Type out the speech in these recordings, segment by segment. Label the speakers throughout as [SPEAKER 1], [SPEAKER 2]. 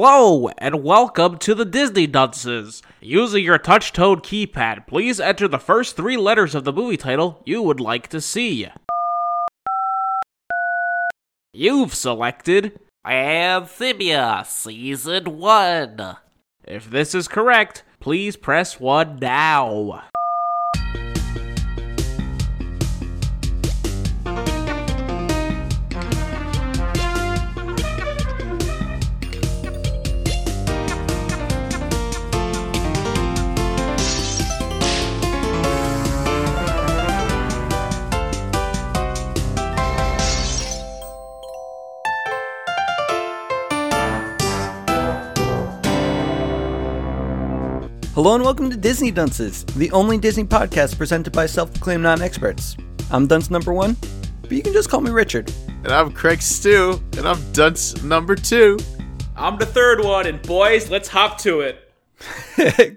[SPEAKER 1] Hello, and welcome to the Disney Dunces. Using your touch tone keypad, please enter the first three letters of the movie title you would like to see. You've selected Amphibia Season 1. If this is correct, please press 1 now.
[SPEAKER 2] Hello and welcome to Disney Dunces, the only Disney podcast presented by self-proclaimed non-experts. I'm dunce number one, but you can just call me Richard.
[SPEAKER 3] And I'm Craig Stew, and I'm dunce number two.
[SPEAKER 4] I'm the third one, and boys, let's hop to it.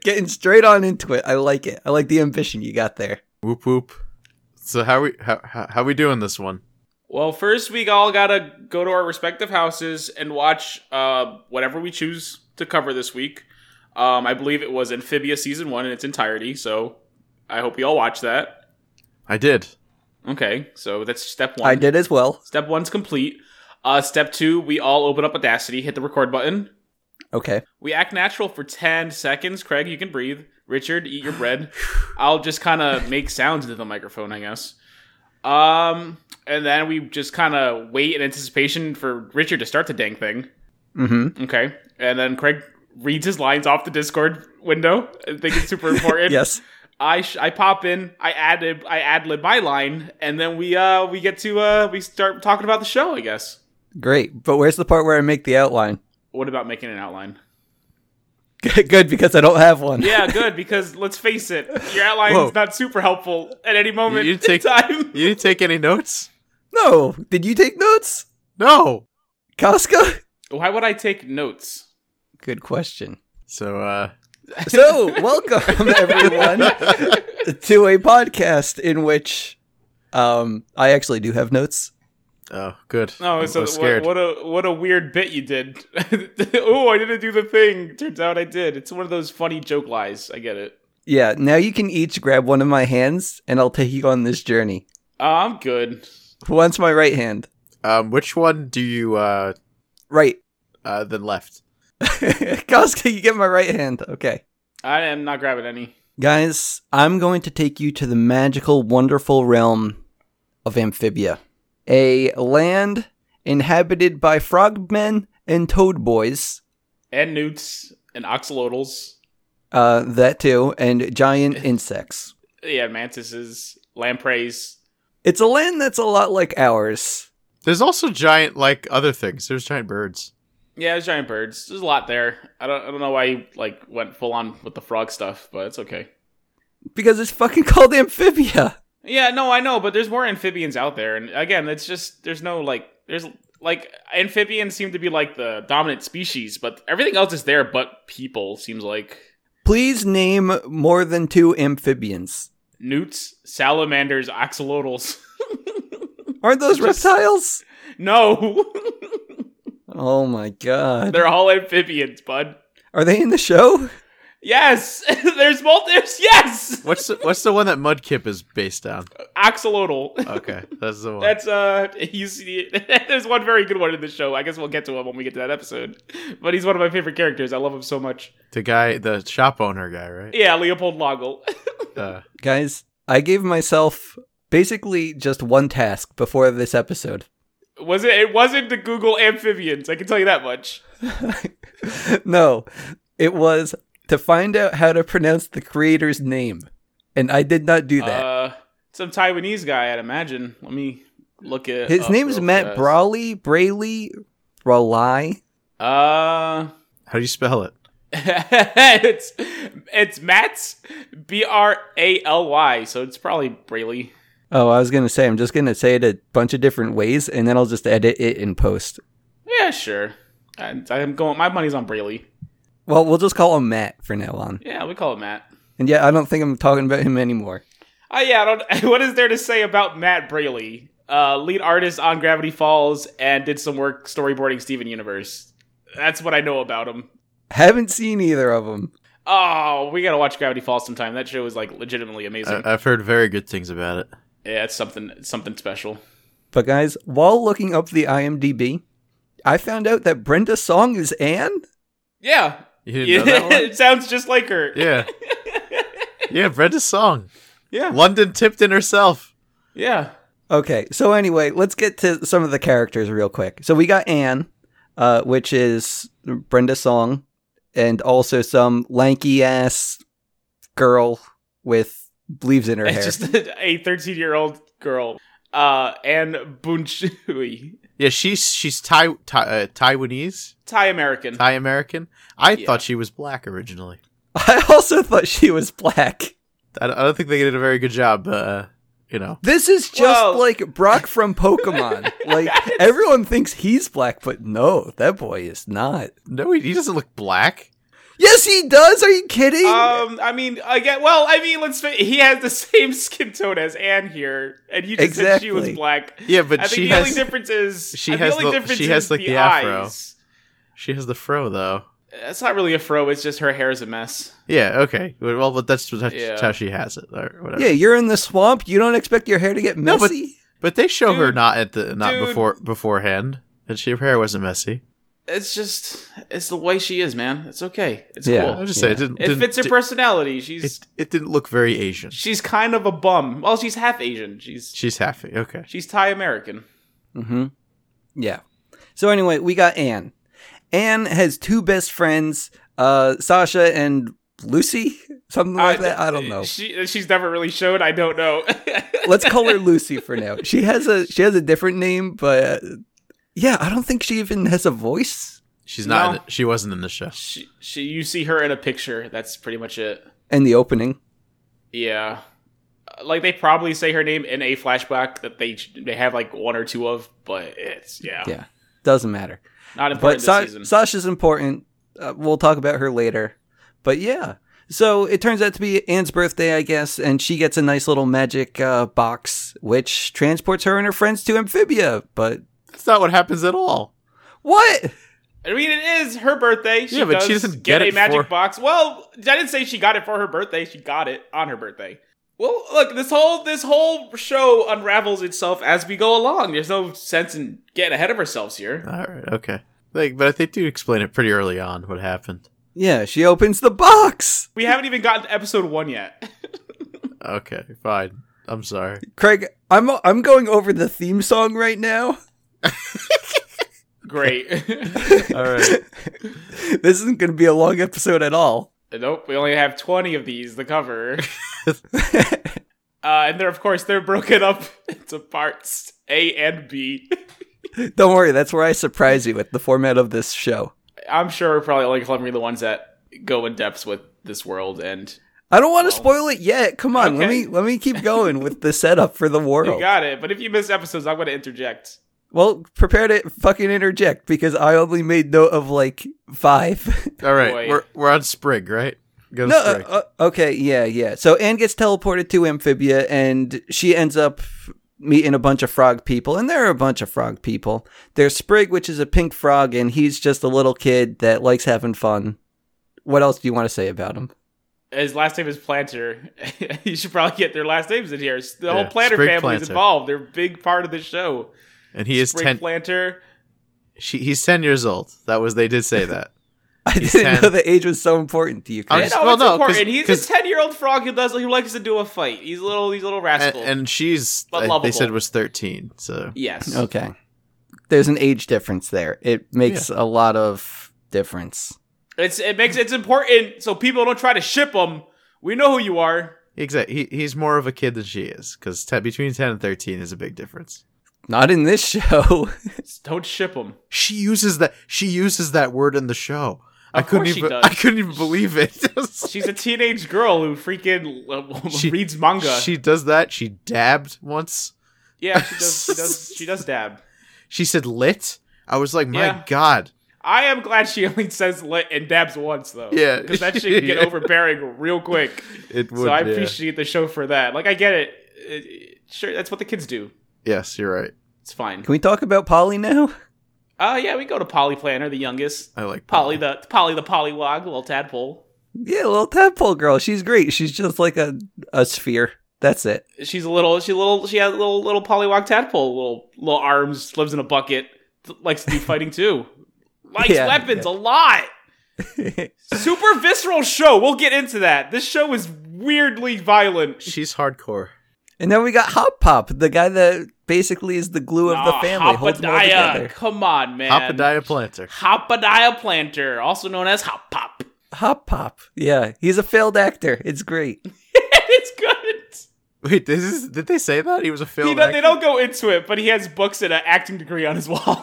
[SPEAKER 2] Getting straight on into it. I like it. I like the ambition you got there.
[SPEAKER 3] Whoop whoop. So how we how how, how we doing this one?
[SPEAKER 4] Well, first we all gotta go to our respective houses and watch uh, whatever we choose to cover this week. Um, I believe it was Amphibia season one in its entirety, so I hope you all watch that.
[SPEAKER 3] I did.
[SPEAKER 4] Okay, so that's step one.
[SPEAKER 2] I did as well.
[SPEAKER 4] Step one's complete. Uh, step two, we all open up Audacity, hit the record button.
[SPEAKER 2] Okay.
[SPEAKER 4] We act natural for 10 seconds. Craig, you can breathe. Richard, eat your bread. I'll just kind of make sounds into the microphone, I guess. Um, and then we just kind of wait in anticipation for Richard to start the dang thing.
[SPEAKER 2] Mm-hmm.
[SPEAKER 4] Okay. And then Craig reads his lines off the Discord window. I think it's super important.
[SPEAKER 2] Yes.
[SPEAKER 4] I, sh- I pop in, I ad lib, I ad lib my line, and then we uh we get to uh we start talking about the show, I guess.
[SPEAKER 2] Great. But where's the part where I make the outline?
[SPEAKER 4] What about making an outline?
[SPEAKER 2] Good, good, because I don't have one.
[SPEAKER 4] Yeah, good because let's face it, your outline
[SPEAKER 2] Whoa.
[SPEAKER 4] is not super helpful at any moment
[SPEAKER 3] You
[SPEAKER 4] in
[SPEAKER 3] take-
[SPEAKER 4] time.
[SPEAKER 3] You didn't take any notes?
[SPEAKER 2] No. Did you take notes,
[SPEAKER 3] No.
[SPEAKER 2] Casca?
[SPEAKER 4] Why would I take notes?
[SPEAKER 2] Good question.
[SPEAKER 3] So uh
[SPEAKER 2] So, welcome everyone to a podcast in which um I actually do have notes.
[SPEAKER 3] oh good.
[SPEAKER 4] No,
[SPEAKER 3] I'm
[SPEAKER 4] so
[SPEAKER 3] was
[SPEAKER 4] what, what a what a weird bit you did. oh, I didn't do the thing. Turns out I did. It's one of those funny joke lies. I get it.
[SPEAKER 2] Yeah, now you can each grab one of my hands and I'll take you on this journey.
[SPEAKER 4] Uh, I'm good.
[SPEAKER 2] Who wants my right hand?
[SPEAKER 3] um which one do you uh
[SPEAKER 2] Right.
[SPEAKER 3] uh then left?
[SPEAKER 2] Koska, you get my right hand. Okay.
[SPEAKER 4] I am not grabbing any.
[SPEAKER 2] Guys, I'm going to take you to the magical, wonderful realm of Amphibia, a land inhabited by frogmen and toad boys,
[SPEAKER 4] And newts and oxalotls.
[SPEAKER 2] uh, that too, and giant insects.
[SPEAKER 4] Yeah, mantises, lampreys.
[SPEAKER 2] It's a land that's a lot like ours.
[SPEAKER 3] There's also giant like other things. There's giant birds.
[SPEAKER 4] Yeah, there's giant birds. There's a lot there. I don't I don't know why you like went full on with the frog stuff, but it's okay.
[SPEAKER 2] Because it's fucking called Amphibia.
[SPEAKER 4] Yeah, no, I know, but there's more amphibians out there, and again, it's just there's no like there's like amphibians seem to be like the dominant species, but everything else is there, but people seems like
[SPEAKER 2] Please name more than two amphibians.
[SPEAKER 4] newts, salamanders, axolotls.
[SPEAKER 2] Aren't those
[SPEAKER 4] Just-
[SPEAKER 2] reptiles?
[SPEAKER 4] no,
[SPEAKER 2] Oh my god.
[SPEAKER 4] they're all amphibians, bud.
[SPEAKER 2] Are they in the show?
[SPEAKER 4] Yes, there's multiple. Yes,
[SPEAKER 3] What's the, what's the one that Mudkip is based on?
[SPEAKER 4] axolotl.
[SPEAKER 3] Okay, that's the one.
[SPEAKER 4] That's uh, he's there's one very good one in the show. I guess we'll get to him when we get to that episode. But he's one of my favorite characters. I love him so much.
[SPEAKER 3] the guy, the shop owner guy, right?
[SPEAKER 4] Yeah, Leopold Loggle.
[SPEAKER 3] Uh,
[SPEAKER 2] Guys, I gave myself basically just one task before this episode.
[SPEAKER 4] Was it? It wasn't the Google amphibians. I can tell you that much.
[SPEAKER 2] no, it was to find out how to pronounce the creator's name. And I did not do that.
[SPEAKER 4] Uh, some Taiwanese guy, I'd imagine. Let me look at
[SPEAKER 2] His
[SPEAKER 4] up
[SPEAKER 2] name is
[SPEAKER 4] real
[SPEAKER 2] Matt
[SPEAKER 4] fast.
[SPEAKER 2] Brawley, Brayley, Brawley.
[SPEAKER 4] Uh,
[SPEAKER 3] how do you spell it?
[SPEAKER 4] it's it's Matt's B R A L Y. So it's probably Brayley.
[SPEAKER 2] Oh, I was going to say, I'm just going to say it a bunch of different ways and then I'll just edit it in post.
[SPEAKER 4] Yeah, sure. I, I'm going. My money's on Brayley.
[SPEAKER 2] Well, we'll just call him Matt for now on.
[SPEAKER 4] Yeah, we call it Matt.
[SPEAKER 2] And yeah, I don't think I'm talking about him anymore.
[SPEAKER 4] Oh yeah, I don't. What is there to say about Matt Brayley, uh, lead artist on Gravity Falls, and did some work storyboarding Steven Universe? That's what I know about him.
[SPEAKER 2] Haven't seen either of them.
[SPEAKER 4] Oh, we gotta watch Gravity Falls sometime. That show is like legitimately amazing.
[SPEAKER 3] I- I've heard very good things about it.
[SPEAKER 4] yeah, it's something it's something special.
[SPEAKER 2] But guys, while looking up the IMDb, I found out that Brenda Song is Anne.
[SPEAKER 4] Yeah,
[SPEAKER 3] You didn't know that one?
[SPEAKER 4] it sounds just like her.
[SPEAKER 3] Yeah. Yeah, Brenda's song.
[SPEAKER 4] Yeah.
[SPEAKER 3] London Tipton herself.
[SPEAKER 4] yeah.
[SPEAKER 2] Okay, so anyway, let's get to some of the characters real quick. So we got Anne, uh, which is Brenda Song, and also some lanky ass girl with leaves in her hair.
[SPEAKER 4] It's just a 13 year old girl. Uh, and Bunchui.
[SPEAKER 3] Yeah, she's she's Thai, Thai uh, Taiwanese,
[SPEAKER 4] Thai American.
[SPEAKER 3] Thai American. I
[SPEAKER 4] Yeah.
[SPEAKER 3] thought she was black originally.
[SPEAKER 2] I also thought she was black.
[SPEAKER 3] I don't, I don't think they did a very good job. Uh, you know,
[SPEAKER 2] This is just
[SPEAKER 4] Whoa.
[SPEAKER 2] like Brock from Pokemon. like everyone thinks he's black, but no, that boy is not.
[SPEAKER 3] no, he, he doesn't look black.
[SPEAKER 2] Yes, he does. Are you kidding?
[SPEAKER 4] Um, I mean, I get well. I mean, let's. fa- He has the same skin tone as Anne here, and you just said she was
[SPEAKER 2] Exactly.
[SPEAKER 4] black.
[SPEAKER 3] Yeah, but
[SPEAKER 4] I think
[SPEAKER 3] she
[SPEAKER 4] the only
[SPEAKER 3] has-
[SPEAKER 4] difference is
[SPEAKER 3] she
[SPEAKER 4] uh,
[SPEAKER 3] has
[SPEAKER 4] the
[SPEAKER 3] the-
[SPEAKER 4] only difference
[SPEAKER 3] she has,
[SPEAKER 4] is
[SPEAKER 3] like,
[SPEAKER 4] the,
[SPEAKER 3] the afro.
[SPEAKER 4] eyes.
[SPEAKER 3] She has the fro though.
[SPEAKER 4] That's not really a fro. It's just her hair is a mess.
[SPEAKER 3] Yeah, okay. Well, but that's, that's
[SPEAKER 4] Yeah.
[SPEAKER 3] how she has it or whatever.
[SPEAKER 2] yeah, you're in the swamp. You don't expect your hair to get
[SPEAKER 3] No, but-
[SPEAKER 2] messy.
[SPEAKER 3] But they show her
[SPEAKER 4] Dude.
[SPEAKER 3] not at the not
[SPEAKER 4] Dude.
[SPEAKER 3] before beforehand, and she her hair wasn't messy.
[SPEAKER 4] It's just it's the way she is, man. It's okay. It's
[SPEAKER 2] Yeah.
[SPEAKER 4] cool.
[SPEAKER 3] I'll just
[SPEAKER 2] yeah.
[SPEAKER 3] say it didn't.
[SPEAKER 4] It
[SPEAKER 3] didn't-
[SPEAKER 4] fits her
[SPEAKER 3] di-
[SPEAKER 4] personality. She's
[SPEAKER 3] it, it didn't look very Asian.
[SPEAKER 4] she's kind of a bum. Well, she's half Asian. She's
[SPEAKER 3] She's happy. Okay.
[SPEAKER 4] she's Thai American.
[SPEAKER 2] Mm-hmm. Yeah. So anyway, we got Anne. Anne has two best friends, uh, Sasha and Lucy, something like that. I don't know.
[SPEAKER 4] Uh, She she's never really showed. I don't know.
[SPEAKER 2] Let's call her Lucy for now. She has a she has a different name, but uh, yeah, I don't think she even has a voice.
[SPEAKER 3] She's not.
[SPEAKER 4] No.
[SPEAKER 3] in- she wasn't in the show.
[SPEAKER 4] she, she you see her in a picture. That's pretty much it.
[SPEAKER 2] And the opening,
[SPEAKER 4] Yeah. Uh, Like they probably say her name in a flashback that they they have like one or two of, but it's yeah,
[SPEAKER 2] yeah, doesn't matter.
[SPEAKER 4] not
[SPEAKER 2] But
[SPEAKER 4] important
[SPEAKER 2] Sa-
[SPEAKER 4] this season.
[SPEAKER 2] Sasha's important. Uh, we'll talk about her later. But yeah, so it turns out to be Anne's birthday, I guess, and she gets a nice little magic uh, box, which transports her and her friends to Amphibia. But
[SPEAKER 3] That's not what happens at all.
[SPEAKER 2] what?
[SPEAKER 4] I mean, it is her birthday. She
[SPEAKER 3] Yeah, but
[SPEAKER 4] does
[SPEAKER 3] she doesn't
[SPEAKER 4] get,
[SPEAKER 3] get
[SPEAKER 4] a
[SPEAKER 3] it
[SPEAKER 4] magic
[SPEAKER 3] for-
[SPEAKER 4] box. Well, I didn't say she got it for her birthday. She got it on her birthday. Well, look, this whole this whole show unravels itself as we go along. There's no sense in getting ahead of ourselves here.
[SPEAKER 3] All right. Okay. Like, but they do explain it pretty early on what happened.
[SPEAKER 2] Yeah, she opens the box.
[SPEAKER 4] We haven't even gotten to episode one yet.
[SPEAKER 3] Okay. Fine. I'm sorry.
[SPEAKER 2] Craig, I'm I'm going over the theme song right now.
[SPEAKER 4] Great.
[SPEAKER 3] All right.
[SPEAKER 2] This isn't going to be a long episode at all.
[SPEAKER 4] nope, we only have twenty of these. The cover. Uh, and they're of course they're broken up into parts A and B.
[SPEAKER 2] Don't worry, that's where I surprise you with the format of this show.
[SPEAKER 4] I'm sure we're probably only covering the ones that go in depth with this world and
[SPEAKER 2] I don't want to
[SPEAKER 4] Well.
[SPEAKER 2] spoil it yet. Come on, let
[SPEAKER 4] Okay.
[SPEAKER 2] me let me keep going with the setup for the world.
[SPEAKER 4] You got it. But if you miss episodes, I'm going to interject.
[SPEAKER 2] Well, prepare to fucking interject because I only made note of like five.
[SPEAKER 3] All right.
[SPEAKER 4] Boy.
[SPEAKER 3] We're we're on Sprig, right? Go to
[SPEAKER 2] no, uh,
[SPEAKER 3] Sprig.
[SPEAKER 2] uh, okay, yeah, yeah. So Anne gets teleported to Amphibia and she ends up meeting a bunch of frog people, and there are a bunch of frog people. There's Sprig, which is a pink frog, and he's just a little kid that likes having fun. What else do you want to say about him?
[SPEAKER 4] His last name is Planter. you should probably get their last names in here. The whole
[SPEAKER 3] Yeah,
[SPEAKER 4] Planter
[SPEAKER 3] Sprig
[SPEAKER 4] family is
[SPEAKER 3] Planter.
[SPEAKER 4] involved. They're a big part of the show.
[SPEAKER 3] and he is
[SPEAKER 4] Sprig
[SPEAKER 3] ten.
[SPEAKER 4] Planter.
[SPEAKER 3] she, he's ten years old. That was they did say that.
[SPEAKER 2] I
[SPEAKER 3] He's
[SPEAKER 2] didn't
[SPEAKER 3] 10.
[SPEAKER 2] know that age was so important to you.
[SPEAKER 3] I'm
[SPEAKER 2] Chris.
[SPEAKER 3] just-
[SPEAKER 4] no,
[SPEAKER 3] well,
[SPEAKER 4] it's
[SPEAKER 3] no, 'cause-
[SPEAKER 4] important. He's a
[SPEAKER 3] 'cause-
[SPEAKER 4] ten-year-old frog who does who likes to do a fight. He's a little. He's a little
[SPEAKER 3] and,
[SPEAKER 4] rascal.
[SPEAKER 3] and she's
[SPEAKER 4] But
[SPEAKER 3] I-
[SPEAKER 4] lovable.
[SPEAKER 3] they said was thirteen. So
[SPEAKER 4] yes.
[SPEAKER 2] Okay. There's an age difference there. It makes a lot of difference.
[SPEAKER 4] It's it makes it's important so people don't try to ship them. We know who you are.
[SPEAKER 3] exactly. He, he's more of a kid than she is because between ten and thirteen is a big difference.
[SPEAKER 2] Not in this show.
[SPEAKER 4] Don't ship them.
[SPEAKER 3] She uses that. She uses that word in the show. I
[SPEAKER 4] Of
[SPEAKER 3] couldn't
[SPEAKER 4] course she
[SPEAKER 3] even.
[SPEAKER 4] does.
[SPEAKER 3] I couldn't even believe it.
[SPEAKER 4] She's a teenage girl who freaking uh,
[SPEAKER 3] She-
[SPEAKER 4] reads manga.
[SPEAKER 3] She does that. She dabbed once.
[SPEAKER 4] yeah, she does. She does. She does dab.
[SPEAKER 3] She said lit. I was like, my
[SPEAKER 4] Yeah.
[SPEAKER 3] god.
[SPEAKER 4] I am glad she only says lit and dabs once though.
[SPEAKER 3] Yeah.
[SPEAKER 4] because that shit can get
[SPEAKER 3] Yeah.
[SPEAKER 4] overbearing real quick.
[SPEAKER 3] It would.
[SPEAKER 4] so I
[SPEAKER 3] yeah.
[SPEAKER 4] appreciate the show for that. Like I get it. It- it- Sure, that's what the kids do.
[SPEAKER 3] Yes, you're right.
[SPEAKER 4] It's fine.
[SPEAKER 2] Can we talk about Polly now?
[SPEAKER 4] Uh, yeah, we go to Polly Planner, the youngest.
[SPEAKER 3] I like
[SPEAKER 4] Polly the Polly the Pollywog, little tadpole.
[SPEAKER 2] Yeah, little tadpole girl. She's great. She's just like a, a sphere. That's it.
[SPEAKER 4] She's a little. She little. She has a little little Pollywog tadpole. Little little arms. Lives in a bucket. Likes to do fighting too. Likes
[SPEAKER 2] Yeah,
[SPEAKER 4] weapons a lot. Super visceral show. We'll get into that. This show is weirdly violent.
[SPEAKER 3] She's hardcore.
[SPEAKER 2] And then we got Hop Pop, the guy that basically is the glue of the
[SPEAKER 4] Aw,
[SPEAKER 2] family, holds them all
[SPEAKER 4] Hopadiah.
[SPEAKER 2] together.
[SPEAKER 4] Ah, Come on, man.
[SPEAKER 3] Hopadiah Planter.
[SPEAKER 4] Hopadiah Planter, also known as Hop Pop.
[SPEAKER 2] Hop Pop. Yeah, he's a failed actor. It's great.
[SPEAKER 4] it's good.
[SPEAKER 3] Wait, this is did they say that he was a
[SPEAKER 4] He
[SPEAKER 3] film?
[SPEAKER 4] don't- they don't go into it, but he has books and an acting degree on his wall.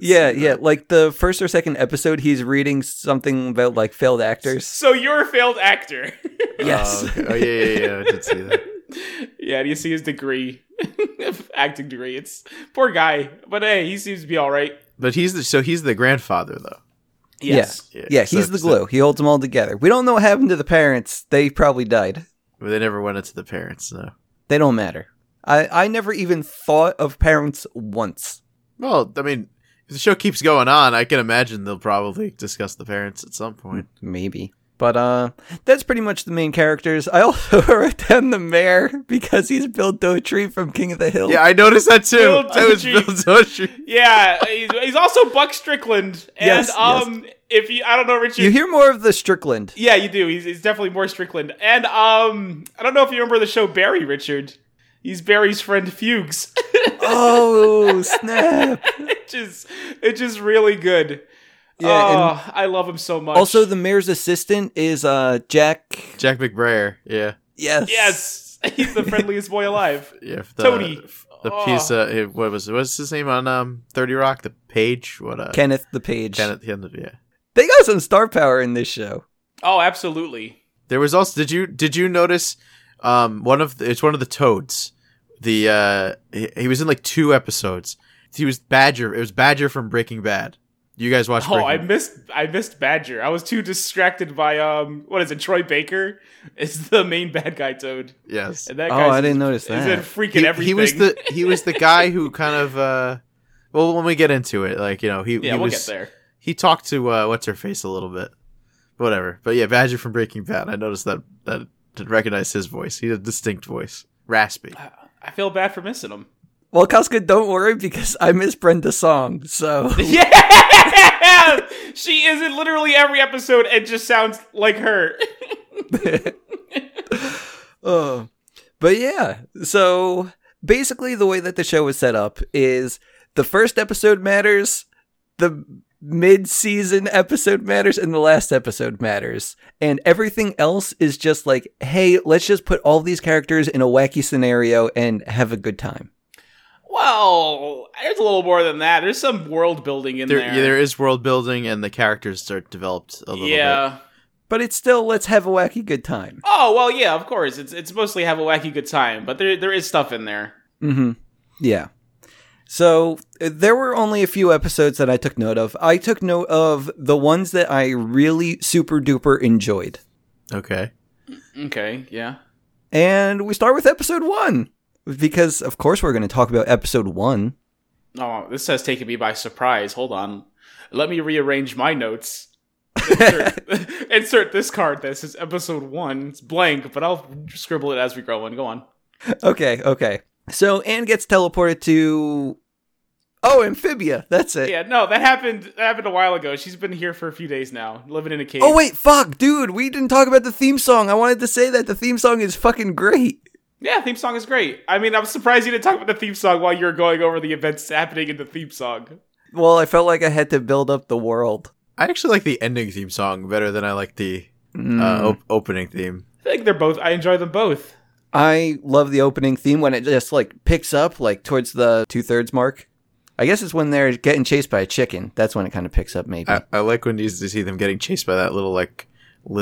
[SPEAKER 2] Yeah, yeah. Like the first or second episode, he's reading something about like failed actors.
[SPEAKER 4] so you're a failed actor.
[SPEAKER 2] Yes.
[SPEAKER 3] Oh, okay. Oh, yeah, yeah, yeah. I did see that.
[SPEAKER 4] yeah, do you see his degree? acting degree. It's poor guy. But hey, he seems to be all right.
[SPEAKER 3] But he's the so he's the grandfather though.
[SPEAKER 4] Yes.
[SPEAKER 2] Yeah, yeah he's
[SPEAKER 3] so-
[SPEAKER 2] the
[SPEAKER 3] so-
[SPEAKER 2] glue. He holds them all together. We don't know what happened to the parents. They probably died.
[SPEAKER 3] But they never went into the parents. No.
[SPEAKER 2] They don't matter. I, I never even thought of parents once.
[SPEAKER 3] Well, I mean, if the show keeps going on, I can imagine they'll probably discuss the parents at some point.
[SPEAKER 2] Maybe. But uh that's pretty much the main characters. I also wrote down the mayor because he's Bill Dotry from King of the Hill.
[SPEAKER 3] Yeah, I noticed that too.
[SPEAKER 4] Bill
[SPEAKER 3] That was Bill
[SPEAKER 4] Dodgy.
[SPEAKER 3] Dodgy.
[SPEAKER 4] Yeah, he's, he's also Buck Strickland. And
[SPEAKER 2] Yes, yes.
[SPEAKER 4] um if you I don't know Richard
[SPEAKER 2] You hear more of the Strickland.
[SPEAKER 4] Yeah, you do. He's, he's definitely more Strickland. And um, I don't know if you remember the show Barry, Richard. He's Barry's friend Fugues.
[SPEAKER 2] Oh, snap.
[SPEAKER 4] it just, it's just really good.
[SPEAKER 2] Yeah,
[SPEAKER 4] oh, I love him so much.
[SPEAKER 2] Also the mayor's assistant is uh Jack
[SPEAKER 3] Jack McBrayer. Yeah,
[SPEAKER 2] Yes.
[SPEAKER 4] yes, he's the friendliest boy alive.
[SPEAKER 3] yeah. The,
[SPEAKER 4] Tony.
[SPEAKER 3] The
[SPEAKER 4] Oh.
[SPEAKER 3] piece. Uh, it- what was what's his name on um Thirty Rock? The page. What uh.
[SPEAKER 2] Kenneth the Page.
[SPEAKER 3] Kenneth. Kenneth, Yeah.
[SPEAKER 2] They got some star power in this show.
[SPEAKER 4] Oh, absolutely.
[SPEAKER 3] There was also did you did you notice um one of the, it's one of the toads. The uh he, he was in like two episodes. He was Badger. It was Badger from Breaking Bad. You guys watched
[SPEAKER 4] Oh,
[SPEAKER 3] Breaking
[SPEAKER 4] I
[SPEAKER 3] Bad.
[SPEAKER 4] missed, I missed Badger. I was too distracted by um, what is it? Troy Baker is the main bad guy Toad,
[SPEAKER 3] Yes.
[SPEAKER 4] and that
[SPEAKER 2] Oh,
[SPEAKER 4] guy's
[SPEAKER 2] I didn't notice
[SPEAKER 4] He's
[SPEAKER 2] that.
[SPEAKER 4] in freaking
[SPEAKER 3] He,
[SPEAKER 4] everything.
[SPEAKER 3] he was the he was the guy who kind of uh well when we get into it like you know he
[SPEAKER 4] yeah.
[SPEAKER 3] he
[SPEAKER 4] We'll
[SPEAKER 3] was
[SPEAKER 4] get there.
[SPEAKER 3] he talked to uh what's her face a little bit. Whatever. But yeah, Badger from Breaking Bad. I noticed that that did recognize his voice. He had a distinct voice. Raspy.
[SPEAKER 4] I feel bad for missing him.
[SPEAKER 2] Well, Casca, don't worry because I miss Brenda's song. So
[SPEAKER 4] Yeah, she is in literally every episode and just sounds like her.
[SPEAKER 2] Uh, but yeah, so basically, the way that the show is set up is the first episode matters, the mid season episode matters, and the last episode matters. And everything else is just like, hey, let's just put all these characters in a wacky scenario and have a good time.
[SPEAKER 4] Well, there's a little more than that. There's some world building in
[SPEAKER 3] There,
[SPEAKER 4] there.
[SPEAKER 3] yeah, there is world building and the characters start developed a little bit.
[SPEAKER 4] yeah.
[SPEAKER 2] But it's still, let's have a wacky good time.
[SPEAKER 4] Oh well, yeah. Of course, it's it's mostly have a wacky good time, but there there is stuff in there.
[SPEAKER 2] Mm-hmm. Yeah. So uh, there were only a few episodes that I took note of. I took note of the ones that I really super duper enjoyed.
[SPEAKER 3] Okay.
[SPEAKER 4] Okay, yeah.
[SPEAKER 2] And we start with episode one. Because, of course, we're going to talk about episode one.
[SPEAKER 4] Oh, this has taken me by surprise. Hold on, let me rearrange my notes. Insert, insert this card that says episode one. It's blank, but I'll scribble it as we go on. Go on.
[SPEAKER 2] Okay, okay. So Anne gets teleported to. Oh, Amphibia. That's it.
[SPEAKER 4] Yeah, no, that happened. That happened a while ago. She's been here for a few days now, living in a cave.
[SPEAKER 2] Oh, wait, fuck, dude. We didn't talk about the theme song. I wanted to say that the theme song is fucking great.
[SPEAKER 4] yeah, theme song is great. I mean, I'm surprised you didn't talk about the theme song while you were going over the events happening in the theme song.
[SPEAKER 2] Well, I felt like I had to build up the world.
[SPEAKER 3] I actually like the ending theme song better than I like the
[SPEAKER 2] Mm.
[SPEAKER 3] uh, op- opening theme.
[SPEAKER 4] I think they're both. I enjoy them both.
[SPEAKER 2] I love the opening theme when it just like picks up like towards the two thirds mark. I guess it's when they're getting chased by a chicken. That's when it kind of picks up, maybe.
[SPEAKER 3] I, I like when you see them getting chased by that little like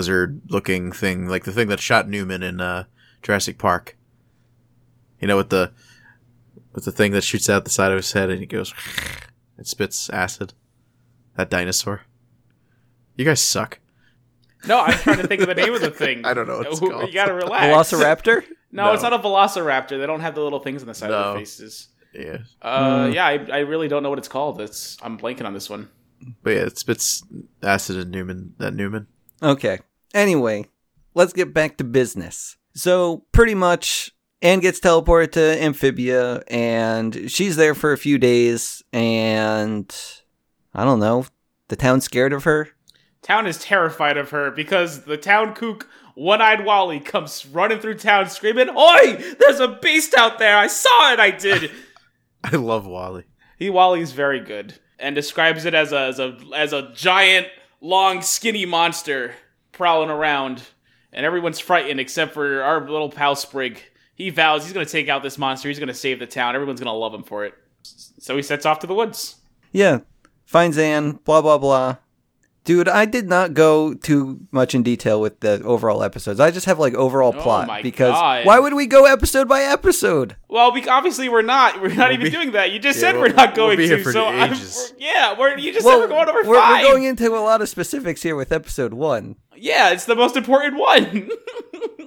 [SPEAKER 3] lizard-looking thing, like the thing that shot Newman in uh, Jurassic Park. You know, with the with the thing that shoots out the side of his head and he goes, it spits acid. That dinosaur. You guys suck.
[SPEAKER 4] No, I'm trying to think of the name of the thing.
[SPEAKER 3] I don't know what it's
[SPEAKER 4] Who-
[SPEAKER 3] called.
[SPEAKER 4] You gotta relax.
[SPEAKER 2] Velociraptor?
[SPEAKER 4] No, it's not a velociraptor. They don't have the little things on the side of
[SPEAKER 3] No.
[SPEAKER 4] their faces.
[SPEAKER 3] Yeah,
[SPEAKER 4] Uh, yeah, I, I really don't know what it's called. It's I'm blanking on this one.
[SPEAKER 3] but yeah, it spits acid and Newman. That Newman.
[SPEAKER 2] Okay. Anyway, let's get back to business. So pretty much Anne gets teleported to Amphibia and she's there for a few days and I don't know, the town's scared of her.
[SPEAKER 4] Town is terrified of her because the town kook, one eyed Wally, comes running through town screaming, Oi! There's a beast out there! I saw it! I did!
[SPEAKER 3] I love Wally.
[SPEAKER 4] he Wally's very good and describes it as a, as a as a giant, long, skinny monster prowling around, and everyone's frightened except for our little pal Sprig. He vows he's gonna take out this monster. He's gonna save the town. Everyone's gonna love him for it. So he sets off to the woods.
[SPEAKER 2] Yeah. Finds Anne, blah blah blah. Dude, I did not go too much in detail with the overall episodes. I just have like overall
[SPEAKER 4] Oh
[SPEAKER 2] plot
[SPEAKER 4] my
[SPEAKER 2] because
[SPEAKER 4] God.
[SPEAKER 2] why would we go episode by episode?
[SPEAKER 4] Well, we obviously we're not. We're not even
[SPEAKER 3] be-
[SPEAKER 4] doing that. You just
[SPEAKER 3] yeah,
[SPEAKER 4] said
[SPEAKER 3] we'll-
[SPEAKER 4] we're not
[SPEAKER 3] we'll
[SPEAKER 4] going
[SPEAKER 3] be
[SPEAKER 4] to.
[SPEAKER 3] here for
[SPEAKER 4] so I'm,
[SPEAKER 3] ages.
[SPEAKER 4] we're- yeah, we're, you just said we're going over
[SPEAKER 2] we're,
[SPEAKER 4] 5
[SPEAKER 2] we're going into a lot of specifics here with episode one.
[SPEAKER 4] yeah, it's the most important one.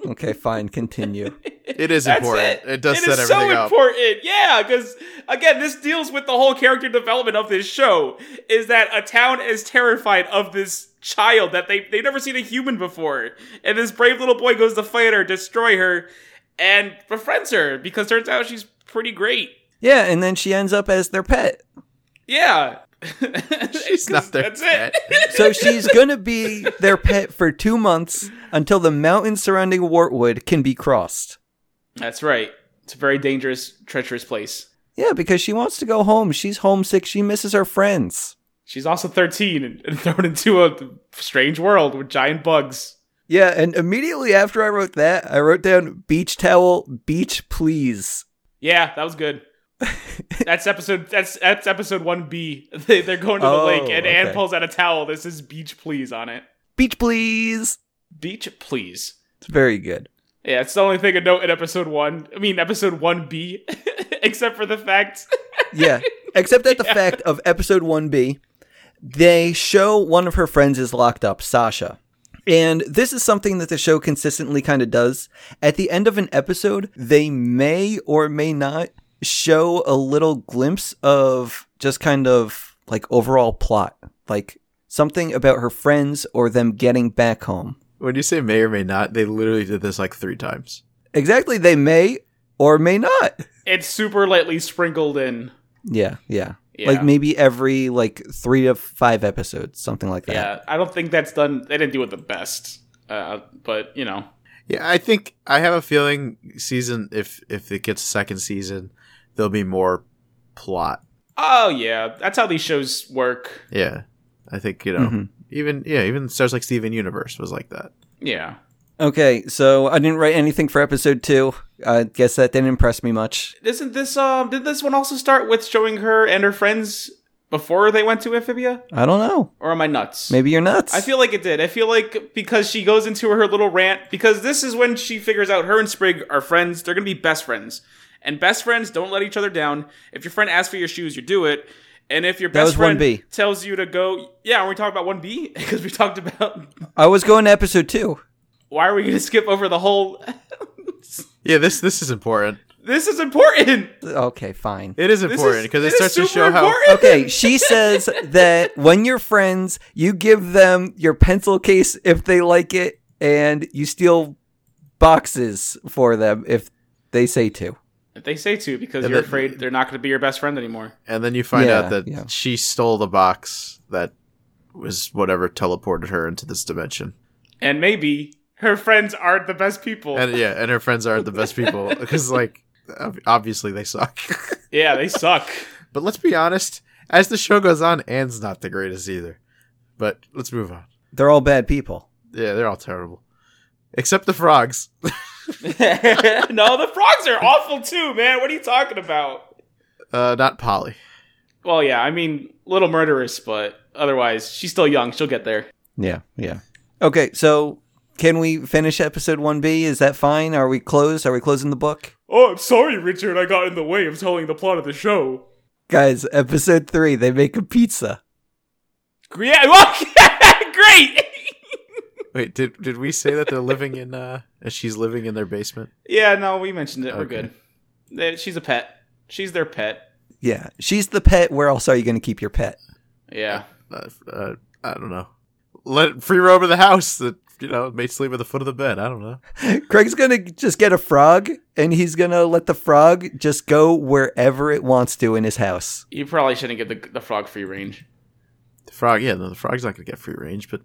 [SPEAKER 2] Okay, fine, continue.
[SPEAKER 3] It is
[SPEAKER 4] That's
[SPEAKER 3] important.
[SPEAKER 4] it.
[SPEAKER 3] It, does
[SPEAKER 4] It
[SPEAKER 3] set
[SPEAKER 4] is
[SPEAKER 3] everything
[SPEAKER 4] so
[SPEAKER 3] up.
[SPEAKER 4] important. Yeah, because again, this deals with the whole character development of this show. Is that a town is terrified of this child that they they've never seen a human before, and this brave little boy goes to fight her, destroy her, and befriends her because turns out she's pretty great.
[SPEAKER 2] Yeah, and then she ends up as their pet.
[SPEAKER 4] Yeah,
[SPEAKER 3] She's not their
[SPEAKER 4] That's
[SPEAKER 3] pet.
[SPEAKER 4] it.
[SPEAKER 2] So she's going to be their pet for two months until the mountains surrounding Wartwood can be crossed.
[SPEAKER 4] That's right. It's a very dangerous, treacherous place.
[SPEAKER 2] Yeah, because she wants to go home. She's homesick. She misses her friends.
[SPEAKER 4] She's also 13 and- and thrown into a strange world with giant bugs.
[SPEAKER 2] Yeah, and immediately after I wrote that, I wrote down beach towel, beach please.
[SPEAKER 4] Yeah, that was good. that's episode. That's that's episode one B. They, they're going to the
[SPEAKER 2] Oh,
[SPEAKER 4] lake, and Anne
[SPEAKER 2] okay.
[SPEAKER 4] pulls out a towel. This is beach, please on it.
[SPEAKER 2] Beach please.
[SPEAKER 4] Beach, please.
[SPEAKER 2] It's very good.
[SPEAKER 4] Yeah, it's the only thing I note in episode one. I mean, episode one B, except for the fact.
[SPEAKER 2] Yeah, except at the fact of episode 1B, they show one of her friends is locked up, Sasha. And this is something that the show consistently kind of does. At the end of an episode, they may or may not show a little glimpse of just kind of like overall plot, like something about her friends or them getting back home.
[SPEAKER 3] When you say may or may not, they literally did this like three times.
[SPEAKER 2] Exactly, they may or may not.
[SPEAKER 4] it's super lightly sprinkled in.
[SPEAKER 2] Yeah, yeah.
[SPEAKER 4] Yeah.
[SPEAKER 2] Like maybe every like 3 to 5 episodes, something like that.
[SPEAKER 4] Yeah, Uh, I don't think that's done. They didn't do it the best, uh, but you know,
[SPEAKER 3] Yeah, I think I have a feeling season if if it gets a second season, there'll be more plot.
[SPEAKER 4] oh yeah, that's how these shows work.
[SPEAKER 3] Yeah, I think you know
[SPEAKER 2] Mhm.
[SPEAKER 3] even yeah even stars like Steven Universe was like that.
[SPEAKER 4] Yeah,
[SPEAKER 2] Okay, so I didn't write anything for episode two. I guess that didn't impress me much.
[SPEAKER 4] isn't this um? Did this one also start with showing her and her friends before they went to Amphibia?
[SPEAKER 2] I don't know.
[SPEAKER 4] Or am I nuts?
[SPEAKER 2] Maybe you're nuts.
[SPEAKER 4] I feel like it did. I feel like because she goes into her little rant, because this is when she figures out her and Sprig are friends. They're going to be best friends. And best friends don't let each other down. If your friend asks for your shoes, you do it. And if your best
[SPEAKER 2] was
[SPEAKER 4] friend
[SPEAKER 2] 1B.
[SPEAKER 4] tells you to go, yeah, are we talking about 1B? Because we talked about
[SPEAKER 2] I was going to episode two.
[SPEAKER 4] why are we going to skip over the whole.
[SPEAKER 3] Yeah, this this is important.
[SPEAKER 4] this is important.
[SPEAKER 2] Okay, fine.
[SPEAKER 3] It is
[SPEAKER 4] This
[SPEAKER 3] important
[SPEAKER 4] is-
[SPEAKER 3] because it
[SPEAKER 4] is
[SPEAKER 3] starts to
[SPEAKER 4] super
[SPEAKER 3] show how
[SPEAKER 4] important.
[SPEAKER 2] Okay, she says that when you're friends, you give them your pencil case if they like it, and you steal boxes for them if they say to.
[SPEAKER 4] They say to because
[SPEAKER 3] And
[SPEAKER 4] you're
[SPEAKER 3] then-
[SPEAKER 4] afraid they're not going to be your best friend anymore.
[SPEAKER 3] and then you find
[SPEAKER 2] Yeah,
[SPEAKER 3] out that
[SPEAKER 2] yeah.
[SPEAKER 3] she stole the box that was whatever teleported her into this dimension.
[SPEAKER 4] And maybe her friends aren't the best people.
[SPEAKER 3] And yeah, and her friends aren't the best people because like ob- obviously they suck.
[SPEAKER 4] yeah, they suck.
[SPEAKER 3] but let's be honest, as the show goes on, Anne's not the greatest either. But let's move on.
[SPEAKER 2] They're all bad people.
[SPEAKER 3] Yeah, they're all terrible. Except the frogs.
[SPEAKER 4] no, the frogs are awful too, man. What are you talking about?
[SPEAKER 3] Uh, not Polly.
[SPEAKER 4] Well, yeah, I mean, little murderous, but otherwise, she's still young. She'll get there.
[SPEAKER 2] Yeah, yeah. Okay, so can we finish episode 1B? Is that fine? Are we closed? Are we closing the book?
[SPEAKER 4] Oh, I'm sorry, Richard. I got in the way of telling the plot of the show.
[SPEAKER 2] Guys, episode three, they make a pizza.
[SPEAKER 4] Yeah, well, great.
[SPEAKER 3] Wait, did did we say that they're living in uh she's living in their basement?
[SPEAKER 4] yeah, no, we mentioned it. We're
[SPEAKER 3] Okay.
[SPEAKER 4] good. Eh, She's a pet. She's their pet.
[SPEAKER 2] Yeah, she's the pet. Where else are you going to keep your pet?
[SPEAKER 4] Yeah.
[SPEAKER 3] Uh, uh, I don't know. Let free roam in the house. That you know, may sleep at the foot of the bed. I don't know.
[SPEAKER 2] Craig's going to just get a frog and he's going to let the frog just go wherever it wants to in his house.
[SPEAKER 4] You probably shouldn't give the, the frog free range.
[SPEAKER 3] The frog. Yeah, no, the frog's not gonna get free range, but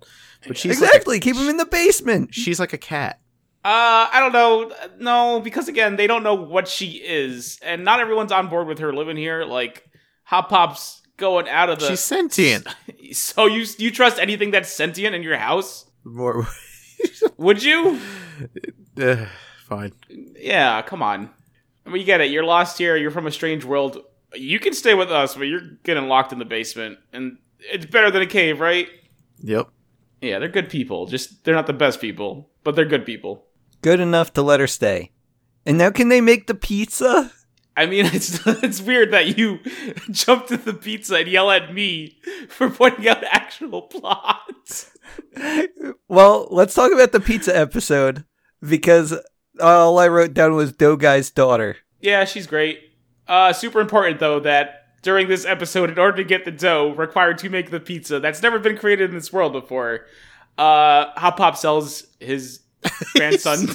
[SPEAKER 3] but she's like a-
[SPEAKER 2] exactly. keep him in the basement.
[SPEAKER 3] she's like a cat.
[SPEAKER 4] Uh, I don't know. No, because again, they don't know what she is, and not everyone's on board with her living here. Like Hop Pop's going out of the.
[SPEAKER 3] she's sentient.
[SPEAKER 4] so you you trust anything that's sentient in your house?
[SPEAKER 3] More.
[SPEAKER 4] Would you?
[SPEAKER 3] Uh, fine.
[SPEAKER 4] Yeah, come on. We get it. You're lost here. You're from a strange world. You can stay with us, but you're getting locked in the basement, and it's better than a cave, right?
[SPEAKER 3] Yep.
[SPEAKER 4] Yeah, they're good people. Just they're not the best people, but they're good people.
[SPEAKER 2] Good enough to let her stay. And now can they make the pizza?
[SPEAKER 4] I mean, it's it's weird that you jump to the pizza and yell at me for pointing out actual plots.
[SPEAKER 2] Well, let's talk about the pizza episode because all I wrote down was Dough Guy's daughter.
[SPEAKER 4] Yeah, she's great. Uh, super important though that during this episode, in order to get the dough required to make the pizza that's never been created in this world before, uh, Hop Pop sells his grandson.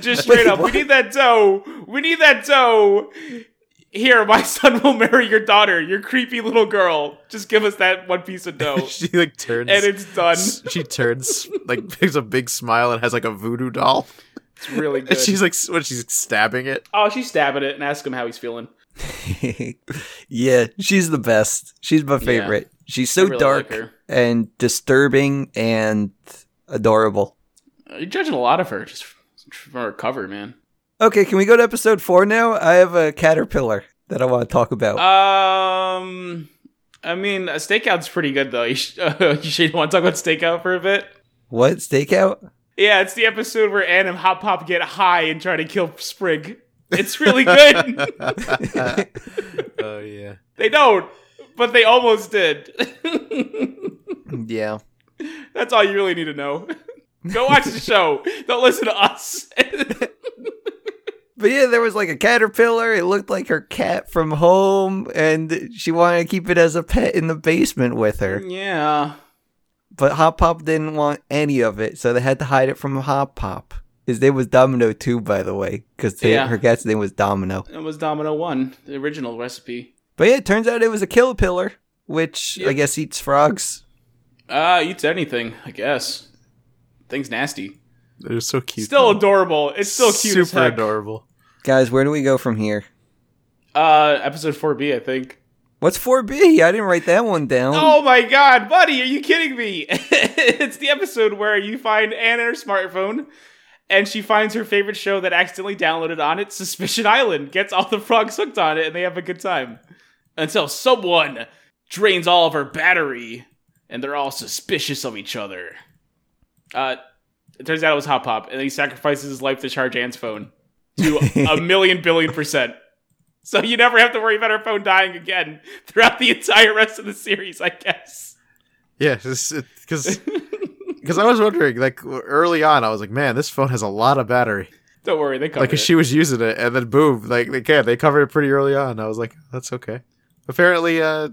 [SPEAKER 4] Just straight up, we need that dough. We need that dough. Here, my son will marry your daughter, your creepy little girl. Just give us that one piece of dough,
[SPEAKER 3] She like turns
[SPEAKER 4] and it's done.
[SPEAKER 3] She turns like gives a big smile and has like a voodoo doll.
[SPEAKER 4] It's really good.
[SPEAKER 3] And she's like s- when she's stabbing it.
[SPEAKER 4] oh, she's stabbing it and ask him how he's feeling.
[SPEAKER 2] yeah, she's the best. She's my favorite. She's so
[SPEAKER 4] I really
[SPEAKER 2] dark
[SPEAKER 4] like her.
[SPEAKER 2] and disturbing and adorable.
[SPEAKER 4] You're judging a lot of her just from her cover, man.
[SPEAKER 2] Okay, can we go to episode four now? I have a caterpillar that I want to talk about.
[SPEAKER 4] Uh, Um, I mean, a stakeout's pretty good though. You, sh- you should want to talk about stakeout for a bit.
[SPEAKER 2] what stakeout?
[SPEAKER 4] Yeah, it's the episode where Ann and Hop Pop get high and try to kill Sprig. It's really good.
[SPEAKER 3] Oh yeah.
[SPEAKER 4] they don't, but they almost did.
[SPEAKER 2] Yeah.
[SPEAKER 4] That's all you really need to know. Go watch the show. Don't listen to us.
[SPEAKER 2] But yeah, there was like a caterpillar. It looked like her cat from home, and she wanted to keep it as a pet in the basement with her.
[SPEAKER 4] yeah.
[SPEAKER 2] But Hop Pop didn't want any of it, so they had to hide it from Hop Pop. His name was Domino too, by the way, because
[SPEAKER 4] Yeah.
[SPEAKER 2] her cat's name was Domino.
[SPEAKER 4] It was Domino 1, the original recipe.
[SPEAKER 2] But yeah, it turns out it was a killpillar, which I
[SPEAKER 4] Yep.
[SPEAKER 2] guess eats frogs.
[SPEAKER 4] Uh, eats anything, I guess. Thing's nasty.
[SPEAKER 3] They're so cute.
[SPEAKER 4] Still adorable. It's still cute
[SPEAKER 3] Super
[SPEAKER 4] as heck.
[SPEAKER 3] adorable.
[SPEAKER 2] Guys, where do we go from here?
[SPEAKER 4] Uh, episode 4B, I think.
[SPEAKER 2] What's 4B? I didn't write that one down.
[SPEAKER 4] Oh my god, buddy, are you kidding me? it's the episode where you find Anne on her smartphone, and she finds her favorite show that accidentally downloaded on it, Suspicion Island, gets all the frogs hooked on it, and they have a good time. Until someone drains all of her battery, and they're all suspicious of each other. Uh, it turns out it was Hop Pop, and he sacrifices his life to charge Anne's phone to a million billion percent. So you never have to worry about her phone dying again throughout the entire rest of the series, I guess.
[SPEAKER 3] Yeah, because because I was wondering like early on, I was like, man, this phone has a lot of battery.
[SPEAKER 4] Don't worry, they covered
[SPEAKER 3] Like,
[SPEAKER 4] it.
[SPEAKER 3] 'cause she was using it, and then boom, like they can they covered it pretty early on. I was like, that's okay. Apparently, uh,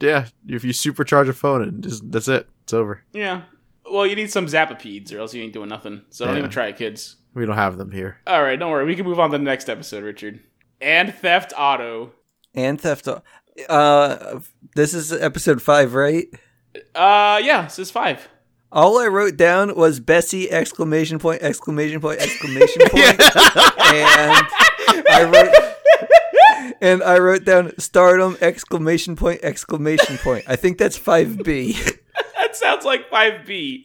[SPEAKER 3] yeah, if you supercharge a phone, and just that's it, it's over.
[SPEAKER 4] yeah. Well, you need some Zappapedes or else you ain't doing nothing. So don't
[SPEAKER 3] Yeah.
[SPEAKER 4] even try it, kids.
[SPEAKER 3] We don't have them here.
[SPEAKER 4] All right, don't worry. We can move on to the next episode, Richard. And Theft Auto.
[SPEAKER 2] And theft. Uh, this is episode five, right?
[SPEAKER 4] Uh, yeah, this is five.
[SPEAKER 2] All I wrote down was Bessie exclamation point exclamation point exclamation point, and I wrote and I wrote down stardom exclamation point exclamation point. I think that's five B.
[SPEAKER 4] That sounds like 5B.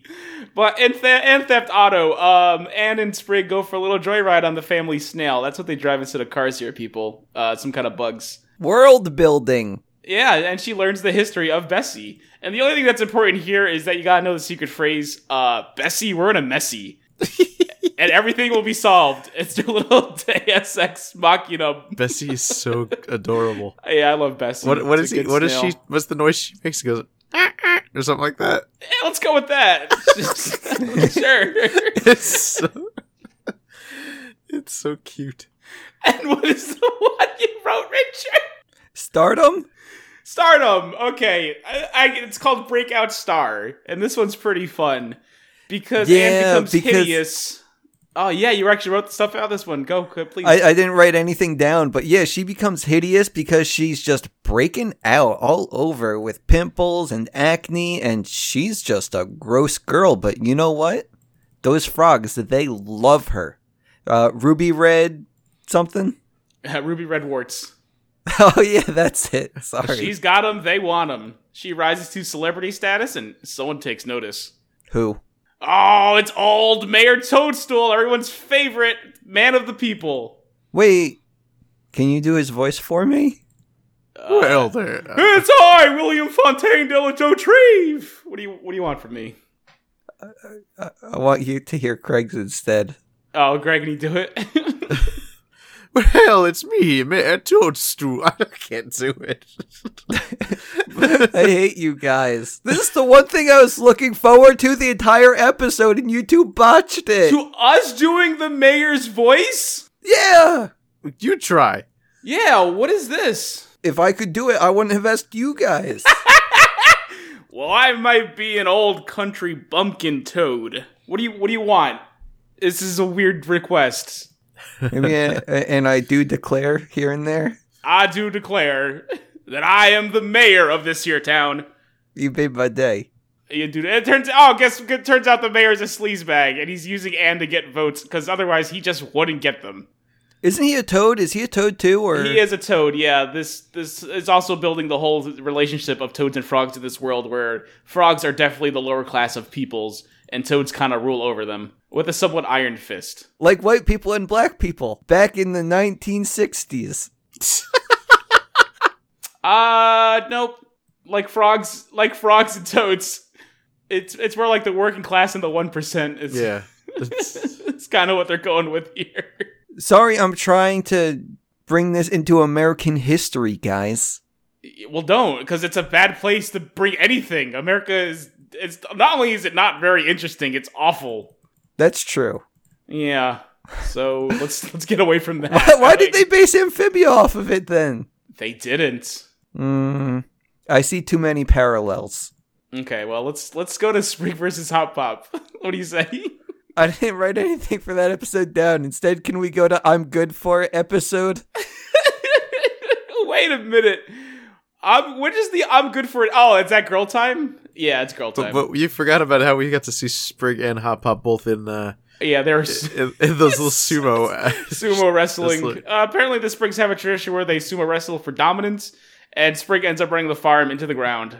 [SPEAKER 4] But in, the in Theft Auto, um, Anne and Sprig go for a little joyride on the family snail. That's what they drive instead of cars here, people. Uh, some kind of bugs.
[SPEAKER 2] World building.
[SPEAKER 4] Yeah, and she learns the history of Bessie. And the only thing that's important here is that you gotta know the secret phrase, uh, Bessie, we're in a messy. and everything will be solved. It's their little Deus Ex Machina.
[SPEAKER 3] Bessie is so adorable.
[SPEAKER 4] Yeah, I love Bessie.
[SPEAKER 3] What what is
[SPEAKER 4] It's a
[SPEAKER 3] he,
[SPEAKER 4] good
[SPEAKER 3] what is
[SPEAKER 4] snail.
[SPEAKER 3] she? What's the noise she makes? She goes "Ah, ah," or something like that.
[SPEAKER 4] Eh, let's go with that. sure.
[SPEAKER 3] It's so, it's so cute.
[SPEAKER 4] And what is the one you wrote, Richard?
[SPEAKER 2] Stardom?
[SPEAKER 4] Stardom. Okay, I, I, it's called Breakout Star, and this one's pretty fun because
[SPEAKER 2] Yeah,
[SPEAKER 4] Anne becomes
[SPEAKER 2] because-
[SPEAKER 4] hideous. Oh yeah, you actually wrote the stuff out of this one. Go, go, please.
[SPEAKER 2] I, I didn't write anything down, but yeah, she becomes hideous because she's just breaking out all over with pimples and acne, and she's just a gross girl. But you know what? Those frogs, they love her. Uh, Ruby Red something?
[SPEAKER 4] Ruby Red Warts.
[SPEAKER 2] Oh, yeah, that's it. Sorry.
[SPEAKER 4] She's got them. They want them. She rises to celebrity status, and someone takes notice.
[SPEAKER 2] Who?
[SPEAKER 4] Oh, it's old Mayor Toadstool, everyone's favorite man of the people.
[SPEAKER 2] Wait, can you do his voice for me?
[SPEAKER 3] well, there. uh,
[SPEAKER 4] It's I, William Fontaine de la Jotrieve. What do you What do you want from me?
[SPEAKER 2] I want you to hear Craig's instead.
[SPEAKER 4] Oh, Greg, can you do it?
[SPEAKER 3] well, it's me, Mayor Toadstool. I can't do it.
[SPEAKER 2] I hate you guys. This is the one thing I was looking forward to the entire episode, and you two botched it.
[SPEAKER 4] to us doing the mayor's voice?
[SPEAKER 2] Yeah.
[SPEAKER 3] you try.
[SPEAKER 4] Yeah, what is this?
[SPEAKER 2] If I could do it, I wouldn't have asked you guys.
[SPEAKER 4] Well, I might be an old country bumpkin toad. What do you What do you want? This is a weird request.
[SPEAKER 2] Maybe, I- and I do declare here and there.
[SPEAKER 4] I do declare that I am the mayor of this here town.
[SPEAKER 2] You made my day.
[SPEAKER 4] You do. It turns oh, guess it turns out the mayor's a sleazebag, and he's using Anne to get votes because otherwise he just wouldn't get them.
[SPEAKER 2] Isn't he a toad? Is he a toad too? Or
[SPEAKER 4] He is a toad. Yeah, this this is also building the whole relationship of toads and frogs in this world, where frogs are definitely the lower class of peoples, and toads kind of rule over them with a somewhat iron fist.
[SPEAKER 2] like white people and black people back in the 1960s.
[SPEAKER 4] Uh, nope. Like frogs, like frogs and toads. It's it's more like the working class and the one percent is.
[SPEAKER 3] Yeah.
[SPEAKER 4] it's kind of what they're going with here.
[SPEAKER 2] Sorry, I'm trying to bring this into American history, guys.
[SPEAKER 4] Well, don't because it's a bad place to bring anything. America is. It's not only is it not very interesting, it's awful.
[SPEAKER 2] That's true.
[SPEAKER 4] Yeah. So let's let's get away from that.
[SPEAKER 2] Why, why did they base Amphibia off of it then?
[SPEAKER 4] They didn't.
[SPEAKER 2] Mm, I see too many parallels.
[SPEAKER 4] Okay. Well, let's let's go to Spring versus Hot Pop. What do you say?
[SPEAKER 2] I didn't write anything for that episode down. Instead, can we go to I'm good for episode?
[SPEAKER 4] Wait a minute. I'm. What is the I'm good for it? Oh, it's that girl time. Yeah, it's girl
[SPEAKER 3] But,
[SPEAKER 4] time.
[SPEAKER 3] but you forgot about how we got to see Sprig and Hop Pop both in uh,
[SPEAKER 4] yeah, there's
[SPEAKER 3] in, in those little sumo. uh,
[SPEAKER 4] sumo wrestling.
[SPEAKER 3] Wrestling.
[SPEAKER 4] Uh, apparently, the Sprigs have a tradition where they sumo wrestle for dominance, and Sprig ends up running the farm into the ground.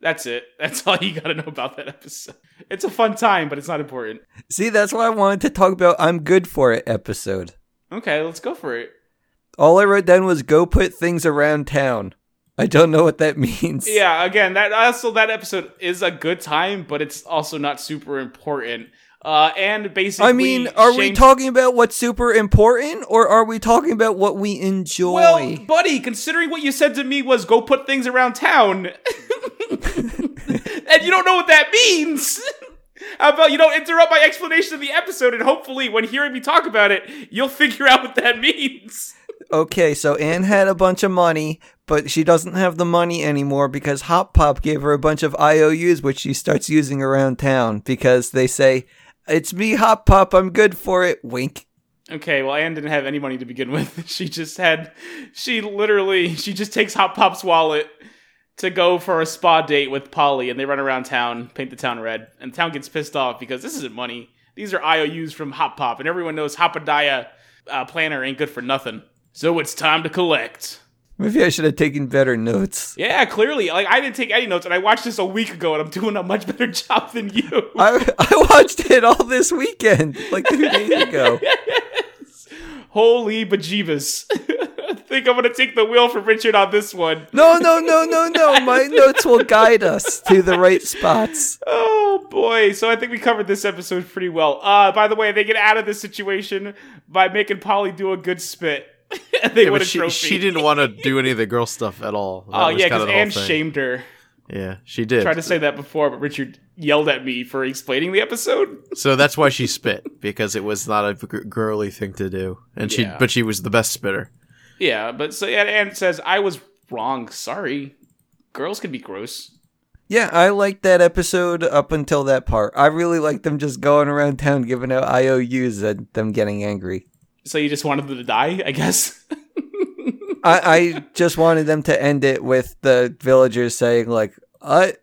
[SPEAKER 4] That's it. That's all you got to know about that episode. It's a fun time, but it's not important.
[SPEAKER 2] See, that's why I wanted to talk about I'm good for it episode.
[SPEAKER 4] Okay, let's go for it.
[SPEAKER 2] All I wrote down was go put things around town. I don't know what that means.
[SPEAKER 4] Yeah, again, that also that episode is a good time, but it's also not super important. Uh, and basically,
[SPEAKER 2] I mean, are we
[SPEAKER 4] Shane-
[SPEAKER 2] talking about what's super important or are we talking about what we enjoy?
[SPEAKER 4] Well, buddy, considering what you said to me was go put things around town, and you don't know what that means. How about you don't interrupt my explanation of the episode, and hopefully, when hearing me talk about it, you'll figure out what that means.
[SPEAKER 2] Okay, so Anne had a bunch of money, but she doesn't have the money anymore because Hop Pop gave her a bunch of IOUs, which she starts using around town because they say, It's me, Hop Pop, I'm good for it. Wink.
[SPEAKER 4] Okay, well, Anne didn't have any money to begin with. She just had, she literally, she just takes Hot Pop's wallet to go for a spa date with Polly, and they run around town, paint the town red, and the town gets pissed off because this isn't money. These are IOUs from Hot Pop, and everyone knows Hopadiah uh, planner ain't good for nothing. So it's time to collect.
[SPEAKER 2] Maybe I should have taken better notes.
[SPEAKER 4] Yeah, clearly, like I didn't take any notes, and I watched this a week ago, and I'm doing a much better job than you.
[SPEAKER 2] I, I watched it all this weekend, like two days ago.
[SPEAKER 4] Holy bejeebus! I think I'm gonna take the wheel from Richard on this one.
[SPEAKER 2] No, no, no, no, no. My notes will guide us to the right spots.
[SPEAKER 4] Oh boy! So I think we covered this episode pretty well. Uh, by the way, they get out of this situation by making Polly do a good spit. and they
[SPEAKER 3] Yeah,
[SPEAKER 4] win
[SPEAKER 3] but
[SPEAKER 4] a
[SPEAKER 3] she,
[SPEAKER 4] trophy.
[SPEAKER 3] she didn't want to do any of the girl stuff at all. That
[SPEAKER 4] Oh
[SPEAKER 3] was kinda
[SPEAKER 4] yeah, because
[SPEAKER 3] the whole
[SPEAKER 4] Anne
[SPEAKER 3] thing.
[SPEAKER 4] shamed her.
[SPEAKER 3] Yeah, she did.
[SPEAKER 4] Tried to say that before, but Richard yelled at me for explaining the episode.
[SPEAKER 3] So that's why she spit because it was not a gr- girly thing to do, and she
[SPEAKER 4] Yeah.
[SPEAKER 3] but she was the best spitter.
[SPEAKER 4] Yeah, but so yeah, Anne says I was wrong. Sorry, girls can be gross.
[SPEAKER 2] Yeah, I liked that episode up until that part. I really liked them just going around town giving out IOUs and them getting angry.
[SPEAKER 4] So you just wanted them to die, I guess.
[SPEAKER 2] I, I just wanted them to end it with the villagers saying, like, I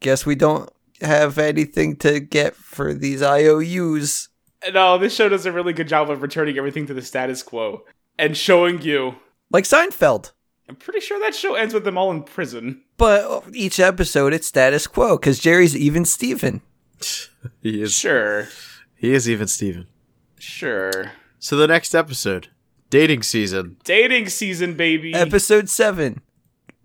[SPEAKER 2] guess we don't have anything to get for these IOUs.
[SPEAKER 4] no, this show does a really good job of returning everything to the status quo and showing you.
[SPEAKER 2] Like Seinfeld.
[SPEAKER 4] I'm pretty sure that show ends with them all in prison.
[SPEAKER 2] But each episode, it's status quo because Jerry's even Steven.
[SPEAKER 3] He is
[SPEAKER 4] Sure,
[SPEAKER 3] he is even Steven.
[SPEAKER 4] sure.
[SPEAKER 3] So the next episode, dating season.
[SPEAKER 4] Dating season, baby.
[SPEAKER 2] Episode 7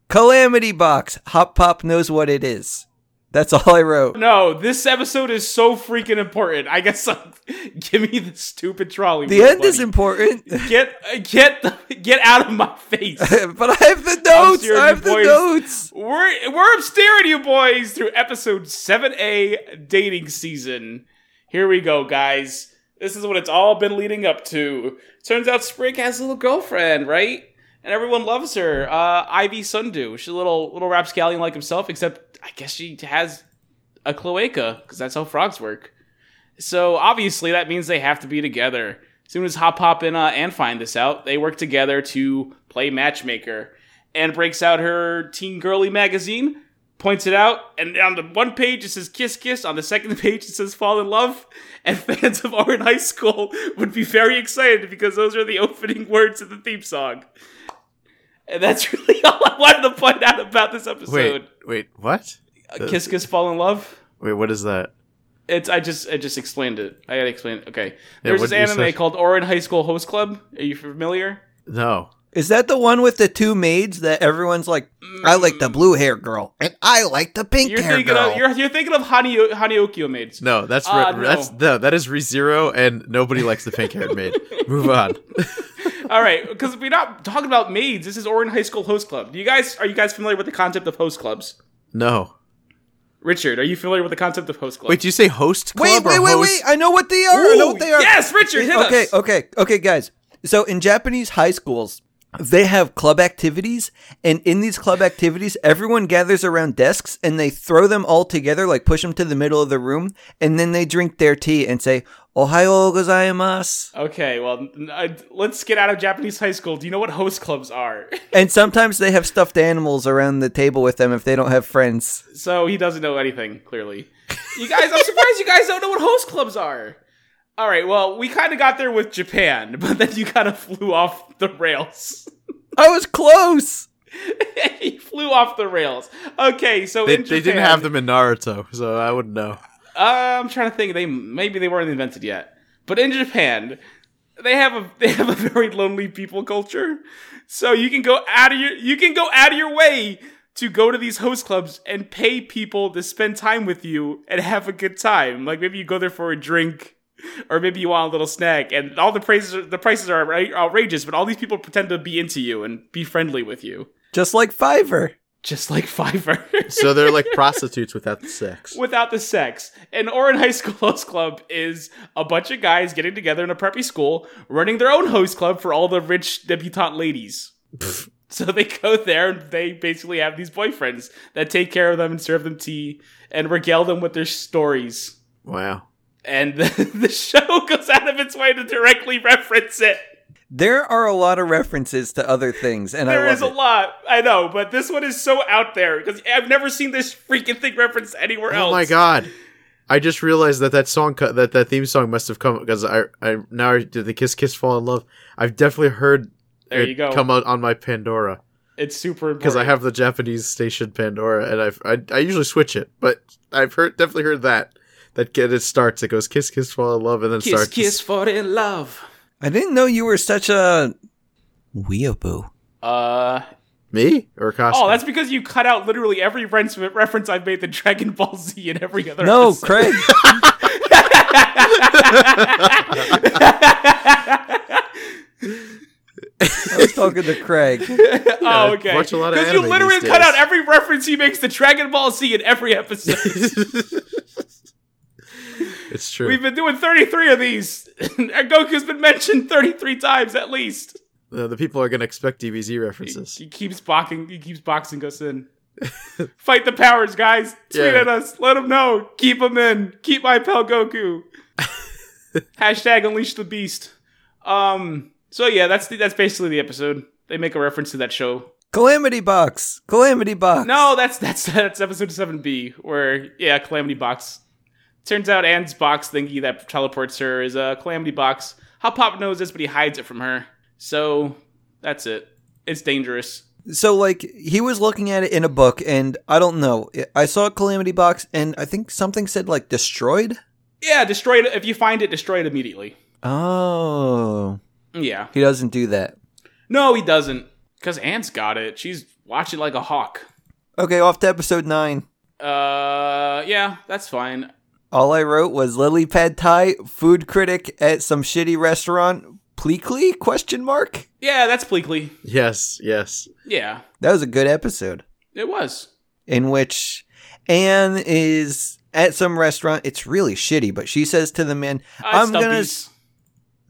[SPEAKER 2] Calamity Box. Hop Pop knows what it is. That's all I wrote.
[SPEAKER 4] no, this episode is so freaking important. I guess I'm, give me the stupid trolley.
[SPEAKER 2] The
[SPEAKER 4] wheel,
[SPEAKER 2] end is
[SPEAKER 4] buddy.
[SPEAKER 2] important.
[SPEAKER 4] Get uh, get the, get out of my face.
[SPEAKER 2] but I have the notes.
[SPEAKER 4] serious,
[SPEAKER 2] I have the
[SPEAKER 4] boys.
[SPEAKER 2] notes.
[SPEAKER 4] We're we're up steering you boys through episode 7A dating season. Here we go, guys. This is what it's all been leading up to. Turns out Sprig has a little girlfriend, right? And everyone loves her. Uh, Ivy Sundu. She's a little little rapscallion like himself, except I guess she has a cloaca, because that's how frogs work. So obviously that means they have to be together. As soon as Hop Hop and uh, Anne find this out, they work together to play matchmaker. Anne breaks out her teen girly magazine, points it out, and on the one page it says kiss kiss, on the second page it says fall in love, and fans of Orin High School would be very excited because those are the opening words of the theme song. And that's really all I wanted to point out about this
[SPEAKER 3] Wait,
[SPEAKER 4] episode.
[SPEAKER 3] wait, what?
[SPEAKER 4] Uh, kiss kiss fall in love.
[SPEAKER 3] Wait, what is that?
[SPEAKER 4] It's I just I just explained it. I gotta explain. It. Okay, there's
[SPEAKER 3] what
[SPEAKER 4] this
[SPEAKER 3] did you
[SPEAKER 4] anime
[SPEAKER 3] say?
[SPEAKER 4] called Orin High School Host Club. Are you familiar?
[SPEAKER 3] No.
[SPEAKER 2] Is that the one with the two maids that everyone's like, I like the blue hair girl and I like the pink
[SPEAKER 4] You're
[SPEAKER 2] hair
[SPEAKER 4] thinking
[SPEAKER 2] girl?
[SPEAKER 4] of you're, you're thinking of Hanio, Haniokyo maids.
[SPEAKER 3] No, that's re-
[SPEAKER 4] Ah,
[SPEAKER 3] that's no, that is ReZero and nobody likes the pink haired maid. Move on.
[SPEAKER 4] All right, because we're not talking about maids. This is Orin High School Host Club. Do you guys are you guys familiar with the concept of host clubs?
[SPEAKER 3] No.
[SPEAKER 4] Richard, are you familiar with the concept of host clubs?
[SPEAKER 3] Wait, do you say host
[SPEAKER 2] wait,
[SPEAKER 3] club
[SPEAKER 2] wait,
[SPEAKER 3] or
[SPEAKER 2] wait, wait!
[SPEAKER 3] host?
[SPEAKER 2] I know what they are. I know what they are.
[SPEAKER 4] Yes, Richard, hit
[SPEAKER 2] okay,
[SPEAKER 4] us.
[SPEAKER 2] okay, okay, guys. So in Japanese high schools, they have club activities, and in these club activities, everyone gathers around desks and they throw them all together, like push them to the middle of the room, and then they drink their tea and say "Ohayo gozaimasu."
[SPEAKER 4] Okay, well, n- I- let's get out of Japanese high school. Do you know what host clubs are?
[SPEAKER 2] And sometimes they have stuffed animals around the table with them if they don't have friends.
[SPEAKER 4] So he doesn't know anything, clearly. You guys, I'm surprised you guys don't know what host clubs are. All right, well, we kind of got there with Japan, but then you kind of flew off the rails.
[SPEAKER 2] I was close.
[SPEAKER 4] you flew off the rails. Okay, so
[SPEAKER 3] They,
[SPEAKER 4] in
[SPEAKER 3] they didn't
[SPEAKER 4] Japan-
[SPEAKER 3] have them in Naruto, so I wouldn't know.
[SPEAKER 4] Uh, I'm trying to think. They maybe they weren't invented yet, but in Japan, they have a they have a very lonely people culture. So you can go out of your you can go out of your way to go to these host clubs and pay people to spend time with you and have a good time. Like maybe you go there for a drink. Or maybe you want a little snack, and all the prices are, the prices are outra- outrageous. But all these people pretend to be into you and be friendly with you,
[SPEAKER 2] Just like Fiverr.
[SPEAKER 4] just like Fiverr.
[SPEAKER 3] So they're like prostitutes without the sex.
[SPEAKER 4] without the sex. And Orin High School Host Club is a bunch of guys getting together in a preppy school, running their own host club for all the rich debutante ladies. so they go there and they basically have these boyfriends that take care of them and serve them tea and regale them with their stories.
[SPEAKER 3] Wow.
[SPEAKER 4] And the, the show goes out of its way to directly reference it.
[SPEAKER 2] There are a lot of references to other things, and
[SPEAKER 4] There
[SPEAKER 2] I
[SPEAKER 4] is
[SPEAKER 2] love
[SPEAKER 4] a
[SPEAKER 2] it.
[SPEAKER 4] lot, I know, but this one is so out there because I've never seen this freaking thing referenced anywhere else.
[SPEAKER 3] Oh my god. I just realized that that song co- that that theme song must have come because I I now I did the kiss kiss fall in love. I've definitely heard
[SPEAKER 4] There
[SPEAKER 3] it
[SPEAKER 4] you go.
[SPEAKER 3] come out on my Pandora.
[SPEAKER 4] It's super important.
[SPEAKER 3] because I have the Japanese station Pandora, and I've I, I usually switch it, but I've heard definitely heard that that get it starts. It goes kiss kiss fall in love, and then
[SPEAKER 4] kiss,
[SPEAKER 3] starts
[SPEAKER 4] kiss, fall in love.
[SPEAKER 2] I didn't know you were such a weeaboo.
[SPEAKER 4] Uh
[SPEAKER 3] me or Costco.
[SPEAKER 4] oh, that's because you cut out literally every reference reference I've made to Dragon Ball Z and every other.
[SPEAKER 2] No,
[SPEAKER 4] episode.
[SPEAKER 2] Craig. I was talking to Craig.
[SPEAKER 4] oh, okay.
[SPEAKER 3] watch a lot of
[SPEAKER 4] Because you
[SPEAKER 3] anime
[SPEAKER 4] literally
[SPEAKER 3] these
[SPEAKER 4] cut
[SPEAKER 3] days.
[SPEAKER 4] out every reference he makes to Dragon Ball Z in every episode.
[SPEAKER 3] it's true.
[SPEAKER 4] We've been doing 33 of these. and Goku's been mentioned 33 times at least.
[SPEAKER 3] Uh, the people are going to expect DBZ
[SPEAKER 4] He,
[SPEAKER 3] references.
[SPEAKER 4] he keeps boxing. He keeps boxing us in. Fight the powers, guys. Tweet
[SPEAKER 3] Yeah.
[SPEAKER 4] at us. Let them know. Keep them in. Keep my pal Goku. Hashtag unleash the beast. Um. So yeah, that's the, that's basically the episode. They make a reference to that show.
[SPEAKER 2] Calamity Box. Calamity Box.
[SPEAKER 4] No, that's that's that's episode seven B where yeah, Calamity Box. Turns out Anne's box thingy that teleports her is a Calamity Box. Hop Pop knows this, but he hides it from her. So that's it. It's dangerous.
[SPEAKER 2] So like he was looking at it in a book, and I don't know. I saw a Calamity Box, and I think something said like destroyed.
[SPEAKER 4] Yeah, destroy it if you find it. Destroy it immediately.
[SPEAKER 2] Oh,
[SPEAKER 4] Yeah.
[SPEAKER 2] he doesn't do that.
[SPEAKER 4] No, he doesn't. Cause Anne's got it. She's watching like a hawk.
[SPEAKER 2] Okay, off to episode nine.
[SPEAKER 4] Uh, yeah, that's fine.
[SPEAKER 2] All I wrote was Lily Pad Thai, food critic at some shitty restaurant. Pleakley? Question mark.
[SPEAKER 4] Yeah, that's Pleakley.
[SPEAKER 3] Yes, yes.
[SPEAKER 4] Yeah,
[SPEAKER 2] That was a good episode
[SPEAKER 4] it was.
[SPEAKER 2] in which Anne is at some restaurant. It's really shitty, but she says to the man,
[SPEAKER 4] Uh,
[SPEAKER 2] "I'm
[SPEAKER 4] Stumpy's.
[SPEAKER 2] gonna s-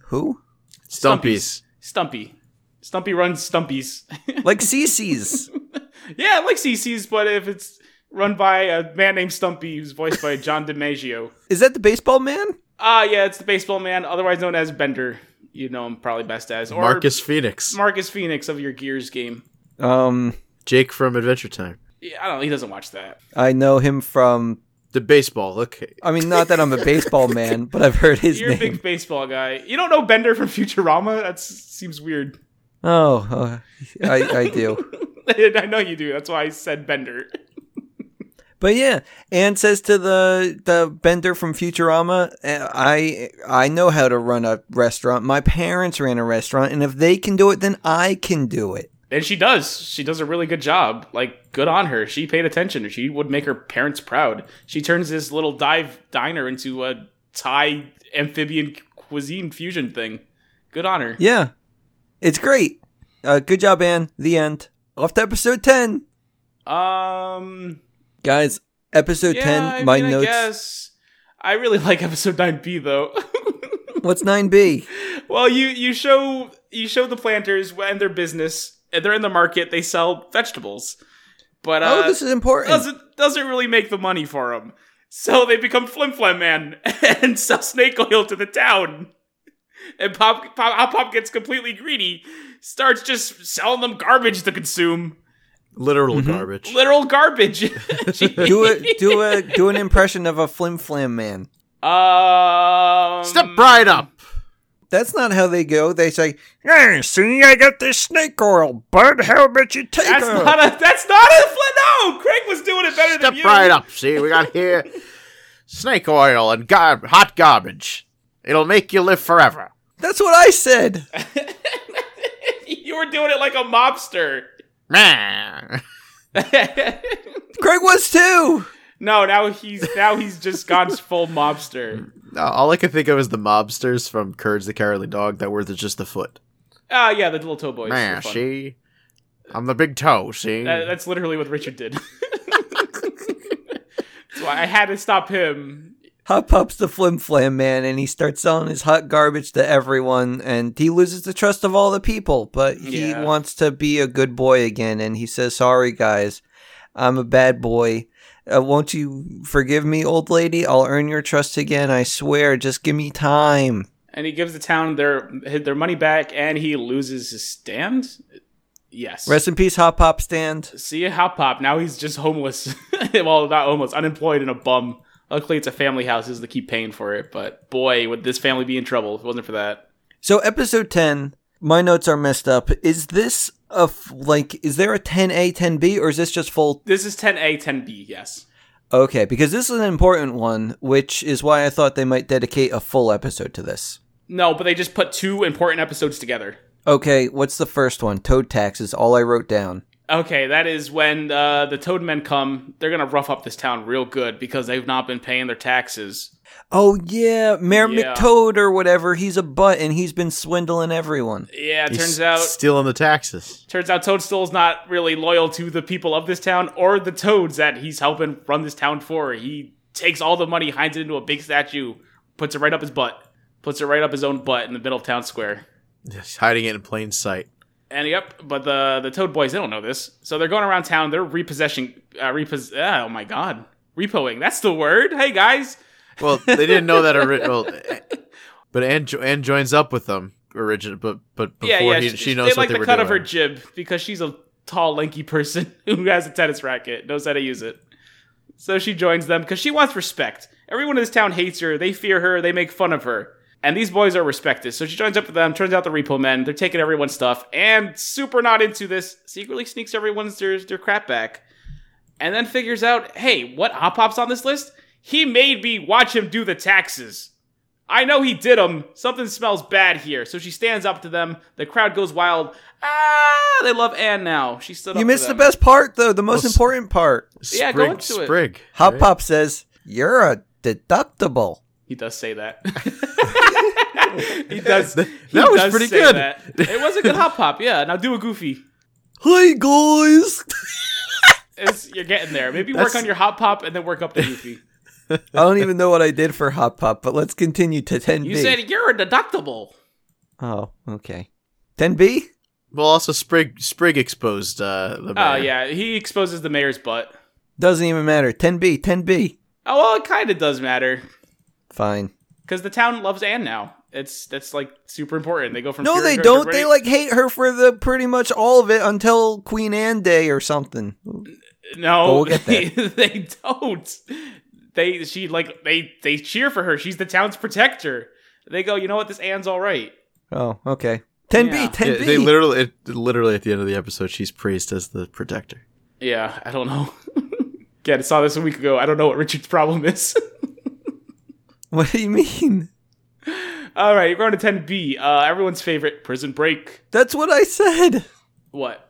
[SPEAKER 2] who
[SPEAKER 3] Stumpies.
[SPEAKER 4] Stumpy. Stumpy runs Stumpy's.
[SPEAKER 2] like Cece's."
[SPEAKER 4] yeah, I like CC's, but if it's run by a man named Stumpy who's voiced by John DiMaggio.
[SPEAKER 2] is that the baseball man?
[SPEAKER 4] Ah, yeah, it's the baseball man, otherwise known as Bender. You know him probably best as or
[SPEAKER 3] Marcus Phoenix.
[SPEAKER 4] Marcus Phoenix of your Gears game.
[SPEAKER 2] Um,
[SPEAKER 3] Jake from Adventure Time.
[SPEAKER 4] Yeah, I don't. know, He doesn't watch that.
[SPEAKER 2] I know him from.
[SPEAKER 3] The baseball. Okay.
[SPEAKER 2] I mean, not that I'm a baseball man, but I've heard his
[SPEAKER 4] You're
[SPEAKER 2] name.
[SPEAKER 4] a big baseball guy. You don't know Bender from Futurama? That seems weird.
[SPEAKER 2] Oh, uh, I, I do.
[SPEAKER 4] I know you do. That's why I said Bender.
[SPEAKER 2] But yeah, Anne says to the the Bender from Futurama, "Uh, "I I know how to run a restaurant. My parents ran a restaurant, and if they can do it, then I can do it."
[SPEAKER 4] And she does. She does a really good job. Like, good on her. She paid attention. She would make her parents proud. She turns this little dive diner into a Thai amphibian cuisine fusion thing. Good on her.
[SPEAKER 2] Yeah, it's great. Uh, good job, Anne. The end. Off to episode ten,
[SPEAKER 4] Um,
[SPEAKER 2] guys. Episode
[SPEAKER 4] yeah,
[SPEAKER 2] ten.
[SPEAKER 4] I
[SPEAKER 2] my
[SPEAKER 4] mean, I
[SPEAKER 2] notes.
[SPEAKER 4] guess. I really like episode 9B though.
[SPEAKER 2] What's nine B?
[SPEAKER 4] Well, you you show you show the planters and their business. And they're in the market. They sell vegetables, but uh,
[SPEAKER 2] oh, this is important.
[SPEAKER 4] doesn't doesn't really make the money for them. So they become Flim Flam Man and sell snake oil to the town. And Pop Pop, Hop Pop gets completely greedy, starts just selling them garbage to consume,
[SPEAKER 3] Literal garbage.
[SPEAKER 4] literal garbage.
[SPEAKER 2] do a do a do an impression of a flim flam man.
[SPEAKER 4] Um,
[SPEAKER 3] Step right up.
[SPEAKER 2] That's not how they go. They say, "Hey, see, I got this snake oil, bud. How about you take
[SPEAKER 4] That's
[SPEAKER 2] her?"
[SPEAKER 4] not a. That's not a. fl- No, Craig was doing it better
[SPEAKER 3] Step
[SPEAKER 4] than you.
[SPEAKER 3] right up. See, we got here snake oil and gar- hot garbage. It'll make you live forever.
[SPEAKER 2] That's what I said.
[SPEAKER 4] you were doing it like a mobster.
[SPEAKER 3] Meh.
[SPEAKER 2] Craig was too.
[SPEAKER 4] no, now he's now he's just gone full mobster.
[SPEAKER 3] No, all I can think of is the mobsters from Courage the Cowardly Dog that were the, just the foot.
[SPEAKER 4] Ah, yeah, the little toe boys. were
[SPEAKER 3] Man,
[SPEAKER 4] fun.
[SPEAKER 3] see? I'm the big toe, see?
[SPEAKER 4] That- that's literally what Richard did. so I had to stop him.
[SPEAKER 2] Hop Pop's the flim flam man, and he starts selling his hot garbage to everyone, and he loses the trust of all the people. But he
[SPEAKER 4] Yeah.
[SPEAKER 2] wants to be a good boy again, and he says, "Sorry, guys, I'm a bad boy. Uh, won't you forgive me, old lady? I'll earn your trust again. I swear. Just give me time."
[SPEAKER 4] And he gives the town their their money back, and he loses his stand. Yes.
[SPEAKER 2] Rest in peace, Hop Pop stand.
[SPEAKER 4] See Hop Pop. Now he's just homeless. well, not homeless, unemployed and a bum. Luckily, it's a family house. Is to keep paying for it. But boy, would this family be in trouble if it wasn't for that.
[SPEAKER 2] So episode 10, my notes are messed up. Is this a f- like is there a 10A 10B or is this just full
[SPEAKER 4] This is 10A, 10B. Yes.
[SPEAKER 2] Okay, because this is an important one, which is why I thought they might dedicate a full episode to this.
[SPEAKER 4] No, but they just put two important episodes together.
[SPEAKER 2] Okay, what's the first one? Toad tax is all I wrote down.
[SPEAKER 4] Okay, that is when uh, the Toad Men come. They're gonna rough up this town real good because they've not been paying their taxes.
[SPEAKER 2] Oh yeah, Mayor
[SPEAKER 4] Yeah.
[SPEAKER 2] McToad or whatever. He's a butt, and he's been swindling everyone.
[SPEAKER 4] Yeah, it
[SPEAKER 3] He's
[SPEAKER 4] turns out
[SPEAKER 3] stealing the taxes.
[SPEAKER 4] turns out Toadstool's not really loyal to the people of this town or the toads that he's helping run this town for. He takes all the money, hides it into a big statue, puts it right up his butt, puts it right up his own butt in the middle of town square.
[SPEAKER 3] He's hiding it in plain sight.
[SPEAKER 4] And yep, but the the Toad Boys they don't know this, so they're going around town. They're repossessing, uh, repos. ah, Oh my god, repoing. That's the word. Hey guys,
[SPEAKER 3] Well, they didn't know that original. Well, eh, but Anne, jo- Anne joins up with them original, but but before
[SPEAKER 4] yeah, yeah.
[SPEAKER 3] he,
[SPEAKER 4] sh-
[SPEAKER 3] she,
[SPEAKER 4] sh-
[SPEAKER 3] knows
[SPEAKER 4] they
[SPEAKER 3] what
[SPEAKER 4] like
[SPEAKER 3] they
[SPEAKER 4] the
[SPEAKER 3] were
[SPEAKER 4] cut
[SPEAKER 3] doing.
[SPEAKER 4] of her jib because she's a tall, lanky person who has a tennis racket, knows how to use it. So she joins them because she wants respect. Everyone in this town hates her. They fear her. They make fun of her. And these boys are respected. So she joins up with them. Turns out the repo men. They're taking everyone's stuff and super not into this. Secretly sneaks everyone's their, their crap back. And then figures out, hey, what Hop Hop's on this list? He made me watch him do the taxes. I know he did them. Something smells bad here. So she stands up to them. The crowd goes wild. Ah, they love Anne now. She stood up.
[SPEAKER 2] You
[SPEAKER 4] to
[SPEAKER 2] missed the
[SPEAKER 4] them.
[SPEAKER 2] best part, though. The most
[SPEAKER 3] Well, s-
[SPEAKER 2] important part.
[SPEAKER 4] Yeah, go into it.
[SPEAKER 3] Sprig.
[SPEAKER 2] Hop
[SPEAKER 3] right?
[SPEAKER 2] Pop says you're a deductible.
[SPEAKER 4] He does say that. he does.
[SPEAKER 3] That-
[SPEAKER 4] he
[SPEAKER 3] that was
[SPEAKER 4] does
[SPEAKER 3] pretty
[SPEAKER 4] say
[SPEAKER 3] good.
[SPEAKER 4] that. It was a good hop hop. Yeah. Now do a goofy.
[SPEAKER 2] Hi guys.
[SPEAKER 4] It's- you're getting there. Maybe work
[SPEAKER 3] That's-
[SPEAKER 4] on your hop hop and then work up to goofy.
[SPEAKER 2] I don't even know what I did for Hop Pop, but let's continue to 10B.
[SPEAKER 4] You said you're a deductible.
[SPEAKER 2] oh, okay. 10B?
[SPEAKER 3] Well, also Sprig Sprig exposed uh, the.
[SPEAKER 4] Oh
[SPEAKER 3] mayor.
[SPEAKER 4] yeah, he exposes the mayor's butt.
[SPEAKER 2] Doesn't even matter. 10B, 10B.
[SPEAKER 4] Oh well, it kind of does matter
[SPEAKER 2] Fine.
[SPEAKER 4] because the town loves Anne now. It's that's like super important. They go from
[SPEAKER 2] No,
[SPEAKER 4] fear
[SPEAKER 2] they
[SPEAKER 4] to-
[SPEAKER 2] don't.
[SPEAKER 4] to-
[SPEAKER 2] They like hate her for the pretty much all of it until Queen Anne Day or something. But
[SPEAKER 4] No,
[SPEAKER 2] we'll get
[SPEAKER 4] they, they don't. They she like they they cheer for her. She's the town's protector. They go, you know what? This Anne's all right.
[SPEAKER 2] Oh, okay. 10B,
[SPEAKER 4] Yeah.
[SPEAKER 2] 10B.
[SPEAKER 3] Yeah, they literally, it, literally at the end of the episode, she's praised as the protector.
[SPEAKER 4] Yeah, I don't know. Again, I saw this a week ago. I don't know what Richard's problem is.
[SPEAKER 2] what do you mean?
[SPEAKER 4] all right, we're on to 10B. Uh, everyone's favorite prison break.
[SPEAKER 2] That's what I said.
[SPEAKER 4] What?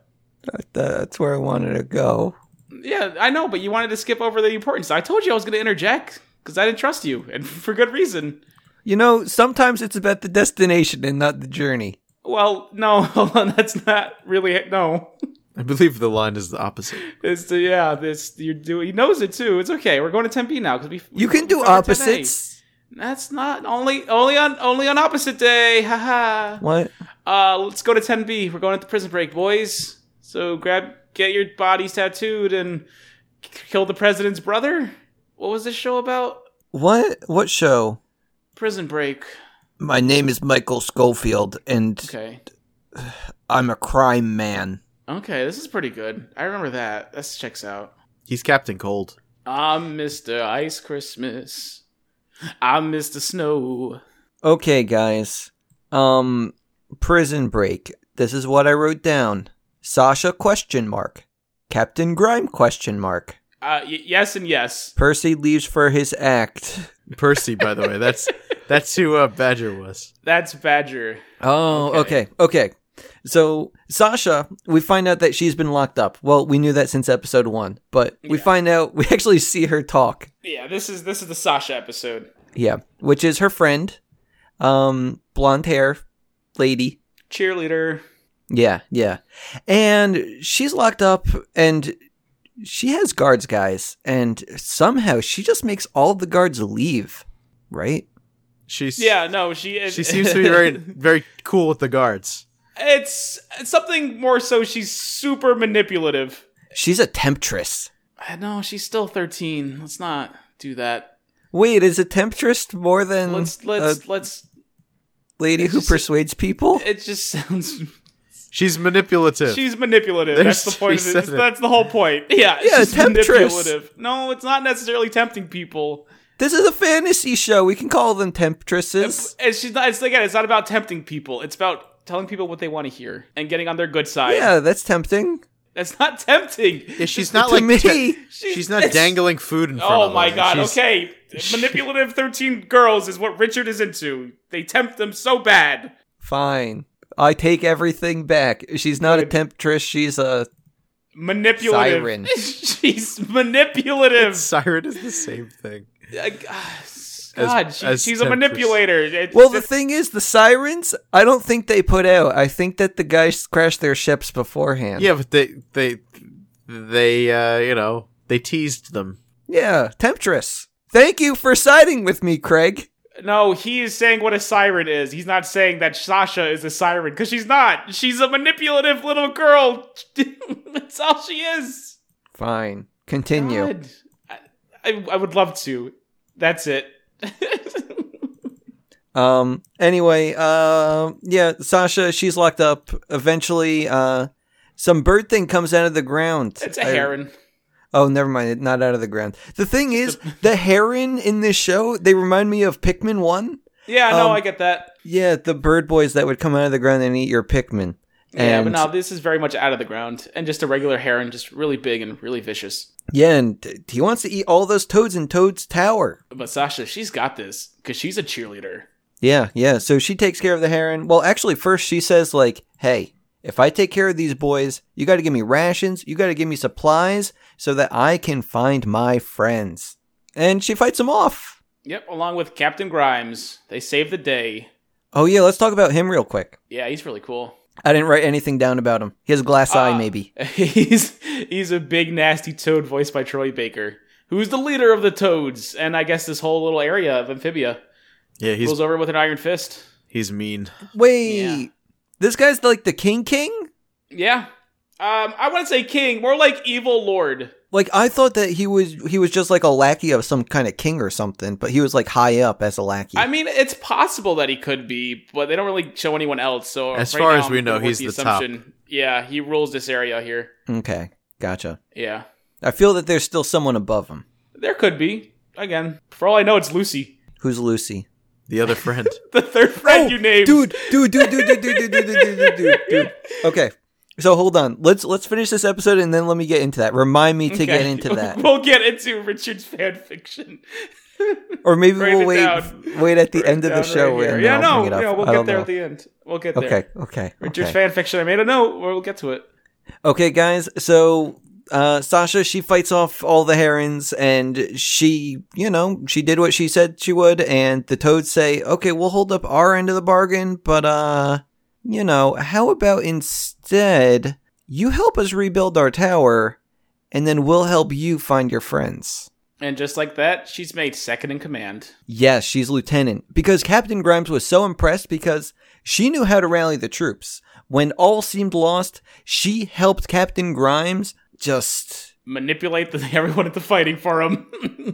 [SPEAKER 2] That's where I wanted to go.
[SPEAKER 4] Yeah, I know, but you wanted to skip over the importance. I told you I was going to interject because I didn't trust you, and for good reason.
[SPEAKER 2] You know, sometimes it's about the destination and not the journey.
[SPEAKER 4] Well, no, hold on. That's not really it. No.
[SPEAKER 3] I believe the line is the opposite.
[SPEAKER 4] It's the, yeah, this you're doing. He knows it too. It's okay. We're going to 10B now because we.
[SPEAKER 2] You can
[SPEAKER 4] we
[SPEAKER 2] do
[SPEAKER 4] covered 10A.
[SPEAKER 2] opposites.
[SPEAKER 4] That's not only only on only on opposite day. Haha.
[SPEAKER 2] What?
[SPEAKER 4] Uh, let's go to 10B. We're going at the prison break, boys. So grab, get your bodies tattooed and k- kill the president's brother. What was this show about?
[SPEAKER 2] What? What show?
[SPEAKER 4] Prison break.
[SPEAKER 2] My name is Michael Schofield, and
[SPEAKER 4] Okay.
[SPEAKER 2] I'm a crime man.
[SPEAKER 4] Okay, this is pretty good. I remember that. That checks out.
[SPEAKER 3] He's Captain Cold.
[SPEAKER 4] I'm Mr. Ice Christmas. I'm Mr. Snow.
[SPEAKER 2] Okay, guys. Um, prison break. This is what I wrote down. Sasha question mark. Captain Grime question mark.
[SPEAKER 4] Uh, y- yes and yes.
[SPEAKER 2] Percy leaves for his act.
[SPEAKER 3] Percy, by the way, that's that's who uh, Badger was.
[SPEAKER 4] That's Badger.
[SPEAKER 2] Oh,
[SPEAKER 4] Okay.
[SPEAKER 2] okay, okay. So Sasha, we find out that she's been locked up. Well, we knew that since episode one, but we
[SPEAKER 4] Yeah.
[SPEAKER 2] find out we actually see her talk
[SPEAKER 4] Yeah, this is this is the Sasha episode.
[SPEAKER 2] Yeah, which is her friend, um, blonde hair lady.
[SPEAKER 4] Cheerleader.
[SPEAKER 2] Yeah, yeah, and she's locked up, and she has guards, guys, and somehow she just makes all of the guards leave. Right?
[SPEAKER 3] She's
[SPEAKER 4] Yeah, no, she is.
[SPEAKER 3] She seems to be very very cool with the guards.
[SPEAKER 4] it's, it's something more so she's super manipulative.
[SPEAKER 2] She's a temptress.
[SPEAKER 4] Uh, No, she's still 13. Let's not do that.
[SPEAKER 2] Wait, is a temptress more than
[SPEAKER 4] Mm, Let's let's
[SPEAKER 2] a
[SPEAKER 4] let's
[SPEAKER 2] lady who
[SPEAKER 4] just-
[SPEAKER 2] persuades people?
[SPEAKER 4] it just sounds
[SPEAKER 3] She's manipulative.
[SPEAKER 4] she's manipulative.
[SPEAKER 3] There's-
[SPEAKER 4] that's the point
[SPEAKER 3] we
[SPEAKER 4] of it.
[SPEAKER 3] said it.
[SPEAKER 4] That's the whole point. Yeah, it's
[SPEAKER 2] Yeah,
[SPEAKER 4] just
[SPEAKER 2] temptress.
[SPEAKER 4] manipulative. No, it's not necessarily tempting people.
[SPEAKER 2] This is a fantasy show. We can call them temptresses.
[SPEAKER 4] It's she's not it's again, it's not about tempting people. It's about telling people what they want to hear and getting on their good side.
[SPEAKER 2] Yeah, that's tempting.
[SPEAKER 4] That's not tempting.
[SPEAKER 3] Yeah, she's not
[SPEAKER 2] to
[SPEAKER 3] like
[SPEAKER 2] me.
[SPEAKER 3] te-
[SPEAKER 4] She's-
[SPEAKER 3] she's not dangling food in front of
[SPEAKER 4] Oh my
[SPEAKER 3] her.
[SPEAKER 4] god,
[SPEAKER 3] She's-
[SPEAKER 4] okay. Manipulative 13 girls is what Richard is into. They tempt them so bad.
[SPEAKER 2] Fine. I take everything back. She's not a temptress. She's a.
[SPEAKER 4] Manipulative.
[SPEAKER 2] Siren.
[SPEAKER 4] She's manipulative.
[SPEAKER 3] Siren is the same thing.
[SPEAKER 4] I- ah, s-
[SPEAKER 3] as uh, as-
[SPEAKER 4] God, she,
[SPEAKER 3] as
[SPEAKER 4] she's a
[SPEAKER 3] temp-
[SPEAKER 4] manipulator. It's
[SPEAKER 2] Well, the
[SPEAKER 4] just-
[SPEAKER 2] thing is, the sirens. I don't think they put out. I think that the guys crashed their ships beforehand.
[SPEAKER 3] Yeah, but they they they uh, you know they teased them.
[SPEAKER 2] yeah. Temptress. Thank you for siding with me, Craig.
[SPEAKER 4] no, he is saying what a siren is. He's not saying that Sasha is a siren because she's not. She's a manipulative little girl. That's all she is.
[SPEAKER 2] Fine. Continue.
[SPEAKER 4] God. I, I, I would love to. That's it.
[SPEAKER 2] Um. Anyway. Uh. Yeah. Sasha. She's locked up. Eventually. Uh. Some bird thing comes out of the ground.
[SPEAKER 4] it's a
[SPEAKER 2] I-
[SPEAKER 4] heron.
[SPEAKER 2] Oh, never mind. Not out of the ground. The thing is, the heron in this show, they remind me of Pikmin 1.
[SPEAKER 4] Yeah, no,
[SPEAKER 2] um,
[SPEAKER 4] I get that.
[SPEAKER 2] Yeah, the bird boys that would come out of the ground and eat your Pikmin.
[SPEAKER 4] yeah,
[SPEAKER 2] And,
[SPEAKER 4] but no, this is very much out of the ground and just a regular heron, just really big and really vicious.
[SPEAKER 2] Yeah, and t- he wants to eat all those toads in Toad's Tower.
[SPEAKER 4] But Sasha, she's got this because she's a cheerleader.
[SPEAKER 2] Yeah, yeah. So she takes care of the heron. Well, actually, first she says, like, hey, if I take care of these boys, you got to give me rations, you got to give me supplies so that I can find my friends. And she fights him off.
[SPEAKER 4] Yep, along with Captain Grimes, they save the day.
[SPEAKER 2] Oh, yeah, let's talk about him real quick.
[SPEAKER 4] Yeah, he's really cool.
[SPEAKER 2] I didn't write anything down about him. He has a glass eye,
[SPEAKER 4] Ah.
[SPEAKER 2] maybe.
[SPEAKER 4] he's he's a big nasty toad voiced by Troy Baker, who's the leader of the toads, and I guess this whole little area of Amphibia
[SPEAKER 3] Yeah, he's
[SPEAKER 4] rules over with an iron fist.
[SPEAKER 3] he's mean.
[SPEAKER 2] Wait,
[SPEAKER 4] Yeah.
[SPEAKER 2] this guy's like the king king?
[SPEAKER 4] Yeah, um, I want to say king, more like evil lord.
[SPEAKER 2] Like I thought that he was he was just like a lackey of some kind of king or something, but he was like high up as a lackey.
[SPEAKER 4] I mean, it's possible that he could be, but they don't really show anyone else. So
[SPEAKER 3] As
[SPEAKER 4] right
[SPEAKER 3] far
[SPEAKER 4] now,
[SPEAKER 3] as we
[SPEAKER 4] I'm
[SPEAKER 3] know,
[SPEAKER 4] going with
[SPEAKER 3] he's the top.
[SPEAKER 4] Yeah, he rules this area here.
[SPEAKER 2] okay, gotcha.
[SPEAKER 4] Yeah,
[SPEAKER 2] I feel that there's still someone above him.
[SPEAKER 4] there could be again. For all I know, it's Lucy,
[SPEAKER 2] Who's Lucy?
[SPEAKER 3] The other friend.
[SPEAKER 4] the third friend you named.
[SPEAKER 2] Oh, dude, dude, dude, dude, dude, dude, dude, dude, dude, dude, dude, dude. Okay, so hold on. Let's let's finish this episode and then let me get into that. Remind me to get
[SPEAKER 4] Okay.
[SPEAKER 2] into that,
[SPEAKER 4] We'll get into Richard's fan fiction.
[SPEAKER 2] or maybe
[SPEAKER 4] Write
[SPEAKER 2] we'll
[SPEAKER 4] it
[SPEAKER 2] wait
[SPEAKER 4] down.
[SPEAKER 2] wait at the
[SPEAKER 4] Write
[SPEAKER 2] end
[SPEAKER 4] it
[SPEAKER 2] of the
[SPEAKER 4] down
[SPEAKER 2] show.
[SPEAKER 4] right here.
[SPEAKER 2] and
[SPEAKER 4] yeah,
[SPEAKER 2] then I'll
[SPEAKER 4] no,
[SPEAKER 2] bring it up.
[SPEAKER 4] no, we'll
[SPEAKER 2] I
[SPEAKER 4] get
[SPEAKER 2] don't
[SPEAKER 4] there
[SPEAKER 2] know.
[SPEAKER 4] at the end. We'll get there.
[SPEAKER 2] Okay, okay,
[SPEAKER 4] Richard's
[SPEAKER 2] okay.
[SPEAKER 4] fan fiction. I made a note. We'll get to it.
[SPEAKER 2] Okay, guys. So uh, Sasha, she fights off all the herons, and she, you know, she did what she said she would. And the toads say, "Okay, we'll hold up our end of the bargain, but uh, you know, how about instead you help us rebuild our tower, and then we'll help you find your friends."
[SPEAKER 4] And just like that, she's made second in command.
[SPEAKER 2] Yes, she's lieutenant because Captain Grimes was so impressed because she knew how to rally the troops. When all seemed lost, she helped Captain Grimes just
[SPEAKER 4] Manipulate the, everyone into fighting for him.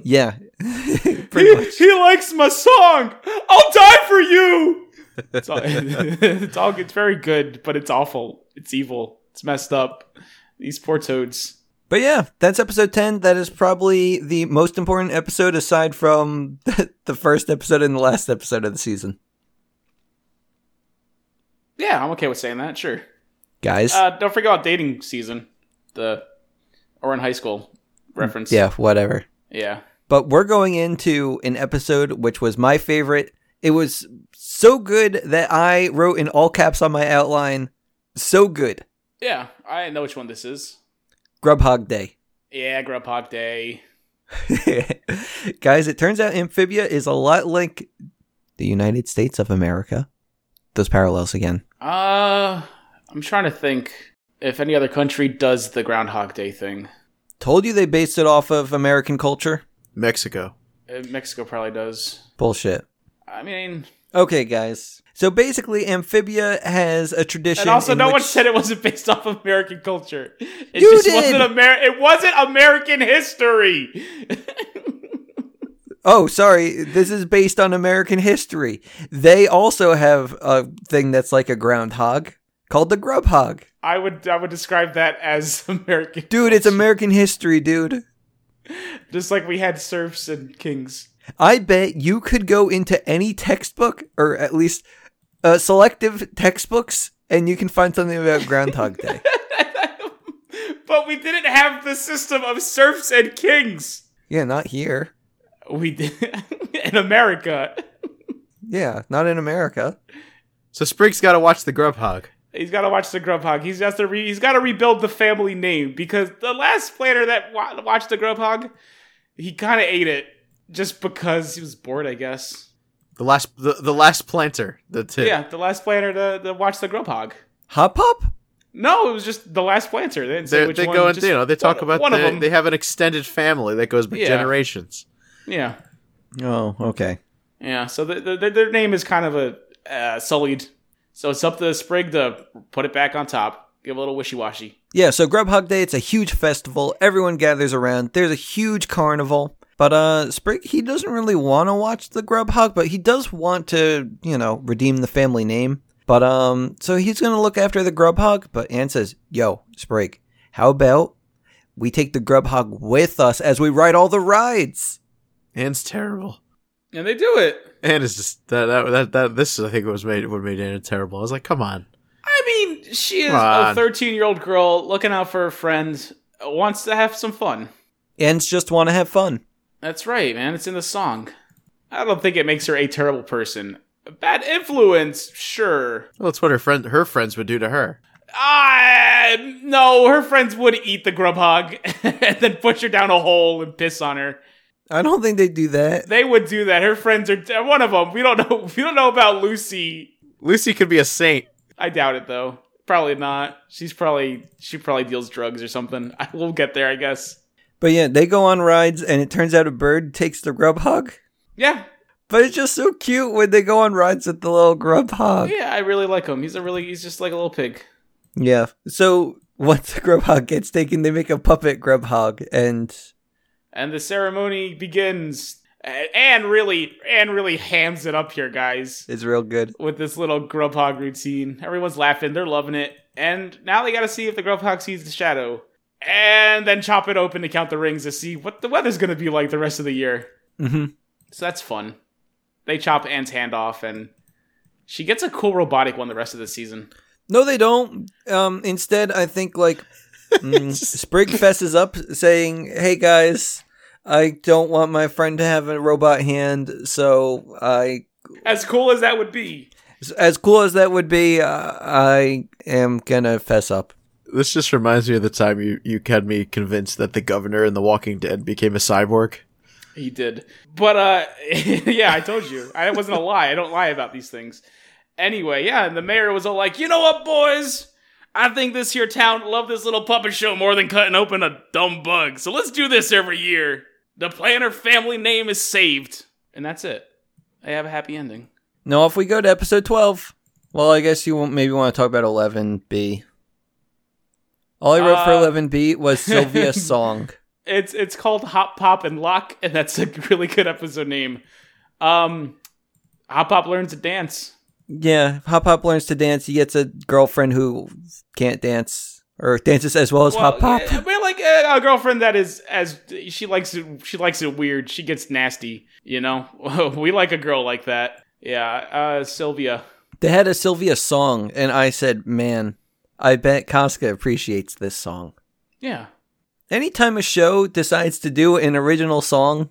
[SPEAKER 2] yeah,
[SPEAKER 4] he,
[SPEAKER 2] pretty much.
[SPEAKER 4] he likes my song. I'll die for you. It's all, it's all. It's very good, but it's awful. It's evil. It's messed up. These poor toads.
[SPEAKER 2] But yeah, that's episode 10. That is probably the most important episode aside from the first episode and the last episode of the season.
[SPEAKER 4] Yeah, I'm okay with saying that. Sure.
[SPEAKER 2] Guys,
[SPEAKER 4] Uh, don't forget about dating season. The or in high school reference.
[SPEAKER 2] yeah, whatever.
[SPEAKER 4] Yeah.
[SPEAKER 2] But we're going into an episode which was my favorite. It was so good that I wrote in all caps on my outline, so good.
[SPEAKER 4] Yeah. I know which one this is.
[SPEAKER 2] Grubhog Day.
[SPEAKER 4] Yeah, Grubhog Day.
[SPEAKER 2] Guys, it turns out Amphibia is a lot like the United States of America. Those parallels again.
[SPEAKER 4] Uh I'm trying to think if any other country does the Groundhog Day thing.
[SPEAKER 2] Told you they based it off of American culture.
[SPEAKER 3] Mexico.
[SPEAKER 4] Uh, Mexico probably does.
[SPEAKER 2] Bullshit.
[SPEAKER 4] I mean,
[SPEAKER 2] Okay, guys. So basically, Amphibia has a tradition.
[SPEAKER 4] and also
[SPEAKER 2] in
[SPEAKER 4] no
[SPEAKER 2] which-
[SPEAKER 4] one said it wasn't based off of American culture. It
[SPEAKER 2] You
[SPEAKER 4] just
[SPEAKER 2] did!
[SPEAKER 4] wasn't Amer- It wasn't American history.
[SPEAKER 2] Oh, sorry. This is based on American history. They also have a thing that's like a groundhog called the grubhog.
[SPEAKER 4] I would I would describe that as American.
[SPEAKER 2] Dude, it's American history, dude.
[SPEAKER 4] just like we had serfs and kings.
[SPEAKER 2] I bet you could go into any textbook, or at least uh, selective textbooks, and you can find something about Groundhog Day.
[SPEAKER 4] but we didn't have the system of serfs and kings.
[SPEAKER 2] yeah, not here.
[SPEAKER 4] We did in America.
[SPEAKER 2] Yeah, not in America.
[SPEAKER 3] So Sprig's got to watch the Grubhog.
[SPEAKER 4] He's got to watch the Grubhog. He's got to re- he's got to rebuild the family name because the last player that wa- watched the Grubhog, he kind of ate it. just because he was bored, I guess.
[SPEAKER 3] The last, the, the last planter. The tip.
[SPEAKER 4] Yeah, the last planter to, to watch the Grubhog.
[SPEAKER 2] Hop hop.
[SPEAKER 4] No, it was just the last planter. They didn't say
[SPEAKER 3] They're-
[SPEAKER 4] which
[SPEAKER 3] they
[SPEAKER 4] one.
[SPEAKER 3] go and
[SPEAKER 4] just
[SPEAKER 3] you know they talk
[SPEAKER 4] one,
[SPEAKER 3] about
[SPEAKER 4] one
[SPEAKER 3] they,
[SPEAKER 4] of them.
[SPEAKER 3] they have an extended family that goes back
[SPEAKER 4] Yeah.
[SPEAKER 3] generations.
[SPEAKER 4] yeah,
[SPEAKER 2] Oh, okay.
[SPEAKER 4] yeah. So the, the, the- their name is kind of a uh, sullied. So it's up to Sprig to put it back on top. Give a little wishy washy.
[SPEAKER 2] Yeah, so Grubhog Day, it's a huge festival. Everyone gathers around. There's a huge carnival. But uh Sprig he doesn't really want to watch the Grubhog, but he does want to, you know, redeem the family name. But um so he's going to look after the Grubhog, but Anne says, "Yo, Sprig, how about we take the Grubhog with us as we ride all the rides?"
[SPEAKER 3] Anne's terrible.
[SPEAKER 4] And they do it.
[SPEAKER 3] Anne is just that that, that that this I think was made what made Anne terrible. I was like, come on,
[SPEAKER 4] I mean, she is
[SPEAKER 3] Come
[SPEAKER 4] a
[SPEAKER 3] on.
[SPEAKER 4] 13 year old girl looking out for her friends, uh, wants to have some fun.
[SPEAKER 2] Anne's just want to have fun.
[SPEAKER 4] That's right, man. It's in the song. I don't think it makes her a terrible person. A bad influence, sure.
[SPEAKER 3] well, that's what her friend her friends would do to her.
[SPEAKER 4] Ah, no, her friends would eat the grub hog and then push her down a hole and piss on her.
[SPEAKER 2] I don't think they do that.
[SPEAKER 4] They would do that. Her friends are uh, one of them. We don't know. We don't know about Lucy.
[SPEAKER 3] Lucy could be a saint.
[SPEAKER 4] I doubt it though. Probably not. She's probably she probably deals drugs or something. I will get there, I guess.
[SPEAKER 2] But yeah, they go on rides and it turns out a bird takes the Grubhog.
[SPEAKER 4] Yeah,
[SPEAKER 2] But it's just so cute when they go on rides with the little grub hog.
[SPEAKER 4] yeah. I really like him. He's a really. He's just like a little pig.
[SPEAKER 2] Yeah. So once the grub hog gets taken, they make a puppet grub hog, and
[SPEAKER 4] and the ceremony begins. A- Anne really, Anne really hams it up here, guys,
[SPEAKER 2] it's real good.
[SPEAKER 4] with this little Grubhog routine. Everyone's laughing, they're loving it, and now they got to see if the Grubhog sees the shadow, and then chop it open to count the rings to see what the weather's gonna be like the rest of the year.
[SPEAKER 2] hmm
[SPEAKER 4] So that's fun. They chop Anne's hand off, and she gets a cool robotic one the rest of the season.
[SPEAKER 2] No, they don't. Um, instead, I think like mm, Sprig fesses up, saying, "Hey guys, I don't want my friend to have a robot hand, so I."
[SPEAKER 4] As cool as that would be,
[SPEAKER 2] As cool as that would be, uh, I am gonna fess up.
[SPEAKER 3] This just reminds me of the time you, you had me convinced that the governor in The Walking Dead became a cyborg.
[SPEAKER 4] He did. But uh yeah, I told you. I it wasn't a lie. I don't lie about these things. Anyway, yeah, and the mayor was all like, "You know what, boys? I think this here town love this little puppet show more than cutting open a dumb bug. So let's do this every year. The planner family name is saved." And that's it. They have a happy ending.
[SPEAKER 2] Now, if we go to episode 12, well, I guess you won't- maybe want to talk about 11B. All I wrote for
[SPEAKER 4] Uh,
[SPEAKER 2] 11B was Sylvia's song.
[SPEAKER 4] It's it's called Hop Pop and Lock, and that's a really good episode name. Um Hop Pop learns to dance.
[SPEAKER 2] Yeah, Hop Hop learns to dance. He gets a girlfriend who can't dance or dances as well as Hop Hop.
[SPEAKER 4] yeah, but like uh, a girlfriend that is as she likes it. She likes it weird. She gets nasty. You know, we like a girl like that. Yeah, uh, Sylvia.
[SPEAKER 2] They had a Sylvia song, and I said, man, I bet Casca appreciates this song.
[SPEAKER 4] Yeah,
[SPEAKER 2] Anytime a show decides to do an original song,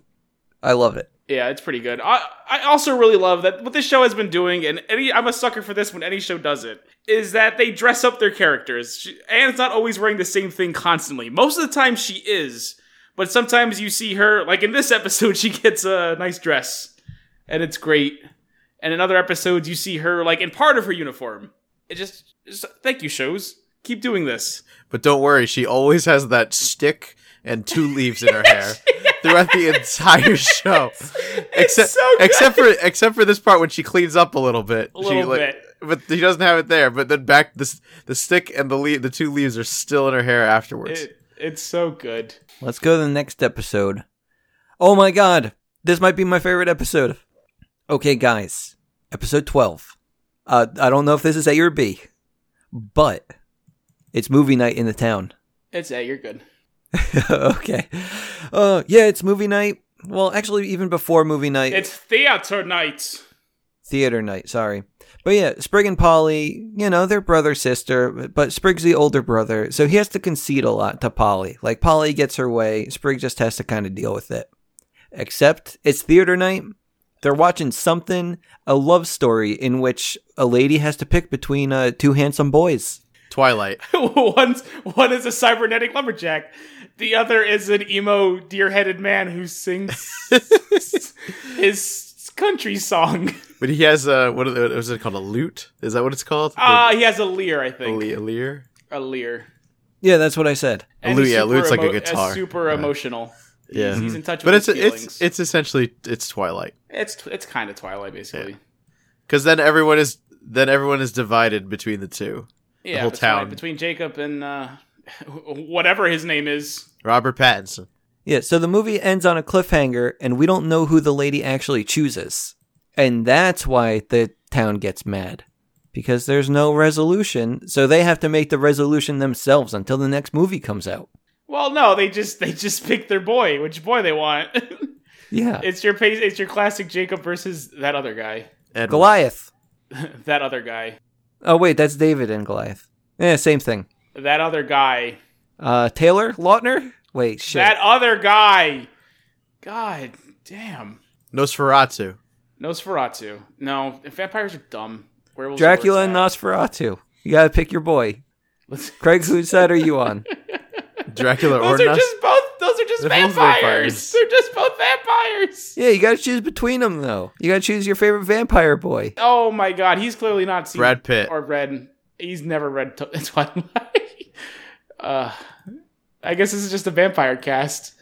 [SPEAKER 2] I love it.
[SPEAKER 4] yeah, it's pretty good. I I also really love that what this show has been doing, and any I'm a sucker for this when any show does it. Is that they dress up their characters, she, and it's not always wearing the same thing constantly. Most of the time, she is, but sometimes you see her like in this episode, she gets a nice dress, and it's great. and in other episodes you see her like in part of her uniform. It just, just thank you shows. Keep doing this.
[SPEAKER 3] But don't worry, she always has that stick and two leaves in her hair throughout the entire show. except
[SPEAKER 4] so good.
[SPEAKER 3] except for except for this part when she cleans up a little bit.
[SPEAKER 4] A little
[SPEAKER 3] she, like-
[SPEAKER 4] bit.
[SPEAKER 3] But she doesn't have it there. But then back this the stick and the le- the two leaves are still in her hair afterwards.
[SPEAKER 4] It, it's so good.
[SPEAKER 2] Let's go to the next episode. Oh my god, this might be my favorite episode. Okay, guys, episode 12. Uh, I don't know if this is A or B, but it's movie night in the town.
[SPEAKER 4] It's yeah, you're good.
[SPEAKER 2] okay. Uh, yeah, it's movie night. Well, actually, even before movie night,
[SPEAKER 4] It's theater night.
[SPEAKER 2] theater night, sorry. But yeah, Sprig and Polly, you know, they're brother sister, but Sprig's the older brother, so he has to concede a lot to Polly. Like Polly gets her way, Sprig just has to kind of deal with it. Except it's theater night. They're watching something, a love story in which a lady has to pick between uh, two handsome boys.
[SPEAKER 3] Twilight.
[SPEAKER 4] One's one is a cybernetic lumberjack, The other is an emo deer-headed man who sings his country song.
[SPEAKER 3] But he has a what are the, what is it called? A lute? Is that what it's called?
[SPEAKER 4] Ah, he has a leer, I
[SPEAKER 3] a,
[SPEAKER 4] think.
[SPEAKER 3] le- a leer.
[SPEAKER 4] A leer.
[SPEAKER 2] Yeah, that's what I said.
[SPEAKER 4] And
[SPEAKER 3] lute,
[SPEAKER 4] he's
[SPEAKER 3] yeah,
[SPEAKER 4] super
[SPEAKER 3] lute's like a
[SPEAKER 4] emo- uh,
[SPEAKER 3] guitar.
[SPEAKER 4] Super
[SPEAKER 3] Yeah.
[SPEAKER 4] emotional.
[SPEAKER 3] Yeah, Mm-hmm.
[SPEAKER 4] He's in touch with
[SPEAKER 3] but it's
[SPEAKER 4] his feelings.
[SPEAKER 3] it's it's essentially it's Twilight
[SPEAKER 4] It's t- it's kind of Twilight, basically.
[SPEAKER 3] because then everyone is then everyone is divided between the two.
[SPEAKER 4] Yeah,
[SPEAKER 3] whole
[SPEAKER 4] between,
[SPEAKER 3] town.
[SPEAKER 4] between Jacob and uh, whatever his name is.
[SPEAKER 3] Robert Pattinson.
[SPEAKER 2] Yeah, so the movie ends on a cliffhanger, and we don't know who the lady actually chooses. And that's why the town gets mad because there's no resolution. So they have to make the resolution themselves until the next movie comes out.
[SPEAKER 4] Well, no, they just they just pick their boy, which boy they want.
[SPEAKER 2] Yeah.
[SPEAKER 4] it's your pa- it's your classic Jacob versus that other guy,
[SPEAKER 3] Edward.
[SPEAKER 2] Goliath.
[SPEAKER 4] that other guy,
[SPEAKER 2] Oh, wait, that's David and Goliath. Yeah, same thing.
[SPEAKER 4] that other guy,
[SPEAKER 2] Uh, Taylor Lautner? Wait, shit.
[SPEAKER 4] that other guy. God damn,
[SPEAKER 3] Nosferatu.
[SPEAKER 4] Nosferatu. No, vampires are dumb. Werewolves are where
[SPEAKER 2] Dracula
[SPEAKER 4] it's
[SPEAKER 2] and
[SPEAKER 4] at.
[SPEAKER 2] Nosferatu. You gotta pick your boy.
[SPEAKER 4] Let's-
[SPEAKER 2] Craig, whose side are you on?
[SPEAKER 3] Dracula or
[SPEAKER 4] Those are
[SPEAKER 3] Nos-
[SPEAKER 4] just both. Those are just
[SPEAKER 3] They're both
[SPEAKER 4] vampires.
[SPEAKER 3] vampires.
[SPEAKER 4] They're just both vampires.
[SPEAKER 2] Yeah, you gotta choose between them, though. You gotta choose your favorite vampire boy.
[SPEAKER 4] Oh my god, he's clearly not seen
[SPEAKER 3] Brad Pitt.
[SPEAKER 4] or read. He's never read t- Twilight. uh, I guess this is just a vampire cast.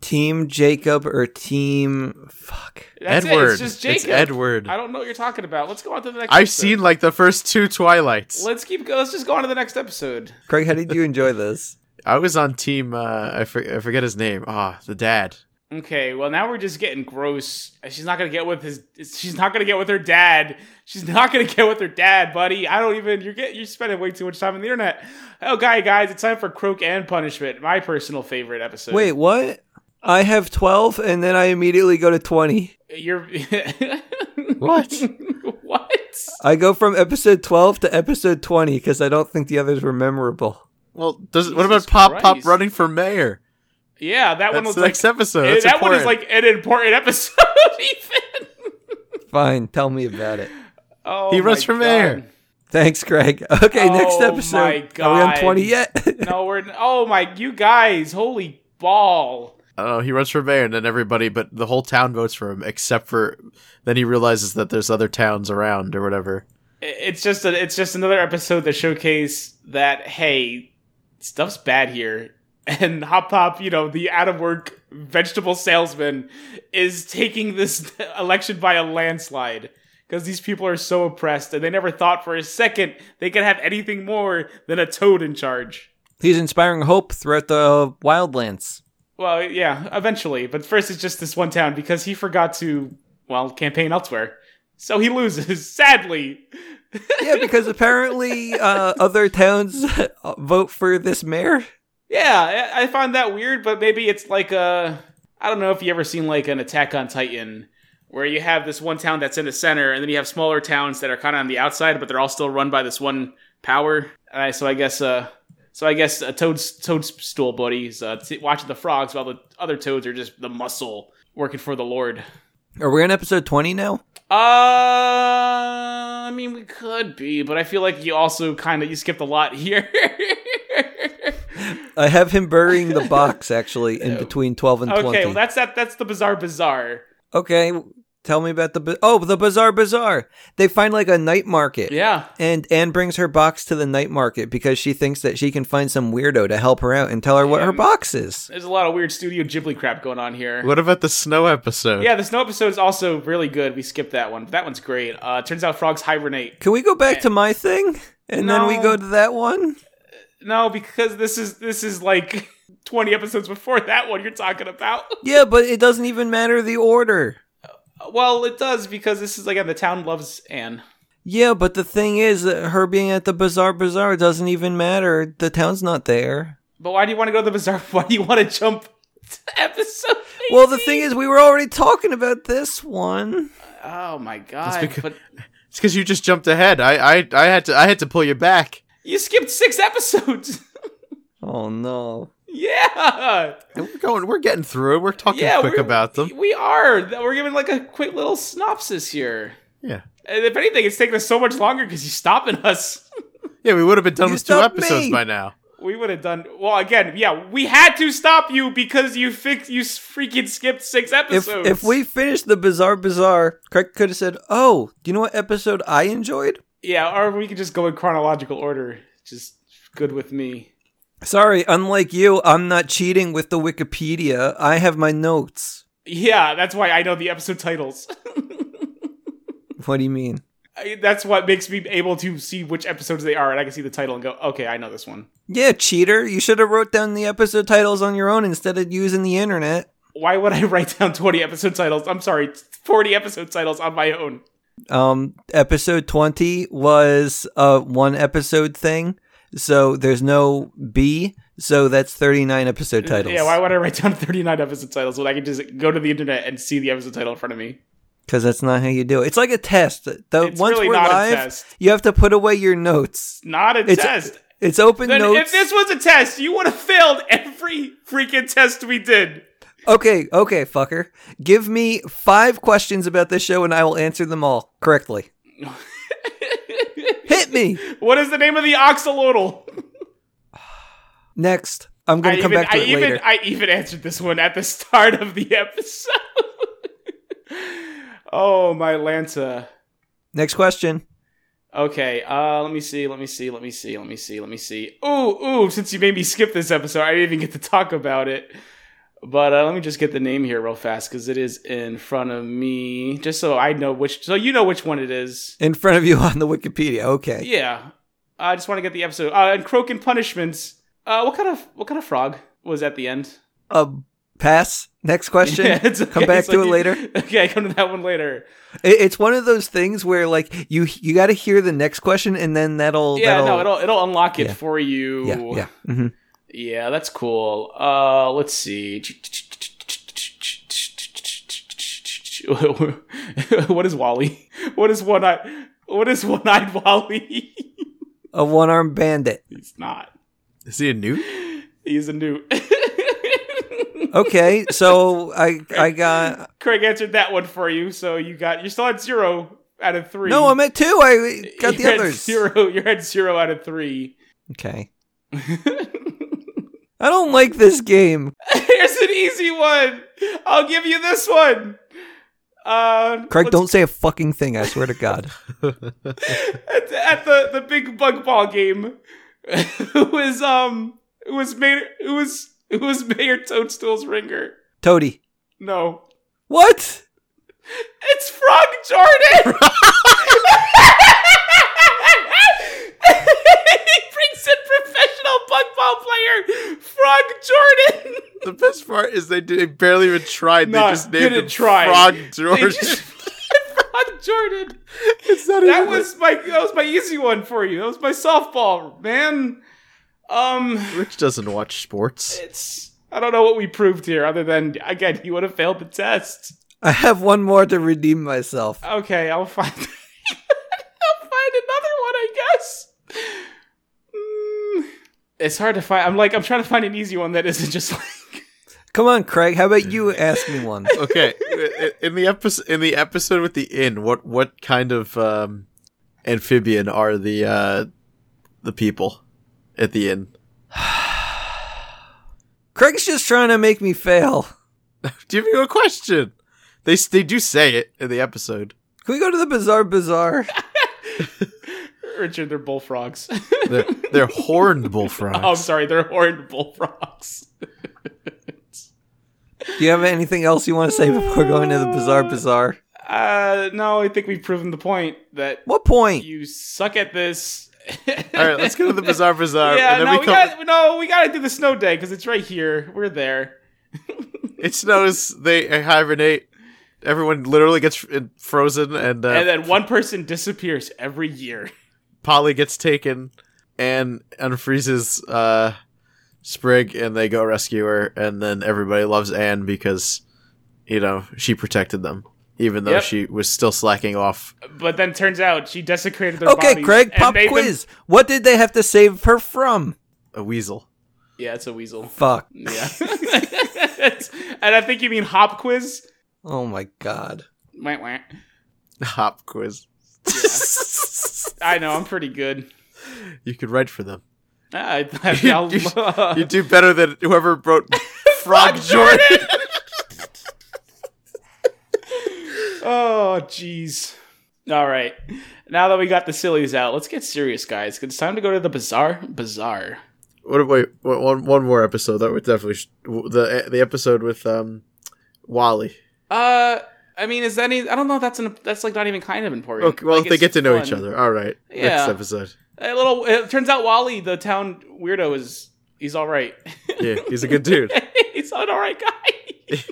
[SPEAKER 2] Team Jacob or Team fuck.
[SPEAKER 4] That's
[SPEAKER 3] Edward.
[SPEAKER 4] It. It's just Jacob.
[SPEAKER 3] Edward.
[SPEAKER 4] I don't know what you're talking about. Let's go on to the next.
[SPEAKER 3] I've
[SPEAKER 4] episode.
[SPEAKER 3] seen like the first two Twilights.
[SPEAKER 4] Let's keep go. Let's just go on to the next episode.
[SPEAKER 2] Craig, how did you enjoy this?
[SPEAKER 3] I was on team. Uh, I, for- I forget his name. Ah, the dad.
[SPEAKER 4] Okay, well now we're just getting gross. She's not gonna get with his. She's not gonna get with her dad. She's not gonna get with her dad, buddy. I don't even. You're get. You're spending way too much time on the internet. Okay, guys, it's time for Croak and Punishment, my personal favorite episode.
[SPEAKER 2] Wait, what? I have twelve and then I immediately go to twenty.
[SPEAKER 4] You're
[SPEAKER 2] What?
[SPEAKER 4] what?
[SPEAKER 2] I go from episode twelve to episode twenty because I don't think the others were memorable.
[SPEAKER 3] Well, does what
[SPEAKER 4] Jesus
[SPEAKER 3] about Pop Pop
[SPEAKER 4] Christ.
[SPEAKER 3] running for mayor?
[SPEAKER 4] Yeah, that one
[SPEAKER 3] That's
[SPEAKER 4] was
[SPEAKER 3] the
[SPEAKER 4] like
[SPEAKER 3] next episode.
[SPEAKER 4] eh,
[SPEAKER 3] That's
[SPEAKER 4] that one is
[SPEAKER 3] important.
[SPEAKER 4] like an important episode. Ethan.
[SPEAKER 2] Fine, tell me about it.
[SPEAKER 4] Oh,
[SPEAKER 3] He runs
[SPEAKER 4] my
[SPEAKER 3] from
[SPEAKER 4] God.
[SPEAKER 3] air.
[SPEAKER 2] Thanks, Craig. Okay, next
[SPEAKER 4] Oh
[SPEAKER 2] episode.
[SPEAKER 4] my
[SPEAKER 2] Are we on
[SPEAKER 4] God.
[SPEAKER 2] twenty yet?
[SPEAKER 4] No, we're. Oh my, you guys, holy ball!
[SPEAKER 3] I don't know. Oh, He runs for mayor, and then everybody, but the whole town votes for him, except for then he realizes that there's other towns around or whatever.
[SPEAKER 4] it's just a, it's just another episode that showcase that hey stuff's bad here and hop hop you know the out of work vegetable salesman is taking this election by a landslide because these people are so oppressed and they never thought for a second they could have anything more than a toad in charge
[SPEAKER 2] He's inspiring hope throughout the wildlands.
[SPEAKER 4] well yeah eventually but first it's just this one town because he forgot to well campaign elsewhere so he loses sadly
[SPEAKER 2] Yeah, because apparently uh, other towns vote for this mayor.
[SPEAKER 4] Yeah, I I find that weird, but maybe it's like a. I don't know if you ever seen like an Attack on Titan, where you have this one town that's in the center, and then you have smaller towns that are kind of on the outside, but they're all still run by this one power. And I, so I guess, uh, so I guess a toad's toadstool buddies uh, t- watching the frogs while the other toads are just the muscle working for the Lord.
[SPEAKER 2] Are we on episode twenty now?
[SPEAKER 4] Uh, I mean, we could be, but I feel like you also kind of you skipped a lot here.
[SPEAKER 2] I have him burying the box actually in between 12 and 20.
[SPEAKER 4] Okay, well that's that that's the bizarre bizarre.
[SPEAKER 2] okay, tell me about the ba- Oh, the bazaar bazaar. They find like a night market.
[SPEAKER 4] Yeah.
[SPEAKER 2] And Anne brings her box to the night market because she thinks that she can find some weirdo to help her out and tell her what her box is.
[SPEAKER 4] There's a lot of weird studio Ghibli crap going on here.
[SPEAKER 3] What about the snow episode?
[SPEAKER 4] Yeah, the snow episode is also really good. We skipped that one. but That one's great. Uh, it turns out frogs hibernate.
[SPEAKER 2] Can we go back to my thing? And then we
[SPEAKER 4] No.
[SPEAKER 2] go to that one?
[SPEAKER 4] No, because this is this is like 20 episodes before that one you're talking about.
[SPEAKER 2] Yeah, but it doesn't even matter the order.
[SPEAKER 4] Well, it does because this is again the town loves Anne.
[SPEAKER 2] Yeah, but the thing is that her being at the bazaar bazaar doesn't even matter. The town's not there.
[SPEAKER 4] But why do you want to go to the bizarre? Why do you want to jump to episode?
[SPEAKER 2] Well, the thing is we were already talking about this one.
[SPEAKER 4] Oh my god!
[SPEAKER 3] because-
[SPEAKER 4] but
[SPEAKER 3] It's because you just jumped ahead. I, I I had to I had to pull you back.
[SPEAKER 4] you skipped six episodes.
[SPEAKER 2] Oh no.
[SPEAKER 4] yeah.
[SPEAKER 3] And we're going. We're getting through. it. We're talking quick
[SPEAKER 4] we're-
[SPEAKER 3] about them.
[SPEAKER 4] We are. Th- We're giving like a quick little synopsis here.
[SPEAKER 3] Yeah.
[SPEAKER 4] And if anything, it's taking us so much longer because you're stopping us.
[SPEAKER 3] Yeah, we would have been done
[SPEAKER 2] You
[SPEAKER 3] with two
[SPEAKER 2] stopped
[SPEAKER 3] episodes
[SPEAKER 2] me.
[SPEAKER 3] by now.
[SPEAKER 4] We would have done well again. Yeah, we had to stop you because you fix you freaking skipped six
[SPEAKER 2] If
[SPEAKER 4] episodes.
[SPEAKER 2] if we finished the bizarre bizarre, Craig could have said, "Oh, do you know what episode I enjoyed?"
[SPEAKER 4] yeah, or we could just go in chronological order. Just good with me.
[SPEAKER 2] Sorry, unlike you, I'm not cheating with the Wikipedia. I have my notes.
[SPEAKER 4] Yeah, that's why I know the episode titles.
[SPEAKER 2] What do you mean?
[SPEAKER 4] I- that's what makes me able to see which episodes they are, and I can see the title and go, okay, I know this one.
[SPEAKER 2] Yeah, cheater. You should have wrote down the episode titles on your own instead of using the internet.
[SPEAKER 4] Why would I write down twenty episode titles? I'm sorry, forty episode titles on my own.
[SPEAKER 2] Um, episode 20 was a one episode thing. So there's no B. So that's 39 episode titles.
[SPEAKER 4] Yeah, why would I write down 39 episode titles when I could just go to the internet and see the episode title in front of me?
[SPEAKER 2] Because that's not how you do it. It's like a test. The,
[SPEAKER 4] It's
[SPEAKER 2] once
[SPEAKER 4] really
[SPEAKER 2] we're
[SPEAKER 4] not a
[SPEAKER 2] live,
[SPEAKER 4] test.
[SPEAKER 2] you have to put away your notes.
[SPEAKER 4] Not a
[SPEAKER 2] It's-
[SPEAKER 4] test.
[SPEAKER 2] It's open
[SPEAKER 4] Then
[SPEAKER 2] notes.
[SPEAKER 4] if this was a test, you would have failed every freaking test we did.
[SPEAKER 2] Okay, okay, fucker. Give me five questions about this show and I will answer them all correctly. Hit me!
[SPEAKER 4] What is the name of the oxalotl?
[SPEAKER 2] Next. I'm going
[SPEAKER 4] I
[SPEAKER 2] to come
[SPEAKER 4] even,
[SPEAKER 2] back to
[SPEAKER 4] I
[SPEAKER 2] it
[SPEAKER 4] even,
[SPEAKER 2] later.
[SPEAKER 4] I even answered this one at the start of the episode. oh my Lanta.
[SPEAKER 2] Next question.
[SPEAKER 4] Okay, uh, let me see, let me see, let me see, let me see, let me see. Ooh, ooh, since you made me skip this episode, I didn't even get to talk about it. But uh, let me just get the name here real fast because it is in front of me, just so I know which, so you know which one it is.
[SPEAKER 2] In front of you on the Wikipedia. Okay.
[SPEAKER 4] Yeah, I just want to get the episode. Uh, and Croak and Punishments. Uh, what kind of what kind of frog was at the end?
[SPEAKER 2] Uh, pass. Next question.
[SPEAKER 4] Yeah, it's
[SPEAKER 2] Come
[SPEAKER 4] okay,
[SPEAKER 2] back
[SPEAKER 4] so
[SPEAKER 2] to it
[SPEAKER 4] you-
[SPEAKER 2] later.
[SPEAKER 4] Okay, come to that one later.
[SPEAKER 2] It- it's one of those things where like you you got to hear the next question and then that'll
[SPEAKER 4] Yeah,
[SPEAKER 2] that'll
[SPEAKER 4] no, it'll it'll unlock it
[SPEAKER 2] Yeah.
[SPEAKER 4] for you.
[SPEAKER 2] yeah yeah. hmm
[SPEAKER 4] Yeah, that's cool. Uh, let's see. what is Wally? What is one eye? What is one eyed Wally?
[SPEAKER 2] A one armed bandit.
[SPEAKER 4] He's not.
[SPEAKER 3] Is he a newt?
[SPEAKER 4] He's a newt.
[SPEAKER 2] Okay, so I I got
[SPEAKER 4] Craig answered that one for you, so you got you're still at zero out of three.
[SPEAKER 2] no. I'm at two. I got the
[SPEAKER 4] You're at
[SPEAKER 2] others.
[SPEAKER 4] zero. You're at zero out of three.
[SPEAKER 2] Okay. I don't like this game.
[SPEAKER 4] Here's an easy one. I'll give you this one. Uh,
[SPEAKER 2] Craig,
[SPEAKER 4] let's
[SPEAKER 2] don't say a fucking thing. I swear to God.
[SPEAKER 4] at, at the the big bug ball game who was um who was mayor who was who was mayor toadstool's ringer
[SPEAKER 2] Toady.
[SPEAKER 4] no
[SPEAKER 2] What?
[SPEAKER 4] it's frog jordan he brings in professional bug ball player frog jordan
[SPEAKER 3] The best part is they did they barely even tried.
[SPEAKER 4] No,
[SPEAKER 3] they just named
[SPEAKER 4] didn't
[SPEAKER 3] him
[SPEAKER 4] try.
[SPEAKER 3] Frog
[SPEAKER 4] They
[SPEAKER 3] George.
[SPEAKER 4] just- frog jordan
[SPEAKER 3] it's not
[SPEAKER 4] that
[SPEAKER 3] even-
[SPEAKER 4] was my that was my easy one for you that was my softball man um
[SPEAKER 3] Rich doesn't watch sports.
[SPEAKER 4] It's I don't know what we proved here, other than again, you would have failed the test.
[SPEAKER 2] I have one more to redeem myself.
[SPEAKER 4] Okay, I'll find I'll find another one, I guess. Mm, it's hard to find. I'm like I'm trying to find an easy one that isn't just like
[SPEAKER 2] Come on, Craig. How about you ask me one?
[SPEAKER 3] Okay, i- in the episode in the episode with the inn, what what kind of um, amphibian are the uh, the people at the inn?
[SPEAKER 2] Craig's just trying to make me fail.
[SPEAKER 3] Give you a question. They s- they do say it in the episode.
[SPEAKER 2] Can we go to the bizarre bizarre?
[SPEAKER 4] Richard. They're bullfrogs.
[SPEAKER 3] They're, they're horned bullfrogs.
[SPEAKER 4] oh, I'm sorry, they're horned bullfrogs.
[SPEAKER 2] Do you have anything else you want to say before going to the bizarre bizarre?
[SPEAKER 4] Uh, no, I think we've proven the point that
[SPEAKER 2] What point?
[SPEAKER 4] you suck at this.
[SPEAKER 3] All right, let's go to the bizarre bazaar.
[SPEAKER 4] Um, Yeah,
[SPEAKER 3] and then
[SPEAKER 4] no, we,
[SPEAKER 3] we come.
[SPEAKER 4] got no, we gotta do the snow day because it's right here. We're there.
[SPEAKER 3] It snows. They hibernate. Everyone literally gets f- frozen, and, uh,
[SPEAKER 4] and then one person disappears every year.
[SPEAKER 3] Polly gets taken and unfreezes uh, Sprig, and they go rescue her. And then everybody loves Anne because, you know, she protected them, even though
[SPEAKER 4] Yep.
[SPEAKER 3] she was still slacking off.
[SPEAKER 4] But then turns out she desecrated their
[SPEAKER 2] Okay,
[SPEAKER 4] bodies
[SPEAKER 2] Craig,
[SPEAKER 4] and
[SPEAKER 2] pop
[SPEAKER 4] made them-
[SPEAKER 2] quiz. What did they have to save her from?
[SPEAKER 3] A weasel.
[SPEAKER 4] Yeah, it's a weasel.
[SPEAKER 2] Fuck.
[SPEAKER 4] Yeah. and I think you mean hop quiz.
[SPEAKER 2] Oh my god.
[SPEAKER 4] Wah, wah.
[SPEAKER 3] Hop quiz.
[SPEAKER 4] I know, I'm pretty good. Ah,
[SPEAKER 3] You could write for them.
[SPEAKER 4] I, I, I'll,
[SPEAKER 3] You, you do better than whoever wrote Frog Jordan.
[SPEAKER 4] Oh, jeez. All right. Now that we got the sillies out, let's get serious, guys. It's time to go to the bazaar. Bazaar.
[SPEAKER 3] What wait what- one one more episode that would definitely sh- the the episode with um Wally.
[SPEAKER 4] Uh, I mean, is that any? I don't know. If that's an. That's like not even kind of important.
[SPEAKER 3] Okay, well
[SPEAKER 4] Like,
[SPEAKER 3] they
[SPEAKER 4] it's
[SPEAKER 3] get to know each
[SPEAKER 4] fun.
[SPEAKER 3] other. All right,
[SPEAKER 4] Yeah.
[SPEAKER 3] next episode.
[SPEAKER 4] A little. It turns out Wally, the town weirdo, is he's all right.
[SPEAKER 3] Yeah, he's a good dude.
[SPEAKER 4] he's an all right guy.
[SPEAKER 2] I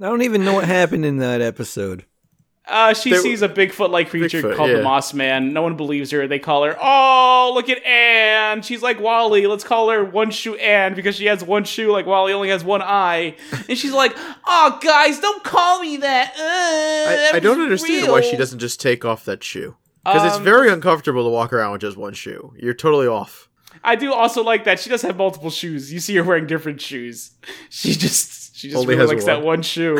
[SPEAKER 2] don't even know what happened in that episode.
[SPEAKER 4] Uh, she
[SPEAKER 3] There-
[SPEAKER 4] sees a Bigfoot-like creature
[SPEAKER 3] Bigfoot,
[SPEAKER 4] called the
[SPEAKER 3] yeah.
[SPEAKER 4] Moss Man. No one believes her. They call her, "Oh, look at Anne." She's like Wally. Let's call her One Shoe Anne because she has one shoe, like Wally only has one eye. And she's like, "Oh, guys, don't call me that." Uh,
[SPEAKER 3] I,
[SPEAKER 4] that
[SPEAKER 3] I don't
[SPEAKER 4] was
[SPEAKER 3] understand why she
[SPEAKER 4] real."
[SPEAKER 3] doesn't just take off that shoe because it's
[SPEAKER 4] Um,
[SPEAKER 3] very uncomfortable to walk around with just one shoe. You're totally off.
[SPEAKER 4] I do also like that she does have multiple shoes. You see her wearing different shoes. She just she just
[SPEAKER 3] Only
[SPEAKER 4] really
[SPEAKER 3] has
[SPEAKER 4] likes that
[SPEAKER 3] one.
[SPEAKER 4] one shoe.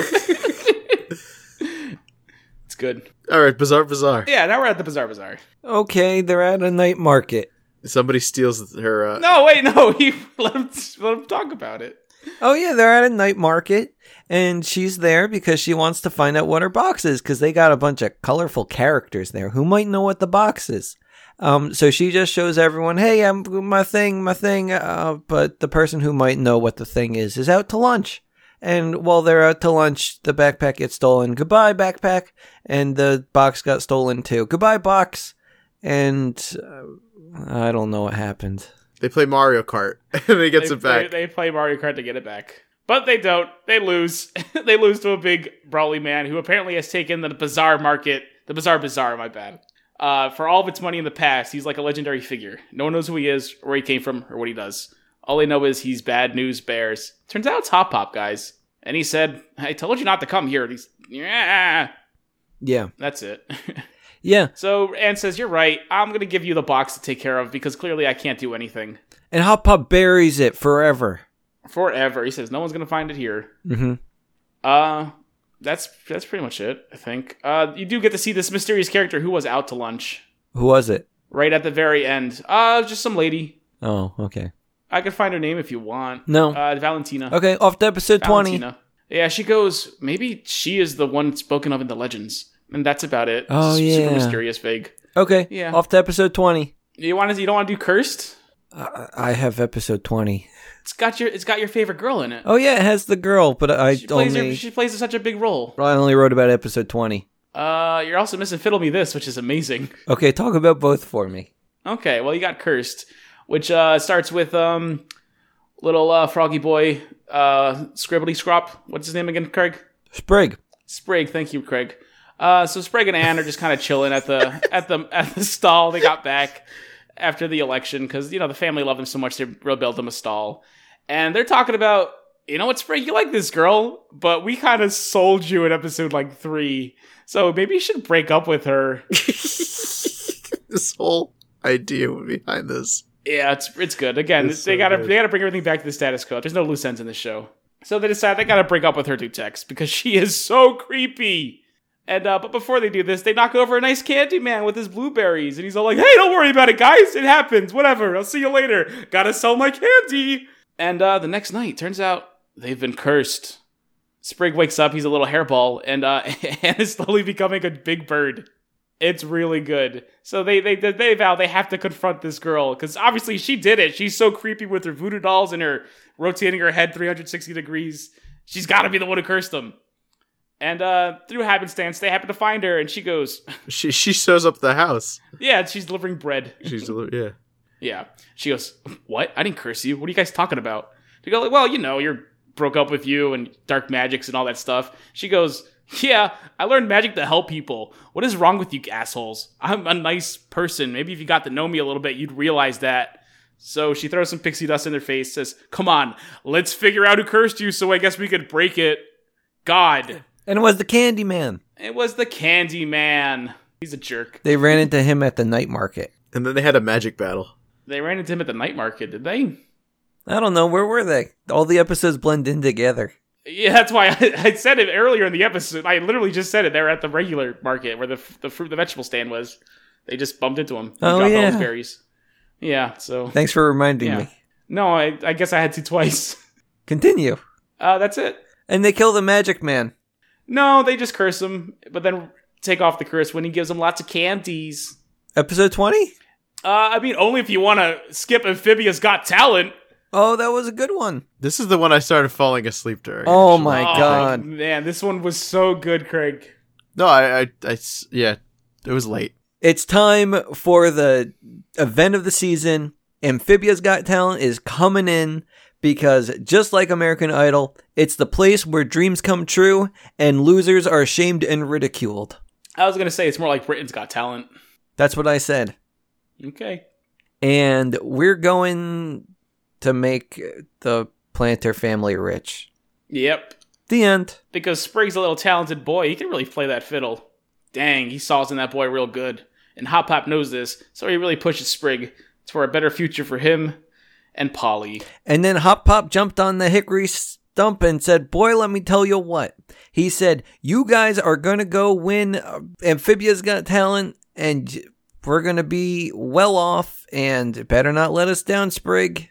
[SPEAKER 4] it's good.
[SPEAKER 3] All right, bizarre, bizarre.
[SPEAKER 4] Yeah, now we're at the Bazaar Bazaar.
[SPEAKER 2] Okay, they're at a night market.
[SPEAKER 3] Somebody steals her. Uh,
[SPEAKER 4] No, wait, no. He let him let him talk about it.
[SPEAKER 2] Oh yeah, they're at a night market, and she's there because she wants to find out what her box is because they got a bunch of colorful characters there who might know what the box is. Um, so she just shows everyone, "Hey, I'm my thing, my thing." Uh, but the person who might know what the thing is is out to lunch, and while they're out to lunch, the backpack gets stolen. Goodbye, backpack, and the box got stolen too. Goodbye, box, and uh, I don't know what happened.
[SPEAKER 3] They play Mario Kart and he gets
[SPEAKER 4] they,
[SPEAKER 3] it back.
[SPEAKER 4] They, they play Mario Kart to get it back. But they don't. They lose. they lose to a big brawly man who apparently has taken the bizarre market, the bizarre bazaar, my bad, uh, for all of its money in the past. He's like a legendary figure. No one knows who he is, or where he came from, or what he does. All they know is he's bad news bears. Turns out it's Hop Pop, guys. And he said, I told you not to come here. And he's, yeah.
[SPEAKER 2] Yeah,
[SPEAKER 4] That's it.
[SPEAKER 2] yeah.
[SPEAKER 4] so Anne says, You're right. I'm going to give you the box to take care of because clearly I can't do anything.
[SPEAKER 2] And Hop Pop buries it forever.
[SPEAKER 4] Forever. He says, No one's going to find it here.
[SPEAKER 2] hmm
[SPEAKER 4] Uh that's that's pretty much it, I think. Uh you do get to see this mysterious character who was out to lunch
[SPEAKER 2] Who was it?
[SPEAKER 4] right at the very end. Uh just some lady.
[SPEAKER 2] Oh, okay.
[SPEAKER 4] I could find her name if you want.
[SPEAKER 2] No.
[SPEAKER 4] Uh Valentina.
[SPEAKER 2] okay, off to episode 20.
[SPEAKER 4] Valentina. Yeah, she goes, maybe she is the one spoken of in the legends. And that's about it.
[SPEAKER 2] Oh,
[SPEAKER 4] It's
[SPEAKER 2] yeah.
[SPEAKER 4] Super mysterious, vague.
[SPEAKER 2] Okay,
[SPEAKER 4] Yeah.
[SPEAKER 2] off to episode 20.
[SPEAKER 4] You want to you don't want to do cursed?
[SPEAKER 2] I, I have episode 20.
[SPEAKER 4] It's got your it's got your favorite girl in it.
[SPEAKER 2] Oh, yeah, it has the girl, but I
[SPEAKER 4] she plays her,
[SPEAKER 2] only,
[SPEAKER 4] she plays such a big role.
[SPEAKER 2] I only wrote about episode 20.
[SPEAKER 4] Uh you're also missing Fiddle Me This, which is amazing.
[SPEAKER 2] Okay, talk about both for me.
[SPEAKER 4] Okay, well you got cursed, which uh, starts with um, little uh, froggy boy, uh, scribbly scrop. What's his name again, Craig?
[SPEAKER 2] Sprig.
[SPEAKER 4] Sprague. Thank you, Craig. Uh, so Sprague and Anne are just kind of chilling at the at the at the stall they got back after the election because you know the family loved them so much they rebuilt them a stall, and they're talking about you know what Sprague you like this girl, but we kind of sold you in episode like three, so maybe you should break up with her.
[SPEAKER 3] this whole idea behind this.
[SPEAKER 4] Yeah, it's it's good. Again,
[SPEAKER 3] It's
[SPEAKER 4] they
[SPEAKER 3] so
[SPEAKER 4] gotta
[SPEAKER 3] good.
[SPEAKER 4] they gotta bring everything back to the status quo. There's no loose ends in the show. So they decide they gotta break up with her through text because she is so creepy. And uh, but before they do this, they knock over a nice candy man with his blueberries, and he's all like, "Hey, don't worry about it, guys. It happens. Whatever. I'll see you later. Gotta sell my candy." And uh, the next night, turns out they've been cursed. Sprig wakes up. He's a little hairball, and uh, and is slowly becoming a big bird. It's really good. So they they they, they vow they have to confront this girl because obviously she did it. She's so creepy with her voodoo dolls and her rotating her head 360 degrees. She's got to be the one who cursed them. And uh, through happenstance, they happen to find her, and she goes,
[SPEAKER 3] She she shows up at the house.
[SPEAKER 4] "Yeah, she's delivering bread."
[SPEAKER 3] She's a little- yeah.
[SPEAKER 4] Yeah. She goes, What? I didn't curse you. What are you guys talking about? They go, like, Well, you know, you're broke up with you and dark magics and all that stuff. She goes, Yeah, I learned magic to help people. What is wrong with you assholes? I'm a nice person. Maybe if you got to know me a little bit, you'd realize that. So she throws some pixie dust in their face, says, Come on, let's figure out who cursed you so I guess we could break it. God.
[SPEAKER 2] And it was the Candy Man.
[SPEAKER 4] It was the Candy Man. He's a jerk.
[SPEAKER 2] They ran into him at the night market.
[SPEAKER 3] And then they had a magic battle.
[SPEAKER 4] They ran into him at the night market, did they?
[SPEAKER 2] I don't know, where were they? All the episodes blend in together.
[SPEAKER 4] Yeah, that's why I, I said it earlier in the episode. I literally just said it. They were at the regular market where the f- the fruit the vegetable stand was. They just bumped into him.
[SPEAKER 2] Oh,
[SPEAKER 4] dropped all his
[SPEAKER 2] yeah.
[SPEAKER 4] berries. Yeah, so
[SPEAKER 2] Thanks for reminding
[SPEAKER 4] Yeah.
[SPEAKER 2] me.
[SPEAKER 4] no, I, I guess I had to twice.
[SPEAKER 2] Continue.
[SPEAKER 4] Uh, that's it.
[SPEAKER 2] And they kill the magic man.
[SPEAKER 4] No, they just curse him, but then take off the curse when he gives him lots of candies.
[SPEAKER 2] Episode 20?
[SPEAKER 4] Uh, I mean, only if you want to skip Amphibious Got Talent.
[SPEAKER 2] Oh, that was a good one.
[SPEAKER 3] This is the one I started falling asleep during.
[SPEAKER 2] Oh
[SPEAKER 3] actually.
[SPEAKER 2] my
[SPEAKER 4] Oh,
[SPEAKER 2] god.
[SPEAKER 4] man, this one was so good, Craig.
[SPEAKER 3] No, I, I, I s- yeah, it was late.
[SPEAKER 2] It's time for the event of the season. Amphibia's Got Talent is coming in because just like American Idol, it's the place where dreams come true and losers are shamed and ridiculed.
[SPEAKER 4] I was gonna say it's more like Britain's Got Talent.
[SPEAKER 2] That's what I said.
[SPEAKER 4] Okay.
[SPEAKER 2] And we're going to make the planter family rich.
[SPEAKER 4] Yep.
[SPEAKER 2] The end.
[SPEAKER 4] Because Sprig's a little talented boy. He can really play that fiddle. Dang, he saws in that boy real good. And Hop Hop knows this, so he really pushes Sprig. It's for a better future for him and Polly.
[SPEAKER 2] And then Hop Pop jumped on the hickory stump and said, Boy, let me tell you what. He said, You guys are going to go win uh, Amphibia's Got Talent, and j- we're going to be well off, and better not let us down, Sprig.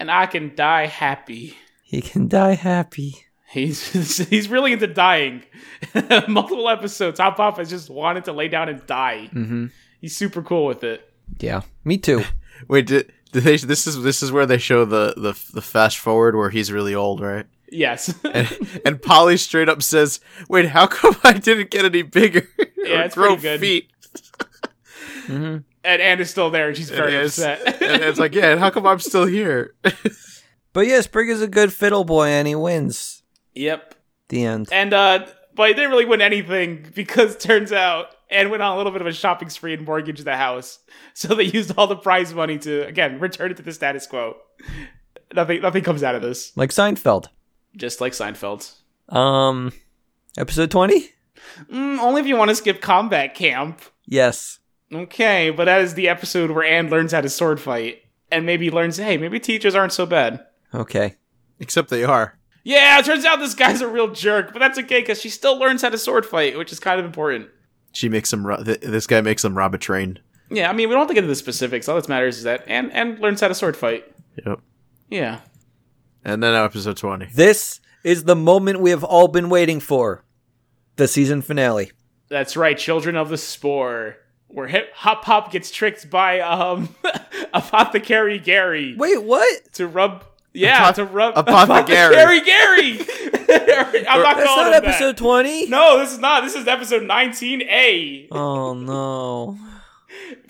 [SPEAKER 4] And I can die happy.
[SPEAKER 2] He can die happy.
[SPEAKER 4] He's he's really into dying. Multiple episodes. Hop Hop has just wanted to lay down and die.
[SPEAKER 2] Mm-hmm.
[SPEAKER 4] He's super cool with it.
[SPEAKER 2] Yeah, me too.
[SPEAKER 3] Wait, did, did they? This is this is where they show the the the fast forward where he's really old, right?
[SPEAKER 4] Yes.
[SPEAKER 3] And and Polly straight up says, "Wait, how come I didn't get any bigger
[SPEAKER 4] Yeah,
[SPEAKER 3] or
[SPEAKER 4] it's
[SPEAKER 3] grow
[SPEAKER 4] pretty good.
[SPEAKER 3] feet?"
[SPEAKER 2] Mhm.
[SPEAKER 4] and Anne is still there and she's very
[SPEAKER 3] And it's-
[SPEAKER 4] upset.
[SPEAKER 3] and it's like, yeah, and how come I'm still here?
[SPEAKER 2] But yeah, Sprig is a good fiddle boy, and he wins.
[SPEAKER 4] yep.
[SPEAKER 2] The end.
[SPEAKER 4] And uh but he didn't really win anything because turns out Anne went on a little bit of a shopping spree and mortgaged the house. So they used all the prize money to again return it to the status quo. Nothing nothing comes out of this.
[SPEAKER 2] Like Seinfeld.
[SPEAKER 4] Just like Seinfeld.
[SPEAKER 2] Um, episode 20?
[SPEAKER 4] Mm, only if you want to skip combat camp.
[SPEAKER 2] Yes.
[SPEAKER 4] Okay, but that is the episode where Anne learns how to sword fight and maybe learns, hey, maybe teachers aren't so bad.
[SPEAKER 2] Okay.
[SPEAKER 3] Except they are.
[SPEAKER 4] Yeah, it turns out this guy's a real jerk, but that's okay because she still learns how to sword fight, which is kind of important.
[SPEAKER 3] She makes him. ro- Th- this guy makes him rob a train.
[SPEAKER 4] Yeah, I mean, we don't have to get into the specifics. All that matters is that Anne, Anne learns how to sword fight.
[SPEAKER 3] Yep.
[SPEAKER 4] Yeah.
[SPEAKER 3] And then now episode twenty.
[SPEAKER 2] This is the moment we have all been waiting for the season finale.
[SPEAKER 4] That's right, Children of the Spore, where Hip Hop Hop gets tricked by um Apothecary Gary
[SPEAKER 2] Wait, what?
[SPEAKER 4] to rub. Yeah,
[SPEAKER 3] Apoth-
[SPEAKER 4] to rub
[SPEAKER 3] Apothecary.
[SPEAKER 4] Apothecary Gary. I'm not
[SPEAKER 2] That's
[SPEAKER 4] calling
[SPEAKER 2] not
[SPEAKER 4] him that.
[SPEAKER 2] episode 20?
[SPEAKER 4] No, this is not. This is episode 19A.
[SPEAKER 2] Oh, no.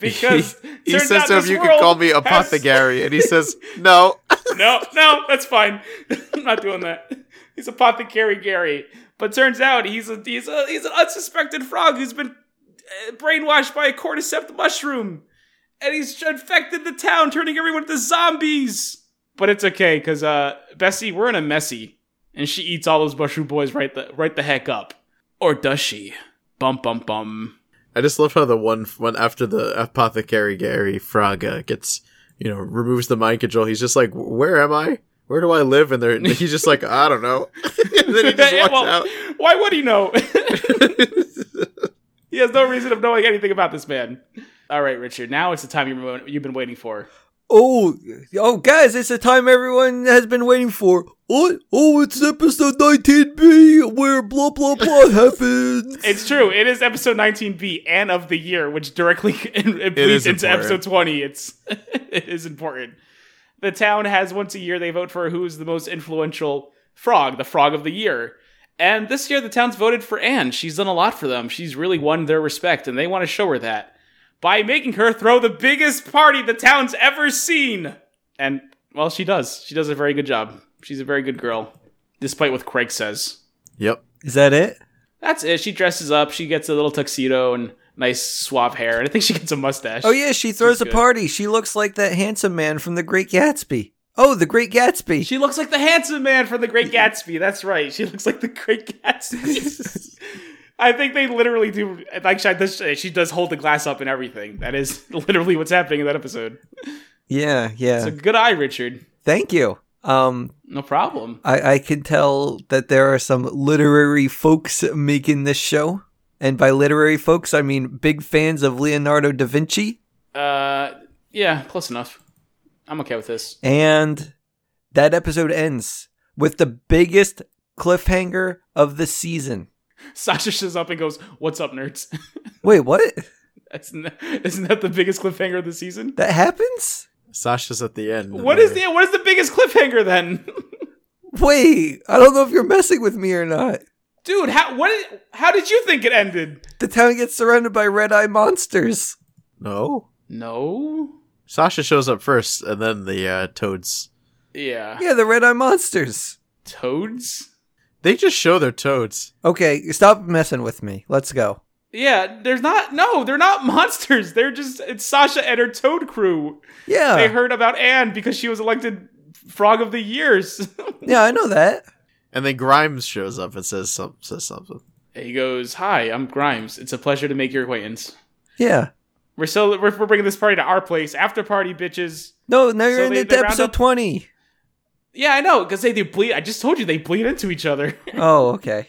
[SPEAKER 4] Because
[SPEAKER 3] He
[SPEAKER 4] turns
[SPEAKER 3] says
[SPEAKER 4] out
[SPEAKER 3] to him,
[SPEAKER 4] this
[SPEAKER 3] "You can
[SPEAKER 4] world
[SPEAKER 3] call me
[SPEAKER 4] has-
[SPEAKER 3] apothecary," and he says, "No."
[SPEAKER 4] No, no, that's fine. I'm not doing that. He's apothecary Gary, but turns out he's a he's a he's an unsuspected frog who's been uh, brainwashed by a cordyceps mushroom, and he's infected the town, turning everyone into zombies. But it's okay because uh, Bessie, we're in a messy, and she eats all those mushroom boys right the right the heck up, or does she? Bum bum bum.
[SPEAKER 3] I just love how the one one after the apothecary Gary Fraga gets, you know, removes the mind control. He's just like, "Where am I? Where do I live?" And they're, he's just like, "I don't know." and then he just
[SPEAKER 4] Yeah,
[SPEAKER 3] walks
[SPEAKER 4] well,
[SPEAKER 3] out.
[SPEAKER 4] Why would he know? he has no reason of knowing anything about this man. All right, Richard. Now it's the time you've been, you've been waiting for.
[SPEAKER 2] Oh, oh, guys, it's the time everyone has been waiting for. Oh, oh it's episode 19B where blah, blah, blah happens.
[SPEAKER 4] It's true. It is episode 19B and of the year, which directly it
[SPEAKER 3] is
[SPEAKER 4] bleeds into
[SPEAKER 3] important.
[SPEAKER 4] episode 20. It's it is important. The town has once a year they vote for who is the most influential frog, the frog of the year. And this year the town's voted for Anne. She's done a lot for them. She's really won their respect, and they want to show her that by making her throw the biggest party the town's ever seen. And well, she does. She does a very good job. She's a very good girl, despite what Craig says
[SPEAKER 3] Yep.
[SPEAKER 2] Is that it?
[SPEAKER 4] that's it. She dresses up. She gets a little tuxedo and nice suave hair, and I think she gets a mustache.
[SPEAKER 2] Oh, yeah, she throws a
[SPEAKER 4] good.
[SPEAKER 2] party. She looks like that handsome man from The Great Gatsby. Oh, The Great Gatsby.
[SPEAKER 4] She looks like the handsome man from The Great Gatsby. That's right. She looks like the Great Gatsby. I think they literally do. Like she does, she does hold the glass up and everything. That is literally what's happening in that episode.
[SPEAKER 2] yeah, yeah.
[SPEAKER 4] So good eye, Richard.
[SPEAKER 2] Thank you. Um,
[SPEAKER 4] No problem.
[SPEAKER 2] I, I can tell that there are some literary folks making this show. And by literary folks, I mean big fans of Leonardo da Vinci.
[SPEAKER 4] Uh, Yeah, close enough. I'm okay with this.
[SPEAKER 2] And that episode ends with the biggest cliffhanger of the season.
[SPEAKER 4] Sasha shows up and goes, "What's up, nerds?"
[SPEAKER 2] Wait, what?
[SPEAKER 4] That's n isn't that the biggest cliffhanger of the season?
[SPEAKER 2] That happens?
[SPEAKER 3] Sasha's at the end.
[SPEAKER 4] What is the what is the biggest cliffhanger then,
[SPEAKER 2] Wait, I don't know if you're messing with me or not.
[SPEAKER 4] dude? How what? did- How did you think it ended?
[SPEAKER 2] The town gets surrounded by red eye monsters.
[SPEAKER 3] No.
[SPEAKER 4] No.
[SPEAKER 3] Sasha shows up first, and then the uh, toads.
[SPEAKER 4] Yeah.
[SPEAKER 2] Yeah, the red eye monsters.
[SPEAKER 4] Toads.
[SPEAKER 3] They just show their toads.
[SPEAKER 2] Okay, stop messing with me. Let's go.
[SPEAKER 4] Yeah, there's not. No, they're not monsters. They're just it's Sasha and her Toad crew.
[SPEAKER 2] Yeah.
[SPEAKER 4] They heard about Anne because she was elected Frog of the Years.
[SPEAKER 2] yeah, I know that.
[SPEAKER 3] And then Grimes shows up and says, some, says something.
[SPEAKER 4] he goes, "Hi, I'm Grimes. It's a pleasure to make your acquaintance.
[SPEAKER 2] Yeah.
[SPEAKER 4] We're so we're, we're bringing this party to our place after party, bitches."
[SPEAKER 2] No, now you're
[SPEAKER 4] So
[SPEAKER 2] in
[SPEAKER 4] they-
[SPEAKER 2] into
[SPEAKER 4] they round
[SPEAKER 2] episode
[SPEAKER 4] up-
[SPEAKER 2] 20.
[SPEAKER 4] Yeah, I know, because they, they bleed. I just told you they bleed into each other.
[SPEAKER 2] Oh, okay.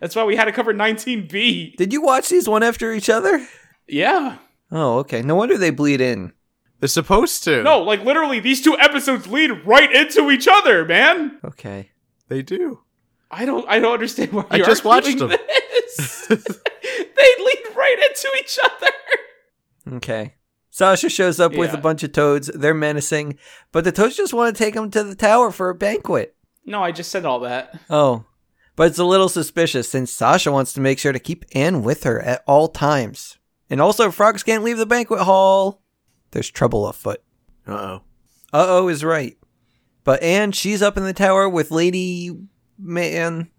[SPEAKER 4] That's why we had to cover 19B.
[SPEAKER 2] Did you watch these one after each other?
[SPEAKER 4] Yeah.
[SPEAKER 2] Oh, okay. No wonder they bleed in.
[SPEAKER 3] They're supposed to.
[SPEAKER 4] No, like literally, these two episodes lead right into each other, man.
[SPEAKER 2] Okay.
[SPEAKER 3] They do.
[SPEAKER 4] I don't I don't understand why
[SPEAKER 3] I
[SPEAKER 4] you're
[SPEAKER 3] just watched
[SPEAKER 4] arguing
[SPEAKER 3] them.
[SPEAKER 4] This. they lead right into each other.
[SPEAKER 2] Okay. Sasha shows up with a
[SPEAKER 4] Yeah.
[SPEAKER 2] bunch of toads. They're menacing, but the toads just want to take him to the tower for a banquet.
[SPEAKER 4] No, I just said all that.
[SPEAKER 2] Oh. But it's a little suspicious since Sasha wants to make sure to keep Anne with her at all times. And also, frogs can't leave the banquet hall. There's trouble afoot.
[SPEAKER 3] Uh oh.
[SPEAKER 2] Uh oh is right. But Anne, she's up in the tower with Lady Man.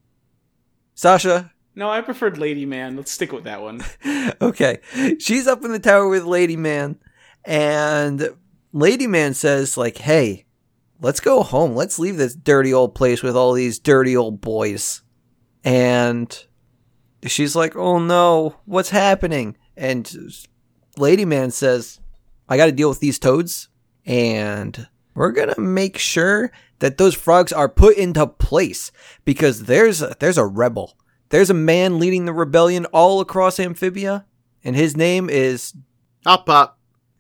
[SPEAKER 2] Sasha.
[SPEAKER 4] No, I preferred Lady Man. Let's stick with that one.
[SPEAKER 2] Okay. She's up in the tower with Lady Man. And Lady Man says, like, hey, let's go home. Let's leave this dirty old place with all these dirty old boys. And she's like, oh no, what's happening? And Lady Man says, I got to deal with these toads. And we're going to make sure that those frogs are put into place because there's a, there's a rebel. There's a man leading the rebellion all across Amphibia, and his name is
[SPEAKER 3] Hop pop.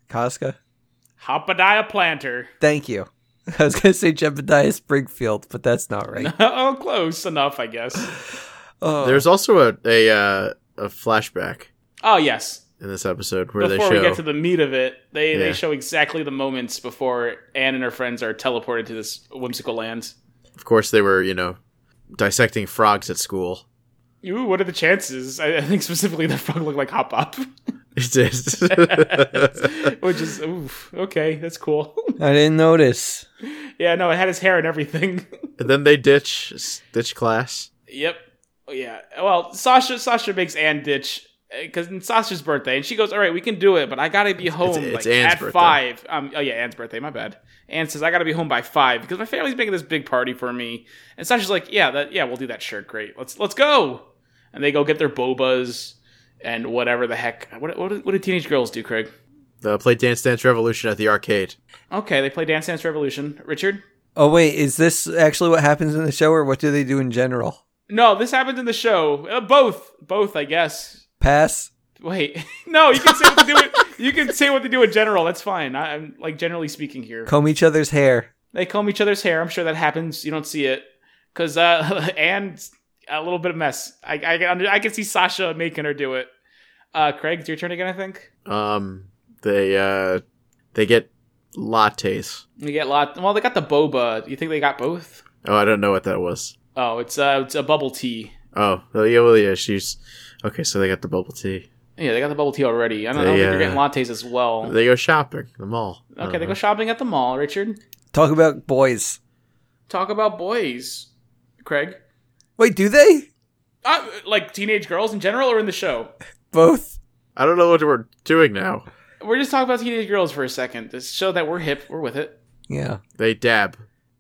[SPEAKER 2] Casca.
[SPEAKER 4] Hopadiah Planter.
[SPEAKER 2] Thank you. I was going to say Jebediah Springfield, but that's not right.
[SPEAKER 4] oh, close enough, I guess.
[SPEAKER 2] Oh.
[SPEAKER 3] There's also a a, uh, a flashback
[SPEAKER 4] Oh yes.
[SPEAKER 3] in this episode where
[SPEAKER 4] before
[SPEAKER 3] they show.
[SPEAKER 4] we get to the meat of it, they,
[SPEAKER 3] Yeah.
[SPEAKER 4] they show exactly the moments before Anne and her friends are teleported to this whimsical land.
[SPEAKER 3] of course, they were you know dissecting frogs at school.
[SPEAKER 4] Ooh, what are the chances? I, I think specifically the frog looked like Hop Up,
[SPEAKER 3] It is.
[SPEAKER 4] which is oof. Okay, that's cool.
[SPEAKER 2] I didn't notice.
[SPEAKER 4] yeah, no, it had his hair and everything.
[SPEAKER 3] and then they ditch ditch class.
[SPEAKER 4] Yep. Oh, Yeah. Well, Sasha Sasha makes Anne ditch because it's Sasha's birthday, and she goes, "All right, we can do it, but I gotta be home
[SPEAKER 3] it's
[SPEAKER 4] like,
[SPEAKER 3] Anne's
[SPEAKER 4] at
[SPEAKER 3] birthday.
[SPEAKER 4] five. Um, oh yeah, Anne's birthday. My bad. Anne says I gotta be home by five because my family's making this big party for me, and Sasha's like, "Yeah, that yeah, we'll do that. Sure, great. Let's let's go." And they go get their bobas and whatever the heck. What what, do- what do teenage girls do, Craig?
[SPEAKER 3] Uh, play Dance Dance Revolution at the arcade.
[SPEAKER 4] Okay, they play Dance Dance Revolution. Richard.
[SPEAKER 2] Oh, wait, is this actually what happens in the show, or what do they do in general?
[SPEAKER 4] No, this happened in the show. Uh, both, both, I guess.
[SPEAKER 2] Pass?
[SPEAKER 4] Wait, no, you can say what they do. In, you can say what they do in general. That's fine. I, I'm like generally speaking here.
[SPEAKER 2] Comb each other's hair.
[SPEAKER 4] They comb each other's hair. I'm sure that happens. You don't see it because uh, and a little bit of mess. I I, can under, I can see Sasha making her do it. Uh, Craig, it's your turn again. I think
[SPEAKER 3] Um, they uh, they get lattes.
[SPEAKER 4] you get lot. Well, they got the boba. You think they got both?
[SPEAKER 3] Oh, I don't know what that was.
[SPEAKER 4] Oh, it's uh, it's a bubble tea.
[SPEAKER 3] Oh, well, yeah, well, yeah, she's okay. So they got the bubble tea.
[SPEAKER 4] Yeah, they got the bubble tea already. I don't, I don't
[SPEAKER 3] They,
[SPEAKER 4] think they're getting
[SPEAKER 3] uh,
[SPEAKER 4] lattes as well.
[SPEAKER 3] They uh-huh. go shopping the mall. I
[SPEAKER 4] okay,
[SPEAKER 3] don't
[SPEAKER 4] they go
[SPEAKER 3] know.
[SPEAKER 4] shopping at the mall. Richard,
[SPEAKER 2] Talk about boys.
[SPEAKER 4] talk about boys. Craig,
[SPEAKER 2] Wait, do they?
[SPEAKER 4] uh, like teenage girls in general, or in the show?
[SPEAKER 2] Both?
[SPEAKER 3] Uh-huh. I don't know what we're doing now.
[SPEAKER 4] We're just talking about teenage girls for a second. Just show that we're hip. We're with it.
[SPEAKER 2] Yeah.
[SPEAKER 3] They dab.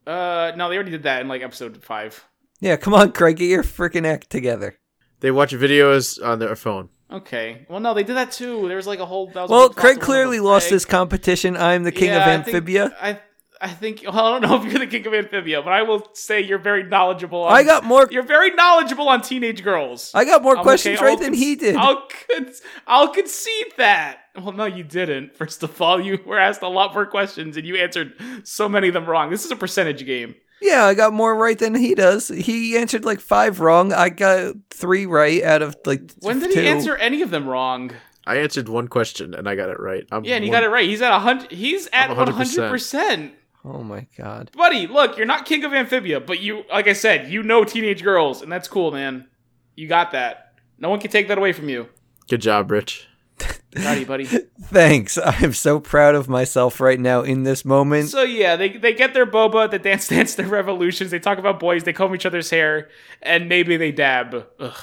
[SPEAKER 4] Uh, no, they already did that in like episode five.
[SPEAKER 2] Yeah, come on, Craig, get your freaking act together.
[SPEAKER 3] They watch videos on their phone.
[SPEAKER 4] Okay. Well, no, they did that too. There was like a whole. That was
[SPEAKER 2] Well,
[SPEAKER 4] that was
[SPEAKER 2] Craig
[SPEAKER 4] a whole
[SPEAKER 2] clearly
[SPEAKER 4] thing.
[SPEAKER 2] lost this competition. I'm the king
[SPEAKER 4] Yeah, I
[SPEAKER 2] of
[SPEAKER 4] think-
[SPEAKER 2] Amphibia.
[SPEAKER 4] I, I I think well, I don't know if you're the king of amphibia, but I will say you're very knowledgeable. On,
[SPEAKER 2] I got more.
[SPEAKER 4] you're very knowledgeable on teenage girls.
[SPEAKER 2] I got more
[SPEAKER 4] I'm
[SPEAKER 2] questions
[SPEAKER 4] okay,
[SPEAKER 2] right
[SPEAKER 4] I'll
[SPEAKER 2] than
[SPEAKER 4] con-
[SPEAKER 2] he did.
[SPEAKER 4] I'll con- I'll concede that. Well, no, you didn't. First of all, you were asked a lot more questions and you answered so many of them wrong. This is a percentage game.
[SPEAKER 2] Yeah, I got more right than he does. He answered like five wrong. I got three right out of like.
[SPEAKER 4] When did
[SPEAKER 2] two.
[SPEAKER 4] he answer any of them wrong?
[SPEAKER 3] I answered one question and I got it right. I'm
[SPEAKER 4] Yeah, and he
[SPEAKER 3] one-
[SPEAKER 4] got it right. He's at a hundred. He's at
[SPEAKER 3] I'm
[SPEAKER 4] one
[SPEAKER 3] 100%.
[SPEAKER 4] hundred percent.
[SPEAKER 2] Oh my god!
[SPEAKER 4] Buddy, look, you're not king of amphibia, but you, like I said, you know teenage girls, and that's cool, man. You got that. No one can take that away from you.
[SPEAKER 3] Good job, Rich.
[SPEAKER 4] Got you, buddy.
[SPEAKER 2] Thanks. I'm so proud of myself right now in this moment.
[SPEAKER 4] so yeah, they they get their boba, they dance, dance their revolutions. They talk about boys, they comb each other's hair, and maybe they dab. Ugh.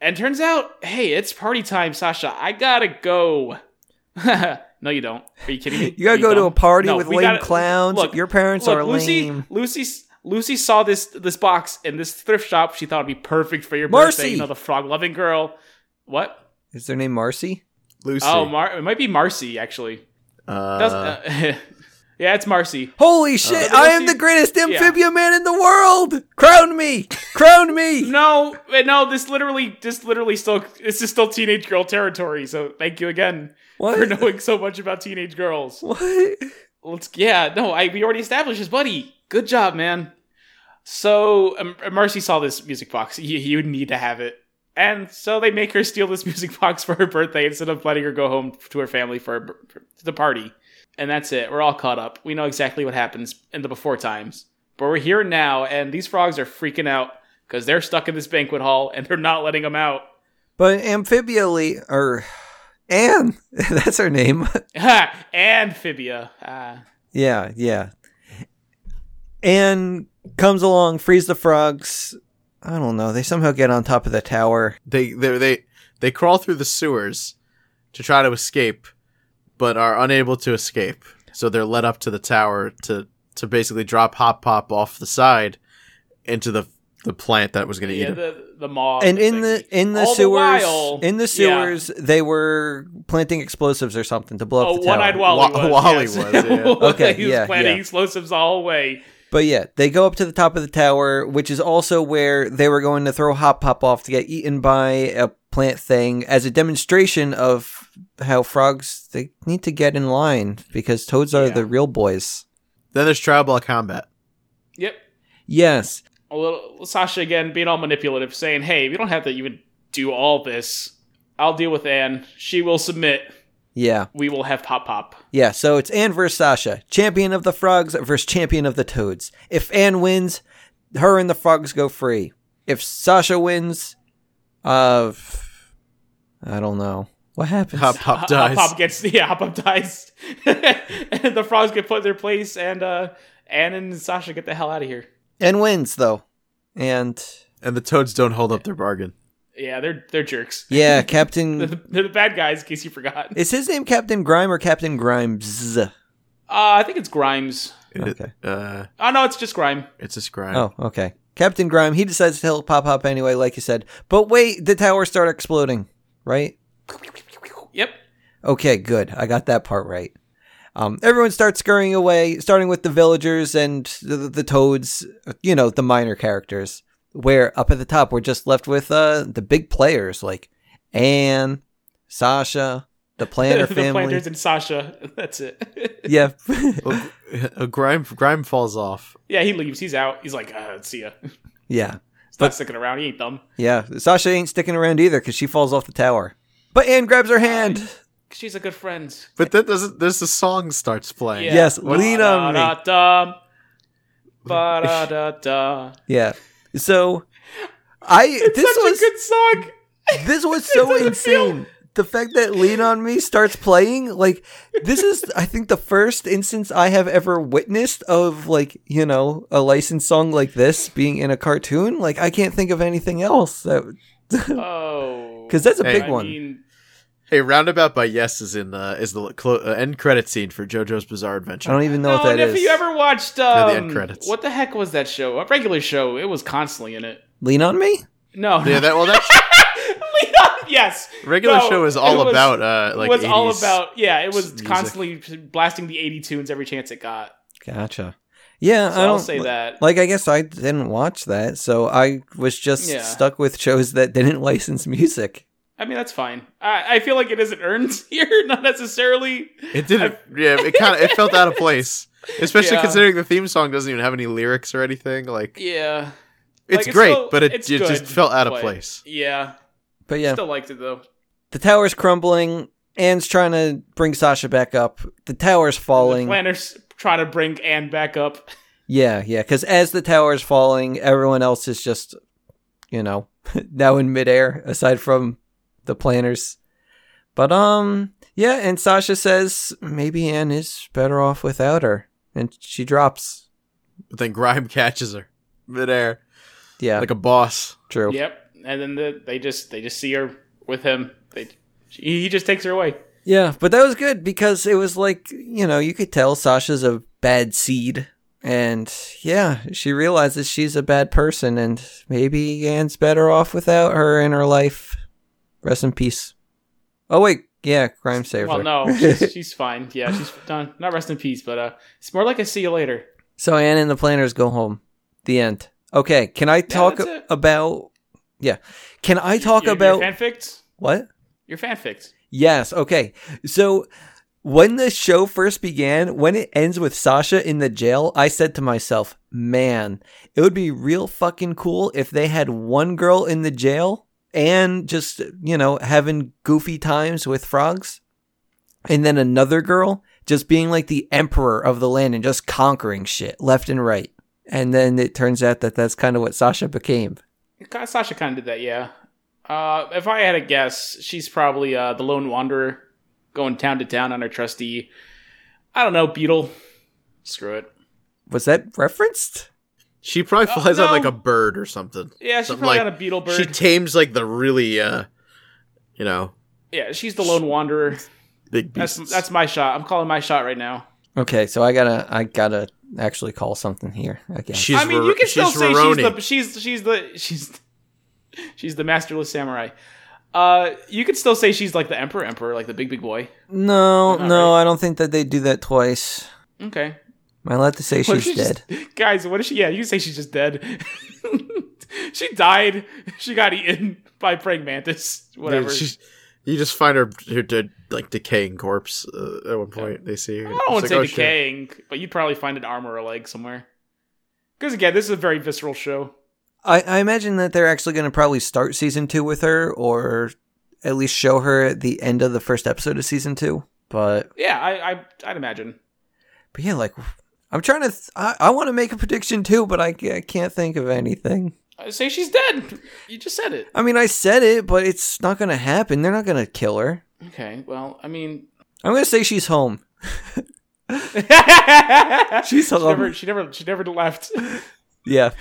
[SPEAKER 4] And turns out, hey, it's party time, Sasha. I gotta go. no, you don't. Are you kidding me?
[SPEAKER 2] you gotta
[SPEAKER 4] Are
[SPEAKER 2] go to
[SPEAKER 4] dumb?
[SPEAKER 2] a party
[SPEAKER 4] No,
[SPEAKER 2] with
[SPEAKER 4] we
[SPEAKER 2] lame
[SPEAKER 4] gotta-
[SPEAKER 2] clowns.
[SPEAKER 4] look,
[SPEAKER 2] Your parents
[SPEAKER 4] Look,
[SPEAKER 2] are
[SPEAKER 4] Lucy,
[SPEAKER 2] lame.
[SPEAKER 4] Lucy, Lucy saw this this box in this thrift shop. She thought it'd be perfect for your birthday.
[SPEAKER 2] Marcy!
[SPEAKER 4] You know, the frog loving girl. What?
[SPEAKER 2] Is their name Marcy?
[SPEAKER 3] Lucy.
[SPEAKER 4] Oh, Mar- it might be Marcy actually.
[SPEAKER 3] Uh,
[SPEAKER 4] Does- uh, yeah, it's Marcy.
[SPEAKER 2] Holy shit!
[SPEAKER 4] Uh,
[SPEAKER 2] I am
[SPEAKER 4] Lucy-
[SPEAKER 2] the greatest amphibia man in the world. Crown me! Crown me!
[SPEAKER 4] No, wait, no, this literally, this literally still, this is still teenage girl territory. So thank you again for
[SPEAKER 2] what?
[SPEAKER 4] knowing so much about teenage girls.
[SPEAKER 2] What?
[SPEAKER 4] Let's, yeah, no, I we already established this, buddy. Good job, man. So um, Marcy saw this music box. You, you need to have it, and so they make her steal this music box for her birthday instead of letting her go home to her family for, her, bir- for the party. And that's it. We're all caught up. We know exactly what happens in the before times, but we're here now, and these frogs are freaking out because they're stuck in this banquet hall and they're not letting them out.
[SPEAKER 2] But amphibially or Anne? That's her name.
[SPEAKER 4] Amphibia. Ah.
[SPEAKER 2] Yeah, yeah. And comes along, frees the frogs. I don't know. They somehow get on top of the tower.
[SPEAKER 3] they they they they crawl through the sewers to try to escape, but are unable to escape. So they're led up to the tower to to basically drop Hop Pop off the side into the the plant that was going to eat
[SPEAKER 4] yeah,
[SPEAKER 3] him.
[SPEAKER 4] the the mob.
[SPEAKER 2] and in the in the
[SPEAKER 4] All
[SPEAKER 2] sewers,
[SPEAKER 4] while-
[SPEAKER 2] in the
[SPEAKER 4] Yeah.
[SPEAKER 2] sewers, they were planting explosives or something to blow
[SPEAKER 4] Oh,
[SPEAKER 2] up the
[SPEAKER 4] one eyed
[SPEAKER 2] tower.
[SPEAKER 4] Wally
[SPEAKER 3] Wa-
[SPEAKER 4] was.
[SPEAKER 3] Wally
[SPEAKER 4] yes.
[SPEAKER 3] was, yeah.
[SPEAKER 2] Okay,
[SPEAKER 4] he was
[SPEAKER 2] yeah,
[SPEAKER 4] planting
[SPEAKER 2] yeah.
[SPEAKER 4] explosives all the way.
[SPEAKER 2] But yeah, they go up to the top of the tower, which is also where they were going to throw Hop Pop off to get eaten by a plant thing as a demonstration of how frogs they need to get in line because toads are
[SPEAKER 4] Yeah.
[SPEAKER 2] the real boys.
[SPEAKER 3] Then there's trial ball combat.
[SPEAKER 4] Yep.
[SPEAKER 2] Yes,
[SPEAKER 4] A little Sasha again being all manipulative, saying, "Hey, we don't have to even do all this. I'll deal with Anne. She will submit.
[SPEAKER 2] yeah.
[SPEAKER 4] We will have pop pop."
[SPEAKER 2] Yeah, so it's Anne versus Sasha, champion of the frogs versus champion of the toads. If Anne wins, her and the frogs go free. If Sasha wins, uh, f- I don't know what happens.
[SPEAKER 3] Hop Pop dies.
[SPEAKER 4] Hop gets yeah, hop pop dies. and the frogs get put in their place, and uh, Anne and Sasha get the hell out of here.
[SPEAKER 2] Anne wins though, and
[SPEAKER 3] And the toads don't hold up their bargain.
[SPEAKER 4] Yeah, they're they're jerks.
[SPEAKER 2] yeah,
[SPEAKER 4] They're
[SPEAKER 2] Captain.
[SPEAKER 4] the, they're the bad guys, in case you forgot. Uh,
[SPEAKER 2] Is his name Captain Grime or Captain Grimes?
[SPEAKER 4] Uh, I think it's Grimes.
[SPEAKER 3] It-
[SPEAKER 2] Okay.
[SPEAKER 3] uh,
[SPEAKER 4] Oh no, it's just Grime.
[SPEAKER 3] it's a scribe.
[SPEAKER 2] Oh, okay. Captain Grime. He decides to help Pop Up anyway, like you said. But wait, the towers start exploding, right?
[SPEAKER 4] Yep.
[SPEAKER 2] Okay, good. I got that part right. Um, everyone starts scurrying away, starting with the villagers and the, the toads, you know, the minor characters. Where up at the top, we're just left with uh, the big players like Anne, Sasha, the Planter
[SPEAKER 4] the
[SPEAKER 2] family.
[SPEAKER 4] planters and Sasha. That's it.
[SPEAKER 2] yeah.
[SPEAKER 3] Well, uh, Grime Grime falls off.
[SPEAKER 4] yeah, he leaves. He's out. He's like, uh, see ya. He's
[SPEAKER 2] yeah.
[SPEAKER 4] not sticking around. He ain't dumb.
[SPEAKER 2] Yeah. Sasha ain't sticking around either because she falls off the tower. But Anne grabs her hand.
[SPEAKER 4] She's a good friend.
[SPEAKER 3] But that doesn't. There's a song starts playing.
[SPEAKER 4] Yeah.
[SPEAKER 2] Yes, lean on me.
[SPEAKER 4] Ba-da-da-dum. Ba-da-da-da.
[SPEAKER 2] Yeah. So I.
[SPEAKER 4] It's
[SPEAKER 2] this
[SPEAKER 4] such
[SPEAKER 2] was
[SPEAKER 4] a good song.
[SPEAKER 2] This was so
[SPEAKER 4] doesn't feel-
[SPEAKER 2] insane. The fact that Lean on Me starts playing, like, this is, I think, the first instance I have ever witnessed of, like, you know, a licensed song like this being in a cartoon. Like, I can't think of anything else. That,
[SPEAKER 4] Oh,
[SPEAKER 2] 'Cause that's a
[SPEAKER 3] big
[SPEAKER 4] I
[SPEAKER 2] one.
[SPEAKER 4] mean,
[SPEAKER 3] Hey, Roundabout by Yes is in the is the clo- uh, end credit scene for JoJo's Bizarre Adventure.
[SPEAKER 2] I don't even know
[SPEAKER 4] no,
[SPEAKER 2] what that
[SPEAKER 4] and
[SPEAKER 2] is.
[SPEAKER 4] if you ever watched
[SPEAKER 3] They're the
[SPEAKER 4] um,
[SPEAKER 3] end credits.
[SPEAKER 4] what the heck was that show? A regular show. It was constantly in it.
[SPEAKER 2] Lean on Me?
[SPEAKER 4] No,
[SPEAKER 3] yeah, that well, that's
[SPEAKER 4] Lean on yes.
[SPEAKER 3] Regular
[SPEAKER 4] No,
[SPEAKER 3] show is
[SPEAKER 4] it
[SPEAKER 3] all
[SPEAKER 4] was-
[SPEAKER 3] about uh like
[SPEAKER 4] it was all
[SPEAKER 3] 80s.
[SPEAKER 4] about yeah. It was
[SPEAKER 3] music.
[SPEAKER 4] constantly blasting the eighty tunes every chance it got.
[SPEAKER 2] Gotcha. Yeah,
[SPEAKER 4] So
[SPEAKER 2] I
[SPEAKER 4] I'll
[SPEAKER 2] don't
[SPEAKER 4] say that.
[SPEAKER 2] Like, I guess I didn't watch that, so I was just
[SPEAKER 4] Yeah.
[SPEAKER 2] stuck with shows that didn't license music.
[SPEAKER 4] I mean, that's fine. I, I feel like it isn't earned here, not necessarily.
[SPEAKER 3] It didn't. yeah, it kind of it felt out of place, especially
[SPEAKER 4] Yeah.
[SPEAKER 3] considering the theme song doesn't even have any lyrics or anything. Like
[SPEAKER 4] Yeah,
[SPEAKER 3] it's
[SPEAKER 4] Like, it's
[SPEAKER 3] great,
[SPEAKER 4] still-
[SPEAKER 3] but it,
[SPEAKER 4] it's
[SPEAKER 3] it just
[SPEAKER 4] good,
[SPEAKER 3] felt out of
[SPEAKER 4] but-
[SPEAKER 3] place.
[SPEAKER 4] yeah.
[SPEAKER 2] But yeah,
[SPEAKER 4] Still liked it though.
[SPEAKER 2] the tower's crumbling. Anne's trying to bring Sasha back up. The tower's
[SPEAKER 4] The
[SPEAKER 2] falling.
[SPEAKER 4] planners trying to bring Anne back up.
[SPEAKER 2] Yeah, yeah. Because as the tower's falling, everyone else is just, you know, now in midair, aside from the planners. But, um, yeah. And Sasha says maybe Anne is better off without her. And she drops.
[SPEAKER 3] But then Grime catches her midair
[SPEAKER 2] Yeah,
[SPEAKER 3] like a boss.
[SPEAKER 2] true.
[SPEAKER 4] Yep. And then the, they just they just see her with him. They he he just takes her away.
[SPEAKER 2] Yeah, but that was good because it was like, you know, you could tell Sasha's a bad seed. And yeah, she realizes she's a bad person and maybe Anne's better off without her in her life. Rest in peace. Oh, wait. Yeah, crime saver.
[SPEAKER 4] Well, no, she's, she's fine. Yeah, she's done. Not rest in peace, but uh, it's more like a see you later.
[SPEAKER 2] so Anne and the planners go home. The end. Okay, can I talk
[SPEAKER 4] that's it.
[SPEAKER 2] about. Yeah. Can I talk
[SPEAKER 4] Your-
[SPEAKER 2] about.
[SPEAKER 4] your fanfics.
[SPEAKER 2] what?
[SPEAKER 4] Your fanfics.
[SPEAKER 2] Yes. Okay. So when the show first began, when it ends with Sasha in the jail, I said to myself, man, it would be real fucking cool if they had one girl in the jail and just, you know, having goofy times with frogs. And then another girl just being like the emperor of the land and just conquering shit left and right. And then it turns out that that's kind of what Sasha became.
[SPEAKER 4] Kinda- Sasha kind of did that. Yeah. Uh, if I had a guess, she's probably uh, the lone wanderer, going town to town on her trustee. I don't know, beetle. Screw it.
[SPEAKER 2] Was that referenced?
[SPEAKER 3] She probably
[SPEAKER 4] Oh,
[SPEAKER 3] flies on like
[SPEAKER 4] no.
[SPEAKER 3] a bird or something.
[SPEAKER 4] Yeah, she's
[SPEAKER 3] Something
[SPEAKER 4] probably
[SPEAKER 3] like-
[SPEAKER 4] on a beetle bird.
[SPEAKER 3] She tames like the really uh, you know,
[SPEAKER 4] yeah, she's the lone wanderer.
[SPEAKER 3] big
[SPEAKER 4] That's
[SPEAKER 3] beasts.
[SPEAKER 4] that's my shot. I'm calling my shot right now.
[SPEAKER 2] Okay, so I gotta, I gotta actually call something here. Okay.
[SPEAKER 3] she's
[SPEAKER 4] I mean,
[SPEAKER 3] Ro-
[SPEAKER 4] you can still
[SPEAKER 3] she's
[SPEAKER 4] say
[SPEAKER 3] Roroni.
[SPEAKER 4] she's the she's she's the she's she's the masterless samurai. Uh, you could still say she's like the emperor, emperor, like the big big boy.
[SPEAKER 2] No,
[SPEAKER 4] Not
[SPEAKER 2] no, I don't think that they do that twice.
[SPEAKER 4] Okay,
[SPEAKER 2] Am I allowed to say
[SPEAKER 4] What if
[SPEAKER 2] she's dead?
[SPEAKER 4] just- guys. What is she? Yeah, you can say she's just dead. she died. She got eaten by praying mantis.
[SPEAKER 3] Yeah,
[SPEAKER 4] Whatever.
[SPEAKER 3] she's- you just find her, her dead, like decaying corpse uh, at one point. They see her.
[SPEAKER 4] I don't want to
[SPEAKER 3] It's
[SPEAKER 4] say
[SPEAKER 3] like, oh, shit.
[SPEAKER 4] decaying, but you'd probably find an arm or a leg somewhere. Because again, this is a very visceral show.
[SPEAKER 2] I, I imagine that they're actually going to probably start season two with her, or at least show her at the end of the first episode of season two. But,
[SPEAKER 4] Yeah, I, I I'd imagine.
[SPEAKER 2] but yeah, like I'm trying to, th- I, I want to make a prediction too, but I, ca- I can't think of anything.
[SPEAKER 4] I say she's dead. You just said it.
[SPEAKER 2] I mean, I said it, but it's not going to happen. They're not going to kill her.
[SPEAKER 4] Okay. Well, I mean,
[SPEAKER 2] I'm going to say she's home. She's
[SPEAKER 4] she
[SPEAKER 2] alone.
[SPEAKER 4] never, she never, she never left.
[SPEAKER 2] Yeah.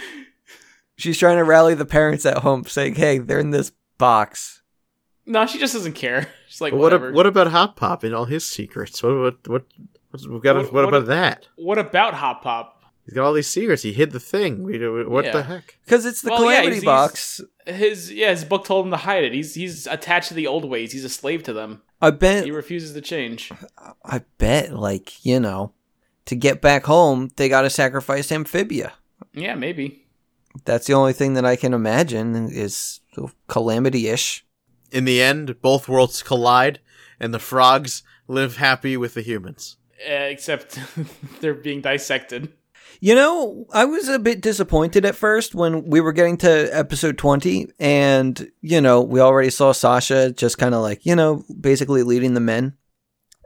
[SPEAKER 2] She's trying to rally the parents at home, saying, "Hey, they're in this box."
[SPEAKER 4] No, she just doesn't care. She's like,
[SPEAKER 3] But what,
[SPEAKER 4] whatever.
[SPEAKER 3] ab- what about Hot Pop and all his secrets? What what what what's- we've got?
[SPEAKER 4] What-
[SPEAKER 3] What,
[SPEAKER 4] what
[SPEAKER 3] about
[SPEAKER 4] ab-
[SPEAKER 3] that?
[SPEAKER 4] What about Hop Pop?
[SPEAKER 3] He's got all these secrets. He hid the thing. We, do- what
[SPEAKER 4] Yeah.
[SPEAKER 3] the heck?
[SPEAKER 2] Because it's the
[SPEAKER 4] Well, yeah,
[SPEAKER 2] calamity
[SPEAKER 4] he's- he's-
[SPEAKER 2] box.
[SPEAKER 4] His yeah, his book told him to hide it. He's he's attached to the old ways. He's a slave to them.
[SPEAKER 2] I bet.
[SPEAKER 4] He refuses to change.
[SPEAKER 2] I bet. Like you know, to get back home, they got to sacrifice amphibia.
[SPEAKER 4] Yeah, maybe.
[SPEAKER 2] That's the only thing that I can imagine is calamity ish.
[SPEAKER 3] In the end, both worlds collide, and the frogs live happy with the humans.
[SPEAKER 4] Uh, except they're being dissected.
[SPEAKER 2] You know, I was a bit disappointed at first when we were getting to episode 20, and, you know, we already saw Sasha just kind of like, you know, basically leading the men.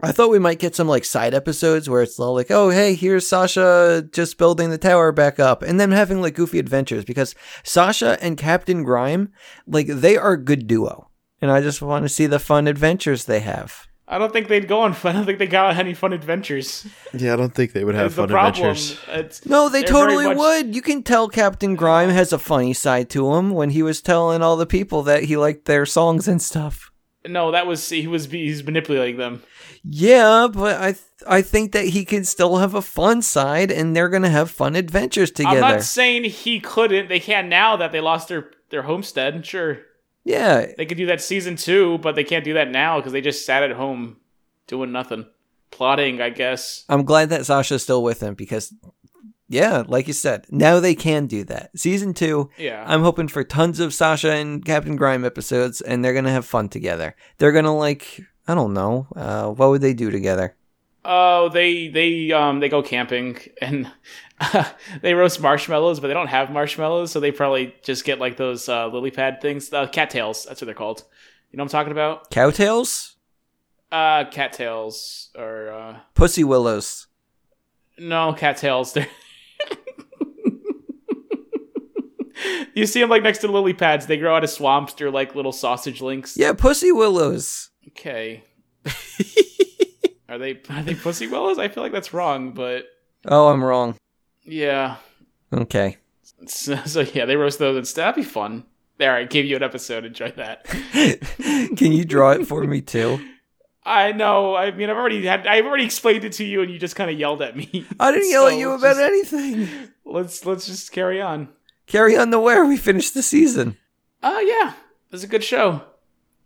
[SPEAKER 2] I thought we might get some like side episodes where it's all like, oh, hey, here's Sasha just building the tower back up, and then having like goofy adventures because Sasha and Captain Grime, like, they are a good duo. And I just want to see the fun adventures they have.
[SPEAKER 4] I don't think they'd go on. I don't think they got any fun adventures.
[SPEAKER 3] Yeah, I don't think they would have
[SPEAKER 4] That's the problem. It's,
[SPEAKER 2] No, they
[SPEAKER 4] They're very
[SPEAKER 2] totally
[SPEAKER 4] much-
[SPEAKER 2] would. You can tell Captain Grime has a funny side to him when he was telling all the people that he liked their songs and stuff.
[SPEAKER 4] no, that was he was he's manipulating them.
[SPEAKER 2] Yeah, but I th- I think that he can still have a fun side and they're going to have fun adventures
[SPEAKER 4] I'm
[SPEAKER 2] together.
[SPEAKER 4] not saying he couldn't. They can now that they lost their their homestead. Sure.
[SPEAKER 2] Yeah,
[SPEAKER 4] They could do that season two, but they can't do that now because they just sat at home doing nothing, plotting, I guess.
[SPEAKER 2] I'm glad that Sasha's still with him because, yeah, like you said, now they can do that. Season two,
[SPEAKER 4] Yeah.
[SPEAKER 2] I'm hoping for tons of Sasha and Captain Grime episodes, and they're gonna have fun together. They're gonna like, I don't know, uh, what would they do together?
[SPEAKER 4] Oh, they they um they go camping and they roast marshmallows, but they don't have marshmallows, so they probably just get like those uh, lily pad things, uh, cattails. That's what they're called. You know what I'm talking about?
[SPEAKER 2] Cowtails,
[SPEAKER 4] Uh, cattails or uh,
[SPEAKER 2] pussy willows.
[SPEAKER 4] no cattails. They're you see them like next to lily pads. They grow out of swamps. They're like little sausage links.
[SPEAKER 2] Yeah, pussy willows.
[SPEAKER 4] Okay. are they are they pussy willows? I feel like that's wrong, but
[SPEAKER 2] Oh, I'm wrong.
[SPEAKER 4] yeah.
[SPEAKER 2] Okay.
[SPEAKER 4] So, so yeah, they roast those. And stuff. that'd be fun. There, I gave you an episode. Enjoy that.
[SPEAKER 2] Can you draw it for me too?
[SPEAKER 4] I know. I mean, I've already had. I've already explained it to you, and you just kind of yelled at me.
[SPEAKER 2] I didn't yell at
[SPEAKER 4] So
[SPEAKER 2] you
[SPEAKER 4] let's
[SPEAKER 2] about
[SPEAKER 4] just-
[SPEAKER 2] anything.
[SPEAKER 4] Let's let's just carry on.
[SPEAKER 2] Carry on the where we finished the season.
[SPEAKER 4] Oh yeah, it was a good show.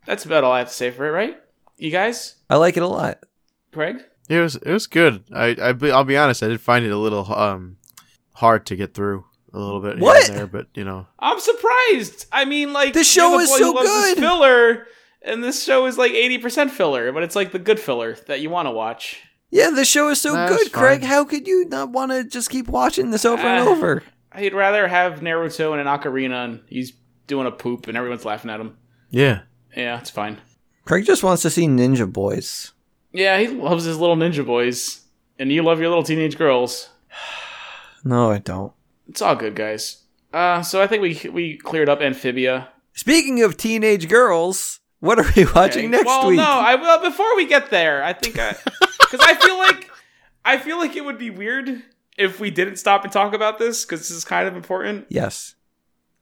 [SPEAKER 4] That's about all I have to say for it, right? You guys,
[SPEAKER 2] I like it a lot.
[SPEAKER 4] Craig.
[SPEAKER 3] It was it was good. I, I be- I'll be honest. I did find it a little um hard to get through a little bit here and
[SPEAKER 2] What?
[SPEAKER 3] there, but you know,
[SPEAKER 4] I'm surprised. I mean, like
[SPEAKER 2] This show
[SPEAKER 4] you're the
[SPEAKER 2] is
[SPEAKER 4] boy
[SPEAKER 2] so
[SPEAKER 4] who loves this
[SPEAKER 2] good.
[SPEAKER 4] filler, and this show is like eighty percent filler, but it's like the good filler that you want to watch.
[SPEAKER 2] Yeah, the show is so
[SPEAKER 3] That's
[SPEAKER 2] good, Craig.
[SPEAKER 3] fine.
[SPEAKER 2] How could you not want to just keep watching this over and
[SPEAKER 4] Ah.
[SPEAKER 2] over?
[SPEAKER 4] I'd rather have Naruto and an ocarina, and he's doing a poop, and everyone's laughing at him.
[SPEAKER 3] yeah.
[SPEAKER 4] Yeah, it's fine.
[SPEAKER 2] Craig just wants to see Ninja Boys.
[SPEAKER 4] Yeah, he loves his little ninja boys, and you love your little teenage girls.
[SPEAKER 2] No, I don't.
[SPEAKER 4] It's all good, guys. Uh, so I think we we cleared up Amphibia.
[SPEAKER 2] Speaking of teenage girls, what are we watching
[SPEAKER 4] Okay.
[SPEAKER 2] next
[SPEAKER 4] well,
[SPEAKER 2] week?
[SPEAKER 4] no, I well before we get there, I think I because I feel like I feel like it would be weird if we didn't stop and talk about this because this is kind of important.
[SPEAKER 2] Yes.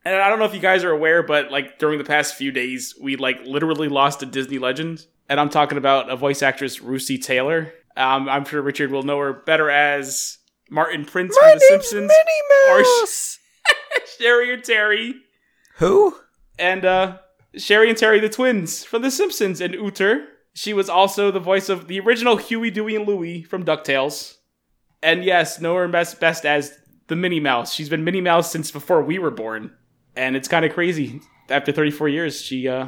[SPEAKER 4] And I don't know if you guys are aware, but like during the past few days, we like literally lost a Disney legend, and I'm talking about a voice actress, Russi Taylor. Um, I'm sure Richard will know her better as Martin Prince
[SPEAKER 2] My
[SPEAKER 4] from The
[SPEAKER 2] name's
[SPEAKER 4] Simpsons,
[SPEAKER 2] Minnie
[SPEAKER 4] Or sh-
[SPEAKER 2] Mouse.
[SPEAKER 4] Sherry and Terry,
[SPEAKER 2] Who?
[SPEAKER 4] and uh, Sherry and Terry, the twins from The Simpsons, and Uter. She was also the voice of the original Huey, Dewey, and Louie from DuckTales. And yes, know her best, best as the Minnie Mouse. She's been Minnie Mouse since before we were born. And it's kind of crazy. After 34 years, she uh,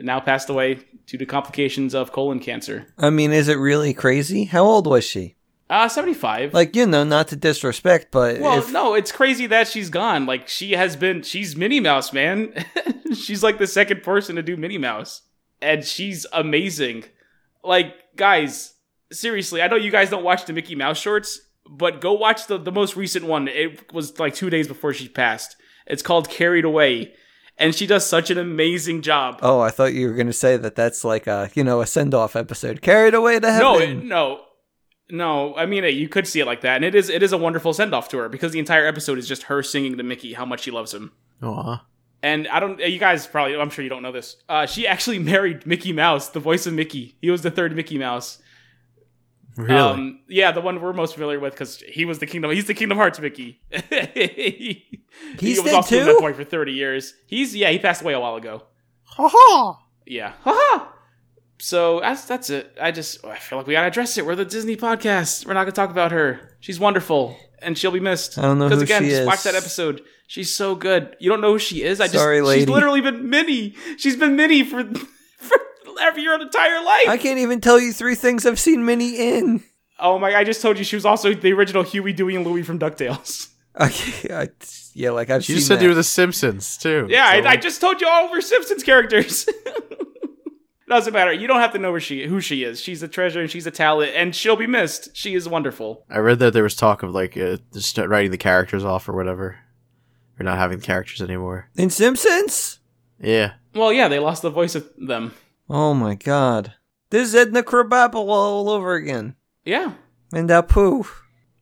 [SPEAKER 4] now passed away due to complications of colon cancer.
[SPEAKER 2] I mean, is it really crazy? How old was she?
[SPEAKER 4] Uh, 75.
[SPEAKER 2] Like, you know, not to disrespect, but
[SPEAKER 4] well,
[SPEAKER 2] if-
[SPEAKER 4] no, it's crazy that she's gone. Like, she has been, she's Minnie Mouse, man. she's like the second person to do Minnie Mouse. And she's amazing. Like, guys, seriously, I know you guys don't watch the Mickey Mouse shorts, but go watch the, the most recent one. It was like two days before she passed. It's called Carried Away. And she does such an amazing job.
[SPEAKER 2] Oh, I thought you were going to say that that's like a, you know, a send off episode. Carried away to
[SPEAKER 4] no,
[SPEAKER 2] heaven.
[SPEAKER 4] it, no, no. I mean, you could see it like that, and it is it is a wonderful send off to her because the entire episode is just her singing to Mickey how much she loves him.
[SPEAKER 3] Aw.
[SPEAKER 4] And I don't, you guys probably, I'm sure you don't know this. Uh, she actually married Mickey Mouse, the voice of Mickey. He was the third Mickey Mouse.
[SPEAKER 3] Really?
[SPEAKER 4] Um, yeah, the one we're most familiar with because he was the Kingdom. He's the Kingdom Hearts Mickey. he
[SPEAKER 2] He's
[SPEAKER 4] was
[SPEAKER 2] dead
[SPEAKER 4] also in
[SPEAKER 2] too?
[SPEAKER 4] that boy for 30 years. He's yeah, he passed away a while ago.
[SPEAKER 3] ha ha.
[SPEAKER 4] Yeah. Haha. So that's that's it. I just I feel like we gotta address it. We're the Disney podcast. We're not gonna talk about her. She's wonderful and she'll be missed.
[SPEAKER 2] I don't know who
[SPEAKER 4] again,
[SPEAKER 2] she
[SPEAKER 4] just
[SPEAKER 2] is.
[SPEAKER 4] watch that episode. She's so good. You don't know who she is. I just
[SPEAKER 2] Sorry,
[SPEAKER 4] she's
[SPEAKER 2] lady.
[SPEAKER 4] literally been Minnie. She's been Minnie for for every your entire life.
[SPEAKER 2] I can't even tell you three things I've seen Minnie in.
[SPEAKER 4] oh my! I just told you she was also the original Huey, Dewey, and Louie from Ducktales.
[SPEAKER 2] Okay, I, yeah, like I've
[SPEAKER 3] She
[SPEAKER 2] seen
[SPEAKER 3] just said
[SPEAKER 2] that.
[SPEAKER 3] you were the Simpsons too.
[SPEAKER 4] Yeah,
[SPEAKER 3] So,
[SPEAKER 4] I, I just told you all of her Simpsons characters. Doesn't matter. You don't have to know where she who she is. She's a treasure and she's a talent, and she'll be missed. She is wonderful.
[SPEAKER 3] I read that there was talk of like uh, just writing the characters off or whatever, or not having characters anymore.
[SPEAKER 2] in Simpsons.
[SPEAKER 3] Yeah.
[SPEAKER 4] Well, yeah, they lost the voice of them.
[SPEAKER 2] Oh my god. This is Edna Krabappel all over again.
[SPEAKER 4] Yeah.
[SPEAKER 2] And Apu.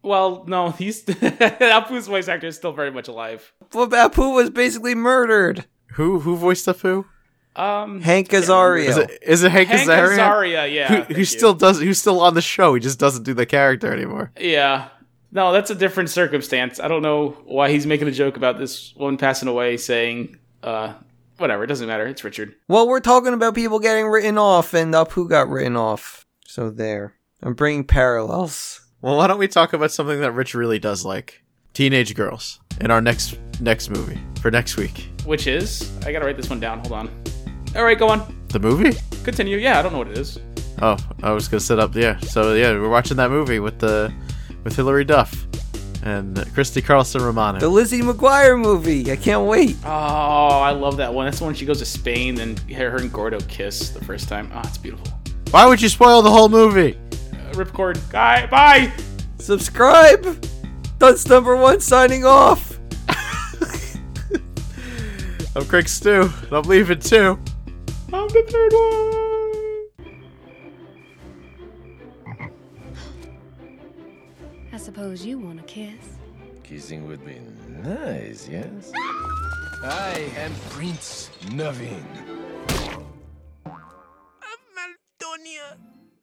[SPEAKER 4] Well, no, he's Apu's voice actor is still very much alive.
[SPEAKER 2] Well, Apu was basically murdered.
[SPEAKER 3] Who who voiced the who?
[SPEAKER 4] Um,
[SPEAKER 2] Hank
[SPEAKER 3] Is
[SPEAKER 2] Azaria.
[SPEAKER 3] it is it Hank,
[SPEAKER 4] Hank
[SPEAKER 3] Azaria?
[SPEAKER 4] Azaria, yeah,
[SPEAKER 3] who
[SPEAKER 4] thank
[SPEAKER 3] who
[SPEAKER 4] you.
[SPEAKER 3] still does who's still on the show? He just doesn't do the character anymore.
[SPEAKER 4] yeah. No, that's a different circumstance. I don't know why he's making a joke about this woman passing away, saying, uh, Whatever, it doesn't matter. It's Richard.
[SPEAKER 2] Well, we're talking about people getting written off and up who got written off. So there. I'm bringing parallels.
[SPEAKER 3] Well, why don't we talk about something that Rich really does like? Teenage girls in our next next movie for next week.
[SPEAKER 4] Which is I gotta write this one down. Hold on. All right, go on.
[SPEAKER 3] The movie?
[SPEAKER 4] Continue. Yeah, I don't know what it is.
[SPEAKER 3] Oh, I was gonna set up. Yeah, so yeah, we're watching that movie with the with Hilary Duff and Christy Carlson Romano.
[SPEAKER 2] The Lizzie McGuire movie. I can't wait.
[SPEAKER 4] Oh, I love that one. That's the one she goes to Spain and her and Gordo kiss the first time. Oh, it's beautiful.
[SPEAKER 3] why would you spoil the whole movie?
[SPEAKER 4] Uh, ripcord guy, bye.
[SPEAKER 2] Subscribe. That's number one signing off.
[SPEAKER 3] I'm Craig Stew. and I'm leaving too.
[SPEAKER 4] I'm the third one.
[SPEAKER 5] I suppose you want a kiss.
[SPEAKER 6] Kissing would be nice, yes? I am Prince Navin.
[SPEAKER 7] Maltonia.